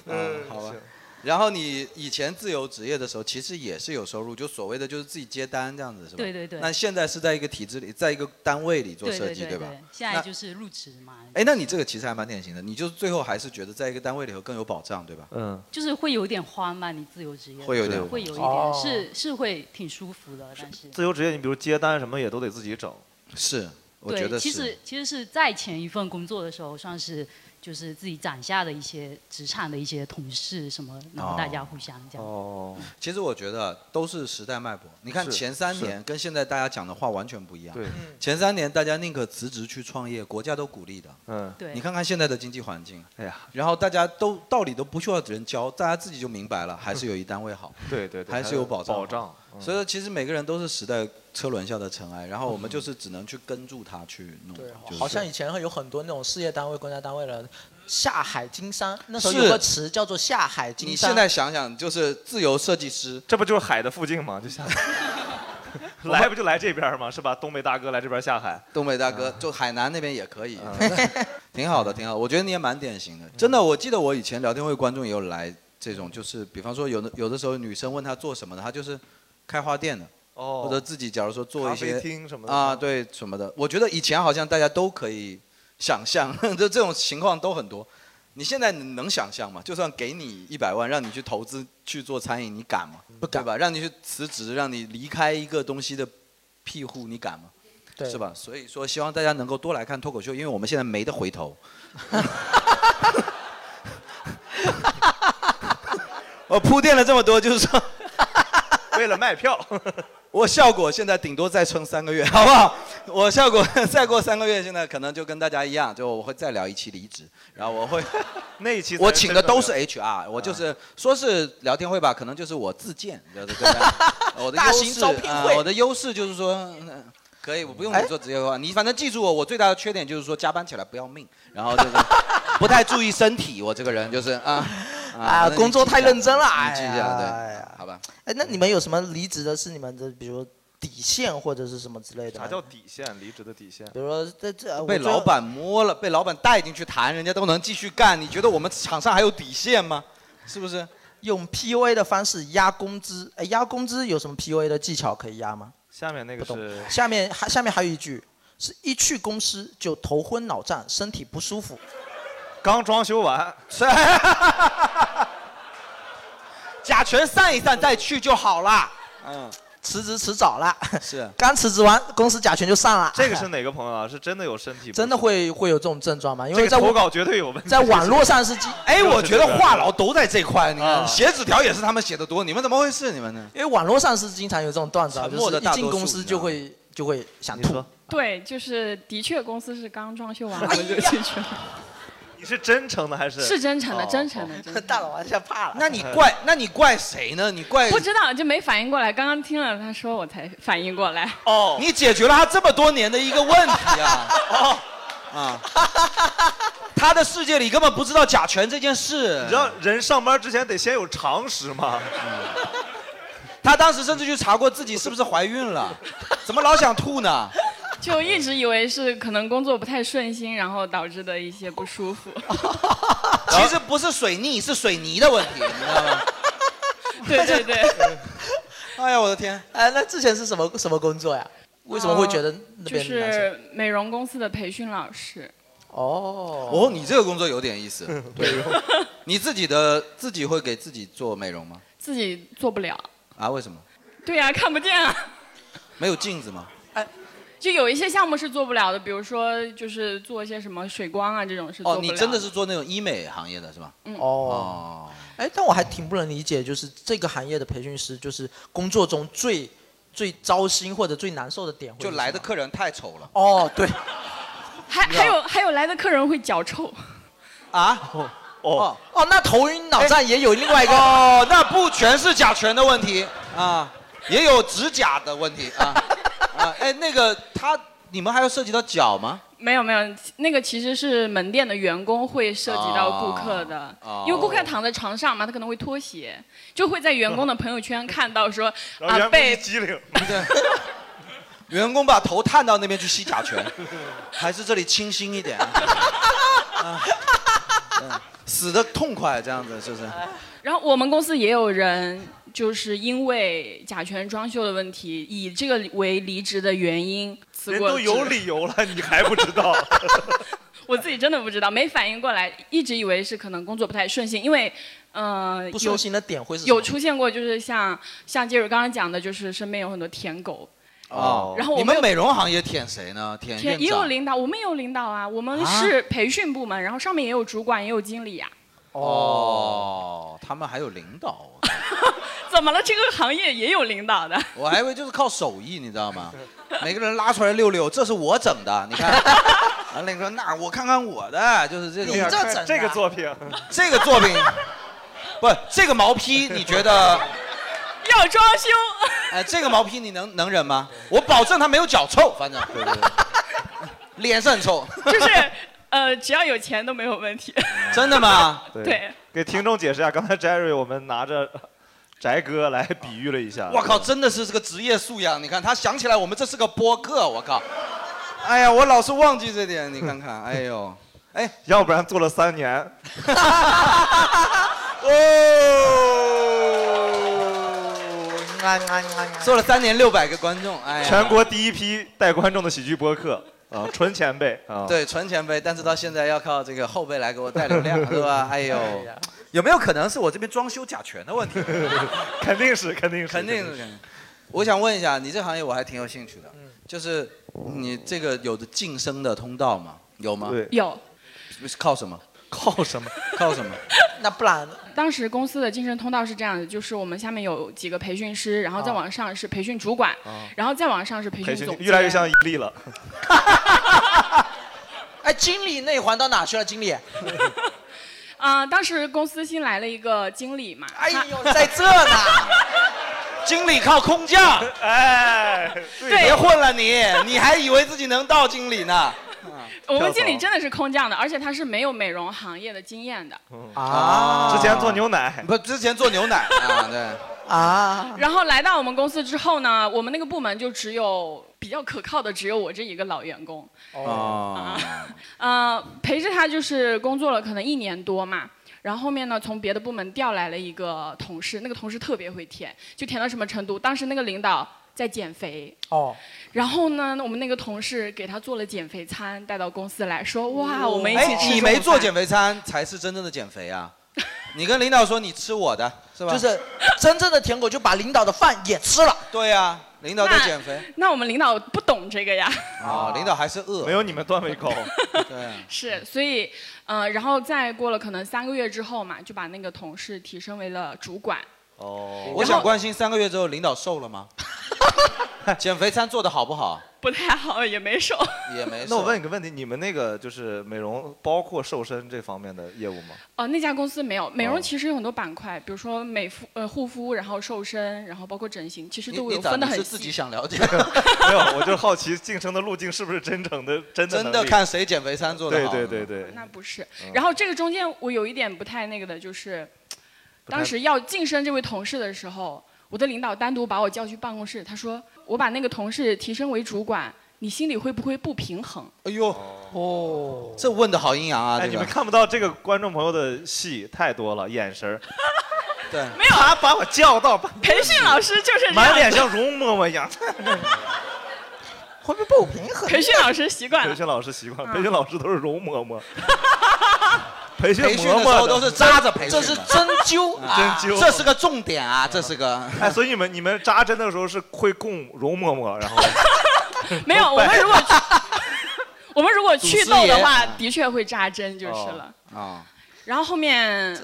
[SPEAKER 4] 嗯，好吧。然后你以前自由职业的时候，其实也是有收入，就所谓的就是自己接单这样子，是吧？
[SPEAKER 19] 对对对
[SPEAKER 4] 那现在是在一个体制里，在一个单位里做设计，
[SPEAKER 19] 对对
[SPEAKER 4] 吧？
[SPEAKER 19] 现在
[SPEAKER 4] 那
[SPEAKER 19] 就是入职嘛，
[SPEAKER 4] 哎，那你这个其实还蛮典型的，你就是最后还是觉得在一个单位里头更有保障，对吧？
[SPEAKER 1] 嗯。
[SPEAKER 19] 就是会有点慌吧，你自由职业
[SPEAKER 4] 会有一点
[SPEAKER 19] 会有一
[SPEAKER 1] 哦
[SPEAKER 19] 点，是是会挺舒服的，但是
[SPEAKER 1] 自由职业，你比如接单什么也都得自己整。
[SPEAKER 4] 是，
[SPEAKER 19] 对，其实其实是在前一份工作的时候，算是就是自己攒下的一些职场的一些同事什么，然后大家互相这样。
[SPEAKER 1] 哦，
[SPEAKER 4] 其实我觉得都是时代脉搏。你看
[SPEAKER 19] 是
[SPEAKER 4] 前三
[SPEAKER 19] 是
[SPEAKER 4] 年跟现在大家讲的话完全不一样。
[SPEAKER 1] 对嗯
[SPEAKER 4] 前三年大家宁可辞职去创业，国家都鼓励的。
[SPEAKER 1] 嗯
[SPEAKER 19] 对
[SPEAKER 4] 你看看现在的经济环境，
[SPEAKER 1] 哎呀，
[SPEAKER 4] 然后大家都道理都不需要人教，大家自己就明白了，还是有一单位好。
[SPEAKER 1] 对对对，
[SPEAKER 4] 还是有保障。
[SPEAKER 1] 保障。嗯
[SPEAKER 4] 所以说，其实每个人都是时代车轮下的尘埃，然后
[SPEAKER 1] 嗯
[SPEAKER 4] 我们就是只能去跟住它去弄。
[SPEAKER 3] 对
[SPEAKER 4] 就是
[SPEAKER 3] 好像以前有很多那种事业单位、国家单位了，下海经商，那时候
[SPEAKER 4] 是
[SPEAKER 3] 有个词叫做下海经
[SPEAKER 4] 你
[SPEAKER 3] 商。
[SPEAKER 4] 现在想想，就是自由设计师，
[SPEAKER 1] 这不就是海的附近吗？就下 来不就来这边吗？是吧？东北大哥来这边下海，啊
[SPEAKER 4] 东北大哥，就海南那边也可以， 挺好的，挺好的。我觉得你也蛮典
[SPEAKER 1] 嗯
[SPEAKER 4] 型的，真的。我记得我以前聊天会观众也有来这种，就是比方说有的有的时候女生问他做什么的，他就是开花店的。
[SPEAKER 1] 哦
[SPEAKER 4] 或者自己假如说做一些
[SPEAKER 1] 咖啡厅什么的
[SPEAKER 4] 啊，对什么的，我觉得以前好像大家都可以想象， 就这种情况都很多。你现在能想象吗？就算给你一百万，让你去投资去做餐饮，你敢吗？不敢吧？让你去辞职，让你离开一个东西的庇护，你敢吗？
[SPEAKER 3] 对
[SPEAKER 4] 是吧？所以说，希望大家能够多来看脱口秀，因为我们现在没得回头。 我铺垫了这么多，就是说，
[SPEAKER 1] 为了卖票，
[SPEAKER 4] 我效果现在顶多再撑三个月， 好不好？我效果再过三个月，现在可能就跟大家一样，就我会再聊一期离职，然后我会
[SPEAKER 1] 那一期才
[SPEAKER 4] 我请的都是
[SPEAKER 1] 真
[SPEAKER 4] HR，我就是说是聊天会吧，可能 就是我自荐，就是对吧我的
[SPEAKER 3] 大
[SPEAKER 4] 优
[SPEAKER 3] 型
[SPEAKER 4] 势
[SPEAKER 3] 招聘
[SPEAKER 4] 啊
[SPEAKER 3] 会哎
[SPEAKER 4] 我的优势就是说。嗯可以，我不用你做职业规划，你反正记住我，我最大的缺点就是说加班起来不要命，然后就是不太注意身体，我这个人就是啊
[SPEAKER 3] 啊，工作太认真了，
[SPEAKER 4] 你
[SPEAKER 3] 哎
[SPEAKER 4] 记一
[SPEAKER 3] 呀，
[SPEAKER 4] 下，
[SPEAKER 3] 哎
[SPEAKER 4] 对
[SPEAKER 3] 呀，
[SPEAKER 4] 好吧。
[SPEAKER 3] 哎，那你们有什么离职的是你们的，比如底线或者是什么之类的吗？
[SPEAKER 1] 啥叫底线？离职的底线？
[SPEAKER 3] 比如说这这
[SPEAKER 4] 被老板摸了，被老板带进去谈，人家都能继续干，你觉得我们场上还有底线吗？是不是？
[SPEAKER 3] 用 PUA 的方式压工资？哎，压工资有什么 PUA 的技巧可以压吗？
[SPEAKER 1] 下面那个是
[SPEAKER 3] 下面还下面还有一句，是一去公司就头昏脑胀，身体不舒服。
[SPEAKER 1] 刚装修 完，
[SPEAKER 4] 甲醛散一散再去就好啦。嗯，
[SPEAKER 3] 辞职迟早了，
[SPEAKER 4] 是
[SPEAKER 3] 刚辞职完，公司甲醛就上了。
[SPEAKER 1] 这个是哪个朋友啊？是真的有身体不
[SPEAKER 3] 真的会会有这种症状吗？因
[SPEAKER 1] 这
[SPEAKER 3] 为
[SPEAKER 1] 个
[SPEAKER 3] 在
[SPEAKER 1] 投
[SPEAKER 3] 我
[SPEAKER 1] 稿绝对有问题。
[SPEAKER 3] 在网络 上是几
[SPEAKER 4] 哎，我觉得话痨都在这块，你
[SPEAKER 3] 啊
[SPEAKER 4] 看写纸条也是他们写的多，你们怎么回事？你们呢？
[SPEAKER 3] 因为网络上是经常有这种段子啊，
[SPEAKER 4] 沉
[SPEAKER 3] 就
[SPEAKER 4] 默
[SPEAKER 3] 是
[SPEAKER 4] 的
[SPEAKER 3] 一
[SPEAKER 4] 大
[SPEAKER 3] 进
[SPEAKER 4] 多数
[SPEAKER 3] 公司就会就会想吐。
[SPEAKER 20] 对，就是的确公司是刚装修完，
[SPEAKER 3] 哎
[SPEAKER 20] 我 就进去了，
[SPEAKER 1] 你是真诚的还是？
[SPEAKER 20] 哎是真诚的，
[SPEAKER 1] 哦
[SPEAKER 20] 真诚的，真诚
[SPEAKER 3] 大佬玩吓怕了。
[SPEAKER 4] 那你怪那你怪谁呢？你怪
[SPEAKER 20] 不知道就没反应过来，刚刚听了他说我才反应过来。
[SPEAKER 4] 哦，你解决了他这么多年的一个问题啊！ 哦，啊，他的世界里根本不知道甲醛这件事。你知
[SPEAKER 1] 道人上班之前得先有常识吗？
[SPEAKER 4] 他当时甚至去查过自己是不是怀孕 了，怎么老想吐呢？
[SPEAKER 20] 就一直以为是可能工作不太顺心，然后导致的一些不舒服。
[SPEAKER 3] 哦
[SPEAKER 4] 其实不是水逆，是水泥的问题，你知道吗？
[SPEAKER 20] 对对对。
[SPEAKER 4] 哎呀，我的天！
[SPEAKER 3] 哎，那之前是什么什么工作呀？为什么会觉得那
[SPEAKER 20] 就
[SPEAKER 3] 边难受？
[SPEAKER 20] 是美容公司的培训老师，
[SPEAKER 3] 哦
[SPEAKER 4] 哦，你这个工作有点意 思。
[SPEAKER 3] 美
[SPEAKER 4] 容，你自己的自己会给自己做美容吗？
[SPEAKER 20] 自己做不了。
[SPEAKER 4] 啊，为什么？
[SPEAKER 20] 对呀、看不见啊。
[SPEAKER 4] 没有镜子吗？
[SPEAKER 20] 就有一些项目是做不了的，比如说就是做一些什么水光啊这种是做
[SPEAKER 4] 哦，
[SPEAKER 20] 不了。
[SPEAKER 4] 你真的是做那种医美行业的是吧？
[SPEAKER 20] 嗯
[SPEAKER 3] 哦，哎，但我还挺不能理解，就是这个行业的培训师，就是工作中最最糟心或者最难受的点会是
[SPEAKER 4] 就
[SPEAKER 3] 什么
[SPEAKER 4] 来的客人太丑了
[SPEAKER 3] 哦， 对，
[SPEAKER 20] 还还有还有来的客人会脚臭，
[SPEAKER 4] 啊！
[SPEAKER 1] 哦
[SPEAKER 3] 哦，那头晕脑胀也有另外一个
[SPEAKER 4] 哦，那不全是甲醛的问题啊，也有指甲的问题啊啊！哎，那个他，你们还要涉及到脚吗？
[SPEAKER 20] 没有没有，那个其实是门店的员工会涉及到顾客的，
[SPEAKER 4] 哦哦
[SPEAKER 20] 因为顾客躺在床上嘛，他可能会脱鞋，就会在员工的朋友圈看到说
[SPEAKER 4] 然后员
[SPEAKER 20] 啊
[SPEAKER 4] 工
[SPEAKER 20] 被
[SPEAKER 4] 一激灵， 对，员工把头探到那边去吸甲醛，还是这里清新一点啊，啊嗯死的痛快这样子是不是？
[SPEAKER 20] 然后我们公司也有人就是因为甲醛装修的问题，以这个为离职的原因辞
[SPEAKER 1] 人
[SPEAKER 20] 过
[SPEAKER 1] 都
[SPEAKER 20] 职。
[SPEAKER 1] 有理由了，你还不知道？
[SPEAKER 20] 我自己真的不知道，没反应过来，一直以为是可能工作不太顺心，因为，呃，
[SPEAKER 3] 不
[SPEAKER 20] 有
[SPEAKER 3] 舒心的点会是什么
[SPEAKER 20] 有出现过，就是像像杰瑞刚刚讲的，就是身边有很多舔狗，
[SPEAKER 4] 哦，
[SPEAKER 20] 然后我
[SPEAKER 4] 你
[SPEAKER 20] 们
[SPEAKER 4] 们美容行业舔谁呢？舔
[SPEAKER 20] 舔
[SPEAKER 4] 院
[SPEAKER 20] 也有
[SPEAKER 4] 长。
[SPEAKER 20] 领导，我们也有领导啊，我们
[SPEAKER 4] 啊
[SPEAKER 20] 是培训部门，然后上面也有主管，也有经理啊呀、
[SPEAKER 4] 哦，他们还有领导，
[SPEAKER 20] 怎么了？这个行业也有领导的，
[SPEAKER 4] 我还以为就是靠手艺，你知道吗？每个人拉出来溜溜，这是我整的，你看。 完了，你说那我看看我的，就是哎这种。
[SPEAKER 1] 你这整的这个作品，
[SPEAKER 4] 这个作品，不，这个毛坯，你觉 得？
[SPEAKER 20] 要装修。
[SPEAKER 4] 哎，这个毛坯你能能忍吗？我保证他没有脚臭，反正。对对啊对。 脸是很臭。
[SPEAKER 20] 就是呃，只要有钱都没有问题。
[SPEAKER 4] 真的吗？
[SPEAKER 20] 对，
[SPEAKER 1] 给听众解释一下，刚才 Jerry 我们拿着翟哥来比喻了一下。
[SPEAKER 4] 我靠，真的是这个职业素养！你看他想起来我们这是个播客，我靠。哎呀，我老是忘记这点，你看看，哎呦，哎，
[SPEAKER 1] 要不然做了三年，
[SPEAKER 4] 哦做了三年六百个观众，哎呀，
[SPEAKER 1] 全国第一批带观众的喜剧播客啊，纯前辈啊。
[SPEAKER 4] 对，纯前辈，但是到现在要靠这个后辈来给我带流量，是 吧？哎呦
[SPEAKER 1] 哎呀，
[SPEAKER 4] 有没有可能是我这边装修甲醛的问题？
[SPEAKER 1] 肯定是，肯定是，嗯
[SPEAKER 4] 肯定是。肯定是我想问一下，你这行业我还挺有兴趣的，就是你这个有的晋升的通道吗？有吗？
[SPEAKER 1] 对
[SPEAKER 20] 有。
[SPEAKER 4] 靠什么？
[SPEAKER 1] 靠什么？
[SPEAKER 4] 靠什么？
[SPEAKER 3] 那不然
[SPEAKER 20] 当时公司的晋升通道是这样的，就是我们下面有几个培训师，然后
[SPEAKER 3] 啊
[SPEAKER 20] 再往上是培训主管，
[SPEAKER 1] 啊
[SPEAKER 20] 然后再往上是培
[SPEAKER 1] 培
[SPEAKER 20] 训
[SPEAKER 1] 训
[SPEAKER 20] 总监。
[SPEAKER 1] 越来越像伊利了。
[SPEAKER 3] 哎，经理那一环到哪去了？经理，
[SPEAKER 20] 呃啊、当时公司新来了一个经理嘛，哎
[SPEAKER 3] 呦在这呢，
[SPEAKER 4] 经理靠空降，
[SPEAKER 1] 哎，
[SPEAKER 4] 别混了你，你还以为自己能到经理呢？
[SPEAKER 20] 我们经理真的是空降的，而且他是没有美容行业的经验的。
[SPEAKER 4] 啊
[SPEAKER 1] 之前做牛奶，
[SPEAKER 4] 不，之前做牛奶啊，对
[SPEAKER 3] 啊，
[SPEAKER 20] 然后来到我们公司之后呢，我们那个部门就只有比较可靠的只有我这一个老员工，
[SPEAKER 4] 哦，
[SPEAKER 20] 呃，陪着他就是工作了可能一年多嘛。然后后面呢，从别的部门调来了一个同事，那个同事特别会填，就填到什么程度？当时那个领导在减肥，
[SPEAKER 6] 어.
[SPEAKER 3] 哦，
[SPEAKER 20] 然后呢，我们那个同事给他做了减肥餐，带到公司来说，哇，我们一起
[SPEAKER 4] 哎
[SPEAKER 20] 吃。，
[SPEAKER 4] 你没做减肥餐才是真正的减肥啊！你跟领导说你吃我的是吧？
[SPEAKER 3] 就是真正的舔狗就把领导的饭也吃了。
[SPEAKER 4] 对呀、领导在减肥
[SPEAKER 20] 那我们领导不懂这个呀。
[SPEAKER 4] 啊、领导还是饿，
[SPEAKER 1] 没有你们段位高。
[SPEAKER 4] 对，
[SPEAKER 20] 是，所以，呃，然后再过了可能三个月之后嘛，就把那个同事提升为了主管。
[SPEAKER 4] 哦我想关心三个月之后领导瘦了 吗？减肥餐做的好不好？
[SPEAKER 20] 不太好，也没瘦。
[SPEAKER 4] 也没
[SPEAKER 1] 那
[SPEAKER 4] 瘦
[SPEAKER 1] 我问你个问题，你们那个就是美容包括瘦身这方面的业务吗？
[SPEAKER 20] 哦，那家公司没有美容，
[SPEAKER 1] 哦
[SPEAKER 20] 其实有很多板块，比如说美肤、呃护肤，然后瘦身，然后包括整形，其实
[SPEAKER 4] 你
[SPEAKER 20] 都
[SPEAKER 4] 你
[SPEAKER 20] 有
[SPEAKER 4] 咋
[SPEAKER 20] 分的
[SPEAKER 4] 你
[SPEAKER 20] 很
[SPEAKER 4] 是
[SPEAKER 20] 细。
[SPEAKER 4] 自己想 了解？
[SPEAKER 1] 没有，我就是好奇晋升的路径是不是真正的真的
[SPEAKER 4] 真
[SPEAKER 1] 能
[SPEAKER 4] 的
[SPEAKER 1] 力
[SPEAKER 4] 看谁减肥餐做的好。
[SPEAKER 1] 对对对对
[SPEAKER 20] 那不是
[SPEAKER 1] 嗯。
[SPEAKER 20] 然后这个中间我有一点不太那个的，就是
[SPEAKER 1] 不太
[SPEAKER 20] 当时要晋升这位同事的时候，我的领导单独把我叫去办公室，他说：“我把那个同事提升为主管，你心里会不会不平衡
[SPEAKER 4] 哎呦，
[SPEAKER 3] 哦，
[SPEAKER 4] 这问的好阴阳啊！
[SPEAKER 1] 哎，
[SPEAKER 4] 这
[SPEAKER 1] 你
[SPEAKER 4] 个
[SPEAKER 1] 们看不到这个观众朋友的戏太多了，眼神儿。
[SPEAKER 4] 对，
[SPEAKER 1] 没有。他把我叫 到 办，？”
[SPEAKER 20] 培训老师就是这样
[SPEAKER 1] 满脸 像容嬷嬷一样。
[SPEAKER 3] 会不会不平衡
[SPEAKER 20] 培训老师习惯
[SPEAKER 1] 培
[SPEAKER 20] 了。
[SPEAKER 1] 训老师习惯，
[SPEAKER 20] 嗯
[SPEAKER 1] 培训老师都是容嬷 嬷。培训
[SPEAKER 4] 培训的
[SPEAKER 1] 嬷
[SPEAKER 4] 时候
[SPEAKER 1] 嬷
[SPEAKER 4] 都是扎着培训的，
[SPEAKER 3] 灸
[SPEAKER 1] 啊针灸
[SPEAKER 4] 这是个重点啊，这是个。
[SPEAKER 1] 哎，所以你们你们扎针的时候是会供容嬷 嬷，然后
[SPEAKER 4] 哎
[SPEAKER 20] 没有，我们 如果 我们如果祛痘
[SPEAKER 1] 祖师
[SPEAKER 20] 的话
[SPEAKER 1] 爷，啊哦
[SPEAKER 20] 的确会扎针就是了。
[SPEAKER 4] 啊，
[SPEAKER 20] 然后后面，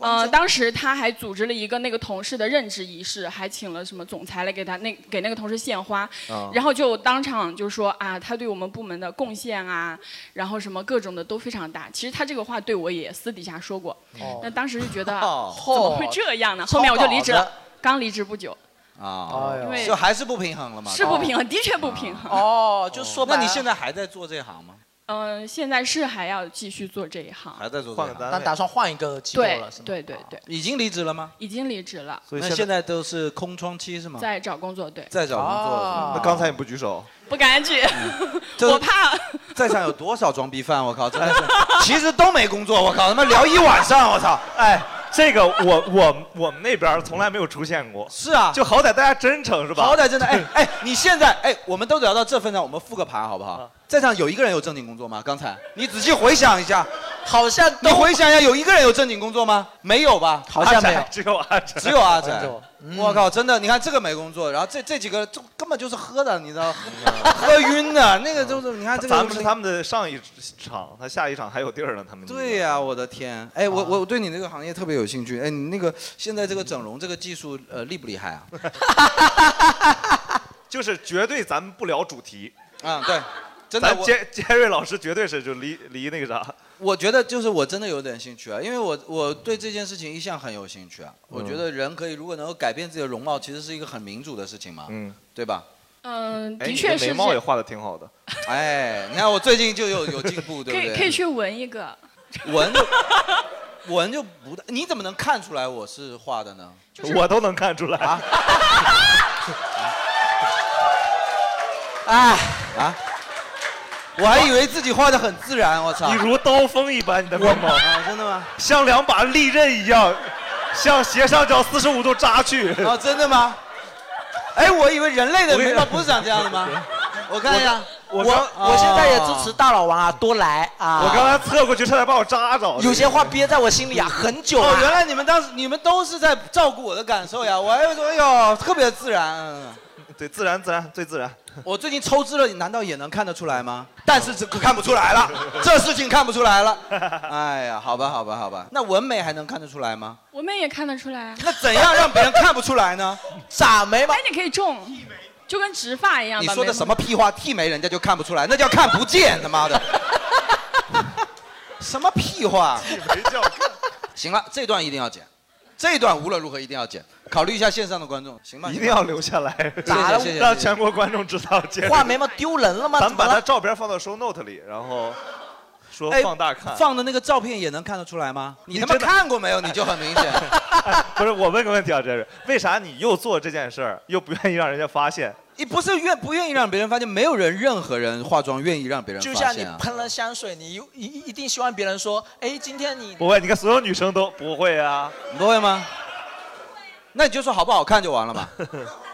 [SPEAKER 20] 呃，当时他还组织了一个那个同事的任职仪式，还请了什么总裁来给他那给那个同事献花，
[SPEAKER 3] 啊
[SPEAKER 21] 哦
[SPEAKER 20] 然后就当场就说啊，他对我们部门的贡献啊，然后什么各种的都非常大。其实他这个话对我也私底下说过，
[SPEAKER 4] 哦
[SPEAKER 20] 那当时就觉得、
[SPEAKER 4] 哦
[SPEAKER 20] 怎么会这样
[SPEAKER 3] 哦
[SPEAKER 20] 呢？后面我就离职了，刚离职不久，
[SPEAKER 4] 啊
[SPEAKER 20] 哎，呦
[SPEAKER 4] 就还是不平衡了嘛？
[SPEAKER 20] 是不平衡，的确不平衡。
[SPEAKER 3] 哦，就说
[SPEAKER 4] 那你现在还在做这行吗？
[SPEAKER 20] 嗯、现在是还要继续做这一行，
[SPEAKER 4] 还在做这
[SPEAKER 3] 换
[SPEAKER 4] 行？
[SPEAKER 3] 个单位那打算换一个机构
[SPEAKER 20] 对
[SPEAKER 3] 了是吗？啊
[SPEAKER 20] 对对对，
[SPEAKER 4] 已经离职了吗？
[SPEAKER 20] 已经离职了，
[SPEAKER 4] 那现在都是空窗期是吗？
[SPEAKER 20] 在找工作，对，
[SPEAKER 4] 在找工作嗯是吗。
[SPEAKER 20] 哦
[SPEAKER 1] 刚才你不举手，
[SPEAKER 20] 不敢举，
[SPEAKER 4] 这
[SPEAKER 20] 我怕
[SPEAKER 4] 在场有多少装逼犯？我靠，真的是，其实都没工作，我靠，他妈聊一晚上，我操！
[SPEAKER 1] 哎，这个我我我们那边儿从来没有出现过。
[SPEAKER 4] 是啊，
[SPEAKER 1] 就好歹大家真诚是吧？
[SPEAKER 4] 好歹 真的， 哎哎，你现在哎，我们都聊到这份上，我们复个盘好不好？在场有一个人有正经工作吗？刚才你仔细回想一下，
[SPEAKER 3] 好像
[SPEAKER 4] 你回想一下，有一个人有正经工作吗？没有吧？
[SPEAKER 3] 好像没有
[SPEAKER 4] 阿宅
[SPEAKER 1] 只有阿宅
[SPEAKER 4] 只有阿宅
[SPEAKER 1] 只有。
[SPEAKER 4] 我靠，真的，你看这个没工作，然后这这几个就根本就是喝的，你 知道，喝晕的，那个就是你看这个。
[SPEAKER 1] 嗯咱们是他们的上一场，他下一场还有地儿呢。他们
[SPEAKER 4] 对呀、我的
[SPEAKER 1] 啊
[SPEAKER 4] 天！哎，我我我对你那个行业特别有兴趣。哎，你那个现在这个整容这个技术，呃，厉不厉害啊？
[SPEAKER 1] 就是绝对咱们不聊主题。
[SPEAKER 4] 啊，对，真的
[SPEAKER 1] 咱
[SPEAKER 4] 我
[SPEAKER 1] 杰杰瑞老师绝对 是就离离那个啥，
[SPEAKER 4] 我觉得就是我真的有点兴趣啊，因为我我对这件事情一向很有兴趣啊。我觉
[SPEAKER 1] 嗯
[SPEAKER 4] 得人可以如果能够改变自己的容貌，其实是一个很民主的事情嘛，
[SPEAKER 1] 嗯，
[SPEAKER 4] 对吧？
[SPEAKER 20] 嗯，
[SPEAKER 1] 哎
[SPEAKER 20] 的
[SPEAKER 1] 你
[SPEAKER 20] 确
[SPEAKER 1] 的
[SPEAKER 20] 是
[SPEAKER 1] 眉毛
[SPEAKER 20] 这
[SPEAKER 1] 也画的挺好的。
[SPEAKER 4] 哎，你看我最近就有有进 步，对
[SPEAKER 20] 可
[SPEAKER 4] 不
[SPEAKER 20] 以
[SPEAKER 4] 对？
[SPEAKER 20] 可以去纹一个，
[SPEAKER 4] 闻就 闻就不，你怎么能看出来我是画的呢？
[SPEAKER 1] 我都能看出来。
[SPEAKER 4] 啊 哎啊！我还以为自己画的很自然，我操！
[SPEAKER 1] 你如刀锋一般，你的眉毛
[SPEAKER 4] 啊，真的吗？
[SPEAKER 1] 像两把利刃一样，向斜上角四十五度扎去。
[SPEAKER 4] 啊，真的吗？哎，我以为人类的眉毛不是长这样的吗？我啊看一下，
[SPEAKER 3] 我我现在也支持大老王啊，多来啊！
[SPEAKER 1] 我刚才侧过去，差点把我 扎着。
[SPEAKER 3] 有些话憋在我心里啊，很久
[SPEAKER 4] 哦，原
[SPEAKER 3] 了。
[SPEAKER 4] 来你们当时你们都是在照顾我的感受呀！我还说，哎呦，特别自然。嗯
[SPEAKER 1] 对，自然自然最自然。
[SPEAKER 4] 我最近抽脂了，难道也能看得出来吗？但是这可看不出来了，这事情看不出来了。哎呀，好吧，好吧，好吧，那纹眉还能看得出来吗？
[SPEAKER 20] 纹眉也看得出来啊。
[SPEAKER 4] 那怎样让别人看不 出来呢？
[SPEAKER 3] 咋眉毛？
[SPEAKER 20] 哎，你可以种，就跟植发一样
[SPEAKER 4] 你
[SPEAKER 20] 吧。
[SPEAKER 4] 说的
[SPEAKER 20] 眉毛
[SPEAKER 4] 什么？屁话？剃眉人家就看不出来，那叫看不见，他妈的！什么屁话？啊
[SPEAKER 1] 剃眉叫
[SPEAKER 4] 行了，这段一定要剪，这段无论如何一定要剪。考虑一下线上的观众，行吧？
[SPEAKER 1] 一定要留下来，
[SPEAKER 4] 打了谢谢谢谢
[SPEAKER 1] 让全国观众知道。接着
[SPEAKER 4] 画眉毛丢人了吗
[SPEAKER 1] 咱们把
[SPEAKER 4] 怎么
[SPEAKER 1] 他
[SPEAKER 4] 了
[SPEAKER 1] 照片放到 show note 里，然后说
[SPEAKER 4] 哎
[SPEAKER 1] 放大看。
[SPEAKER 4] 放的那个照片也能看得出来吗？你他妈
[SPEAKER 1] 真的
[SPEAKER 4] 看过没有？你就很明显。
[SPEAKER 1] 不是，我问个问题啊，这是为啥你又做这件事儿，又不愿意让人家发现？
[SPEAKER 4] 你不是愿不愿意让别人发现？没有人，任何人化妆愿意让别人
[SPEAKER 3] 就
[SPEAKER 4] 发
[SPEAKER 3] 像你
[SPEAKER 4] 现啊。
[SPEAKER 3] 喷了香水，你一一一定希望别人说，哎，今天你
[SPEAKER 1] 不会，你看所有女生都不会啊。
[SPEAKER 4] 你不会吗？那 你就说好不好看就完了嘛。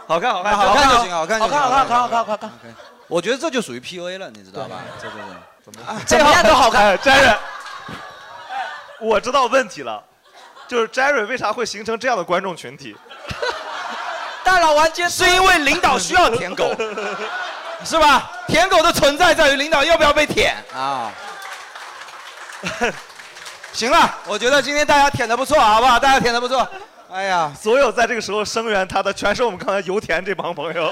[SPEAKER 1] 好看，好看，
[SPEAKER 4] 好看就行，好看就行。
[SPEAKER 3] 好看，好看，好看，好看，好看。
[SPEAKER 4] 我觉得这就属于 PUA 了，你知道吧？这就是怎么
[SPEAKER 1] 这样都好看。Jerry，我知道问题了，就是 Jerry 为啥会形成这样的观众群体？
[SPEAKER 3] 大佬完全是
[SPEAKER 4] 因为领导需要舔狗， 是吧？舔狗的存在在于领导要不要被舔啊。行啊了，我觉得今天大家舔的不错，好不好？大家舔的不错。哎呀，
[SPEAKER 1] 所有在这个时候声援他的，全是我们刚才油田这帮朋友。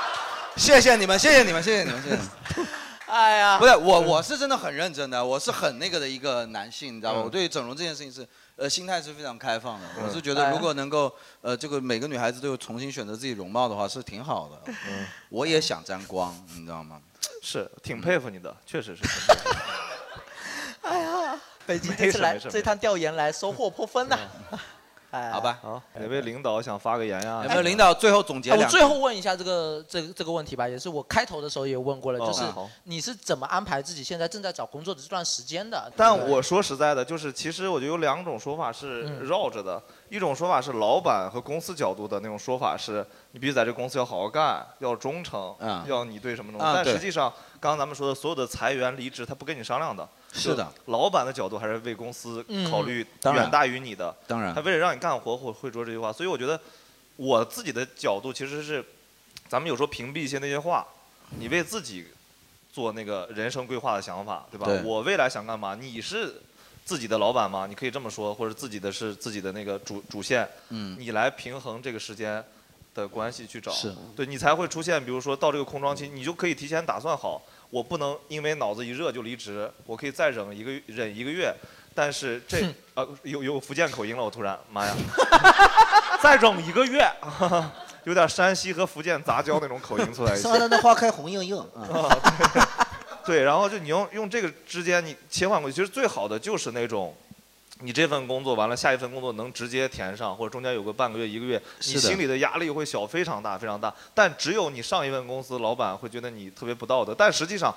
[SPEAKER 4] 谢谢你们，谢谢你们，谢谢你们，谢谢你们。
[SPEAKER 3] 哎呀
[SPEAKER 4] 不是我，我是真的很认真的，我是很那个的一个男性，你知道吧？
[SPEAKER 1] 嗯
[SPEAKER 4] 我对整容这件事情是，呃，心态是非常开放的。
[SPEAKER 1] 嗯
[SPEAKER 4] 我是觉
[SPEAKER 3] 哎
[SPEAKER 4] 得如果能够，呃，这个每个女孩子都有重新选择自己容貌的话，是挺好的。嗯，我也想沾光，你知道吗？
[SPEAKER 1] 是，挺佩服你的，确实是。
[SPEAKER 3] 哎呀，北京
[SPEAKER 1] 没
[SPEAKER 3] 这次
[SPEAKER 1] 事
[SPEAKER 3] 来
[SPEAKER 1] 没事嗯
[SPEAKER 3] 这趟调研来收获颇丰呐。哎，
[SPEAKER 4] 好吧。
[SPEAKER 1] 好，哪位领导想发个言啊呀？
[SPEAKER 4] 有没有领导哦最后总结
[SPEAKER 3] 哎我
[SPEAKER 4] 两句
[SPEAKER 3] 最后问一下这个这个这个问题吧，也是我开头的时候也问过了，
[SPEAKER 1] 哦
[SPEAKER 3] 就是
[SPEAKER 1] 嗯好
[SPEAKER 3] 你是怎么安排自己现在正在找工作的这段时间的？
[SPEAKER 1] 但
[SPEAKER 3] 对嗯
[SPEAKER 1] 我说实在的，就是其实我觉得有两种说法是绕着的，一种说法是老板和公司角度的那种说法是，你必须在这公司要好好干，要忠诚，
[SPEAKER 4] 嗯
[SPEAKER 1] 要你对什么东西。
[SPEAKER 4] 啊
[SPEAKER 1] 但
[SPEAKER 4] 对
[SPEAKER 1] 实际上，刚刚咱们说的所有的裁员、离职，他不跟你商量的。
[SPEAKER 4] 是的，
[SPEAKER 1] 老板的角度还是为公司
[SPEAKER 4] 嗯
[SPEAKER 1] 考虑
[SPEAKER 4] 当然
[SPEAKER 1] 远大于你的。
[SPEAKER 4] 当然
[SPEAKER 1] 他为了让你干活，会会说这句话。所以我觉得我自己的角度其实是，咱们有时候屏蔽一些那些话，你为自己做那个人生规划的想法，对吧？
[SPEAKER 4] 对
[SPEAKER 1] 我未来想干嘛？你是自己的老板吗？你可以这么说，或者自己的是自己的那个主主线，
[SPEAKER 4] 嗯
[SPEAKER 1] 你来平衡这个时间的关系去找，
[SPEAKER 4] 是
[SPEAKER 1] 对你才会出现，比如说到这个空窗期，你就可以提前打算好，我不能因为脑子一热就离职，我可以再忍一个忍一个月，但是这呃有有福建口音了，我突然妈 呀，再忍一个月， 有点山西和福建杂交那种口音出来一些。
[SPEAKER 21] 山上的花开红映映
[SPEAKER 4] 哦
[SPEAKER 21] 啊！
[SPEAKER 1] 对，然后就你用用这个之间你切换过去，其实最好的就是那种，你这份工作完了，下一份工作能直接填上，或者中间有个半个月一个月，你
[SPEAKER 4] 是的
[SPEAKER 1] 心里的压力会小非常大非常大。但只有你上一份公司老板会觉得你特别不道德，但实际上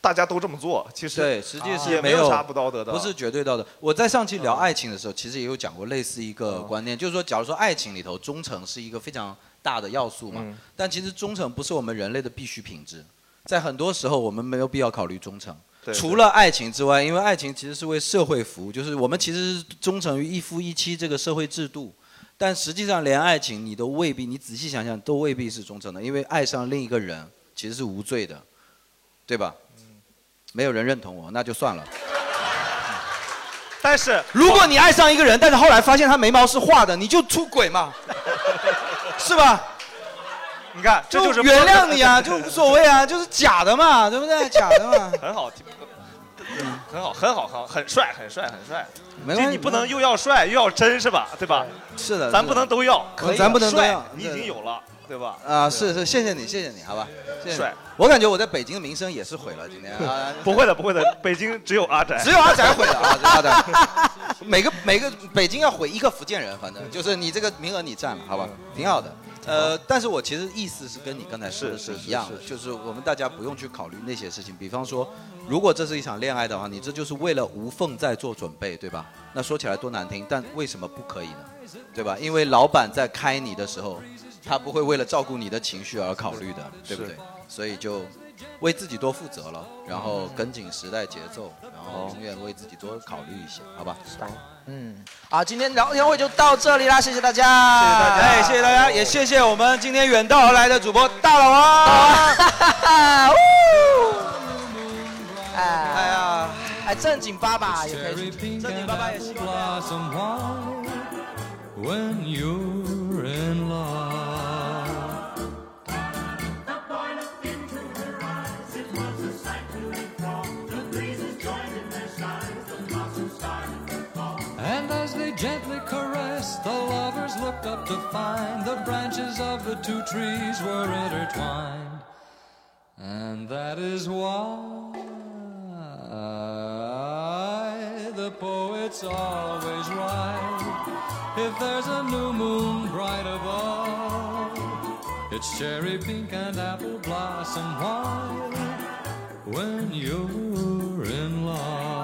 [SPEAKER 1] 大家都这么做，其实
[SPEAKER 4] 对，实际
[SPEAKER 1] 啊也
[SPEAKER 4] 是
[SPEAKER 1] 没
[SPEAKER 4] 有
[SPEAKER 1] 啥不道德的，啊
[SPEAKER 4] 不是绝对道德。我在上期聊爱情的时候，其实也有讲过类似一个
[SPEAKER 1] 嗯
[SPEAKER 4] 观念，就是说，假如说爱情里头忠诚是一个非常大的要素嘛，
[SPEAKER 1] 嗯
[SPEAKER 4] 但其实忠诚不是我们人类的必需品质，在很多时候我们没有必要考虑忠诚。
[SPEAKER 1] 对
[SPEAKER 4] 除了爱情之外，因为爱情其实是为社会服务，就是我们其实是忠诚于一夫一妻这个社会制度，但实际上连爱情你都未必，你仔细想想都未必是忠诚的，因为爱上另一个人其实是无罪的，对吧？没有人认同我，那就算了。
[SPEAKER 1] 但是
[SPEAKER 4] 如果你爱上一个人，但是后来发现他眉毛是画的，你就出轨 嘛，是吧？
[SPEAKER 1] 你看，这就是
[SPEAKER 4] 原谅你啊，就无所谓啊，就是假的嘛，对不对？假的嘛。
[SPEAKER 1] 很好听。很好，很好，很好很帅，很帅，很帅。
[SPEAKER 4] 没
[SPEAKER 1] 就
[SPEAKER 4] 关系
[SPEAKER 1] 你不能又要帅又要真是吧？对吧？
[SPEAKER 4] 是的，
[SPEAKER 1] 咱不能都要，
[SPEAKER 4] 可以咱不能都
[SPEAKER 1] 帅
[SPEAKER 4] 要
[SPEAKER 1] 你已经有了，对吧？
[SPEAKER 4] 啊，是是，谢谢你，谢谢你，好吧，谢谢你
[SPEAKER 1] 帅。
[SPEAKER 4] 我感觉我在北京的名声也是毁了，今天啊，
[SPEAKER 1] 不会的，不会的，北京只有阿宅，
[SPEAKER 4] 只有阿宅毁了啊，阿 宅。每个每个北京要毁一个福建人，反正就是你这个名额你占了，好吧，挺好的。呃，但是我其实意思是跟你刚才说的是一样的，就是我们大家不用去考虑那些事情。比方说，如果这是一场恋爱的话，你这就是为了无缝在做准备，对吧？那说起来多难听，但为什么不可以呢？对吧？因为老板在开你的时候，他不会为了照顾你的情绪而考虑的，对不对
[SPEAKER 1] 是？
[SPEAKER 4] 所以就为自己多负责了，然后跟紧时代节奏，然后永远为自己多考虑一些，好吧？
[SPEAKER 3] 嗯，好，今天聊天会就到这里啦，谢谢大家，谢谢大
[SPEAKER 4] 哎，谢谢大家，也谢谢我们今天远道而来的主播大老
[SPEAKER 6] 아.
[SPEAKER 4] 王。
[SPEAKER 3] 啊，呜！哎哎
[SPEAKER 4] 呀，
[SPEAKER 3] 哎，正经八百也可以去，
[SPEAKER 4] 正经八百也希望。
[SPEAKER 6] blossom white when you're in love.
[SPEAKER 4] 哦
[SPEAKER 6] And as they gently caress the lover's looked up to find the branches of the two trees were intertwined. And that is why the poets always write if there's a new moon bright above, it's cherry pink and apple blossom white when you're in love. oh,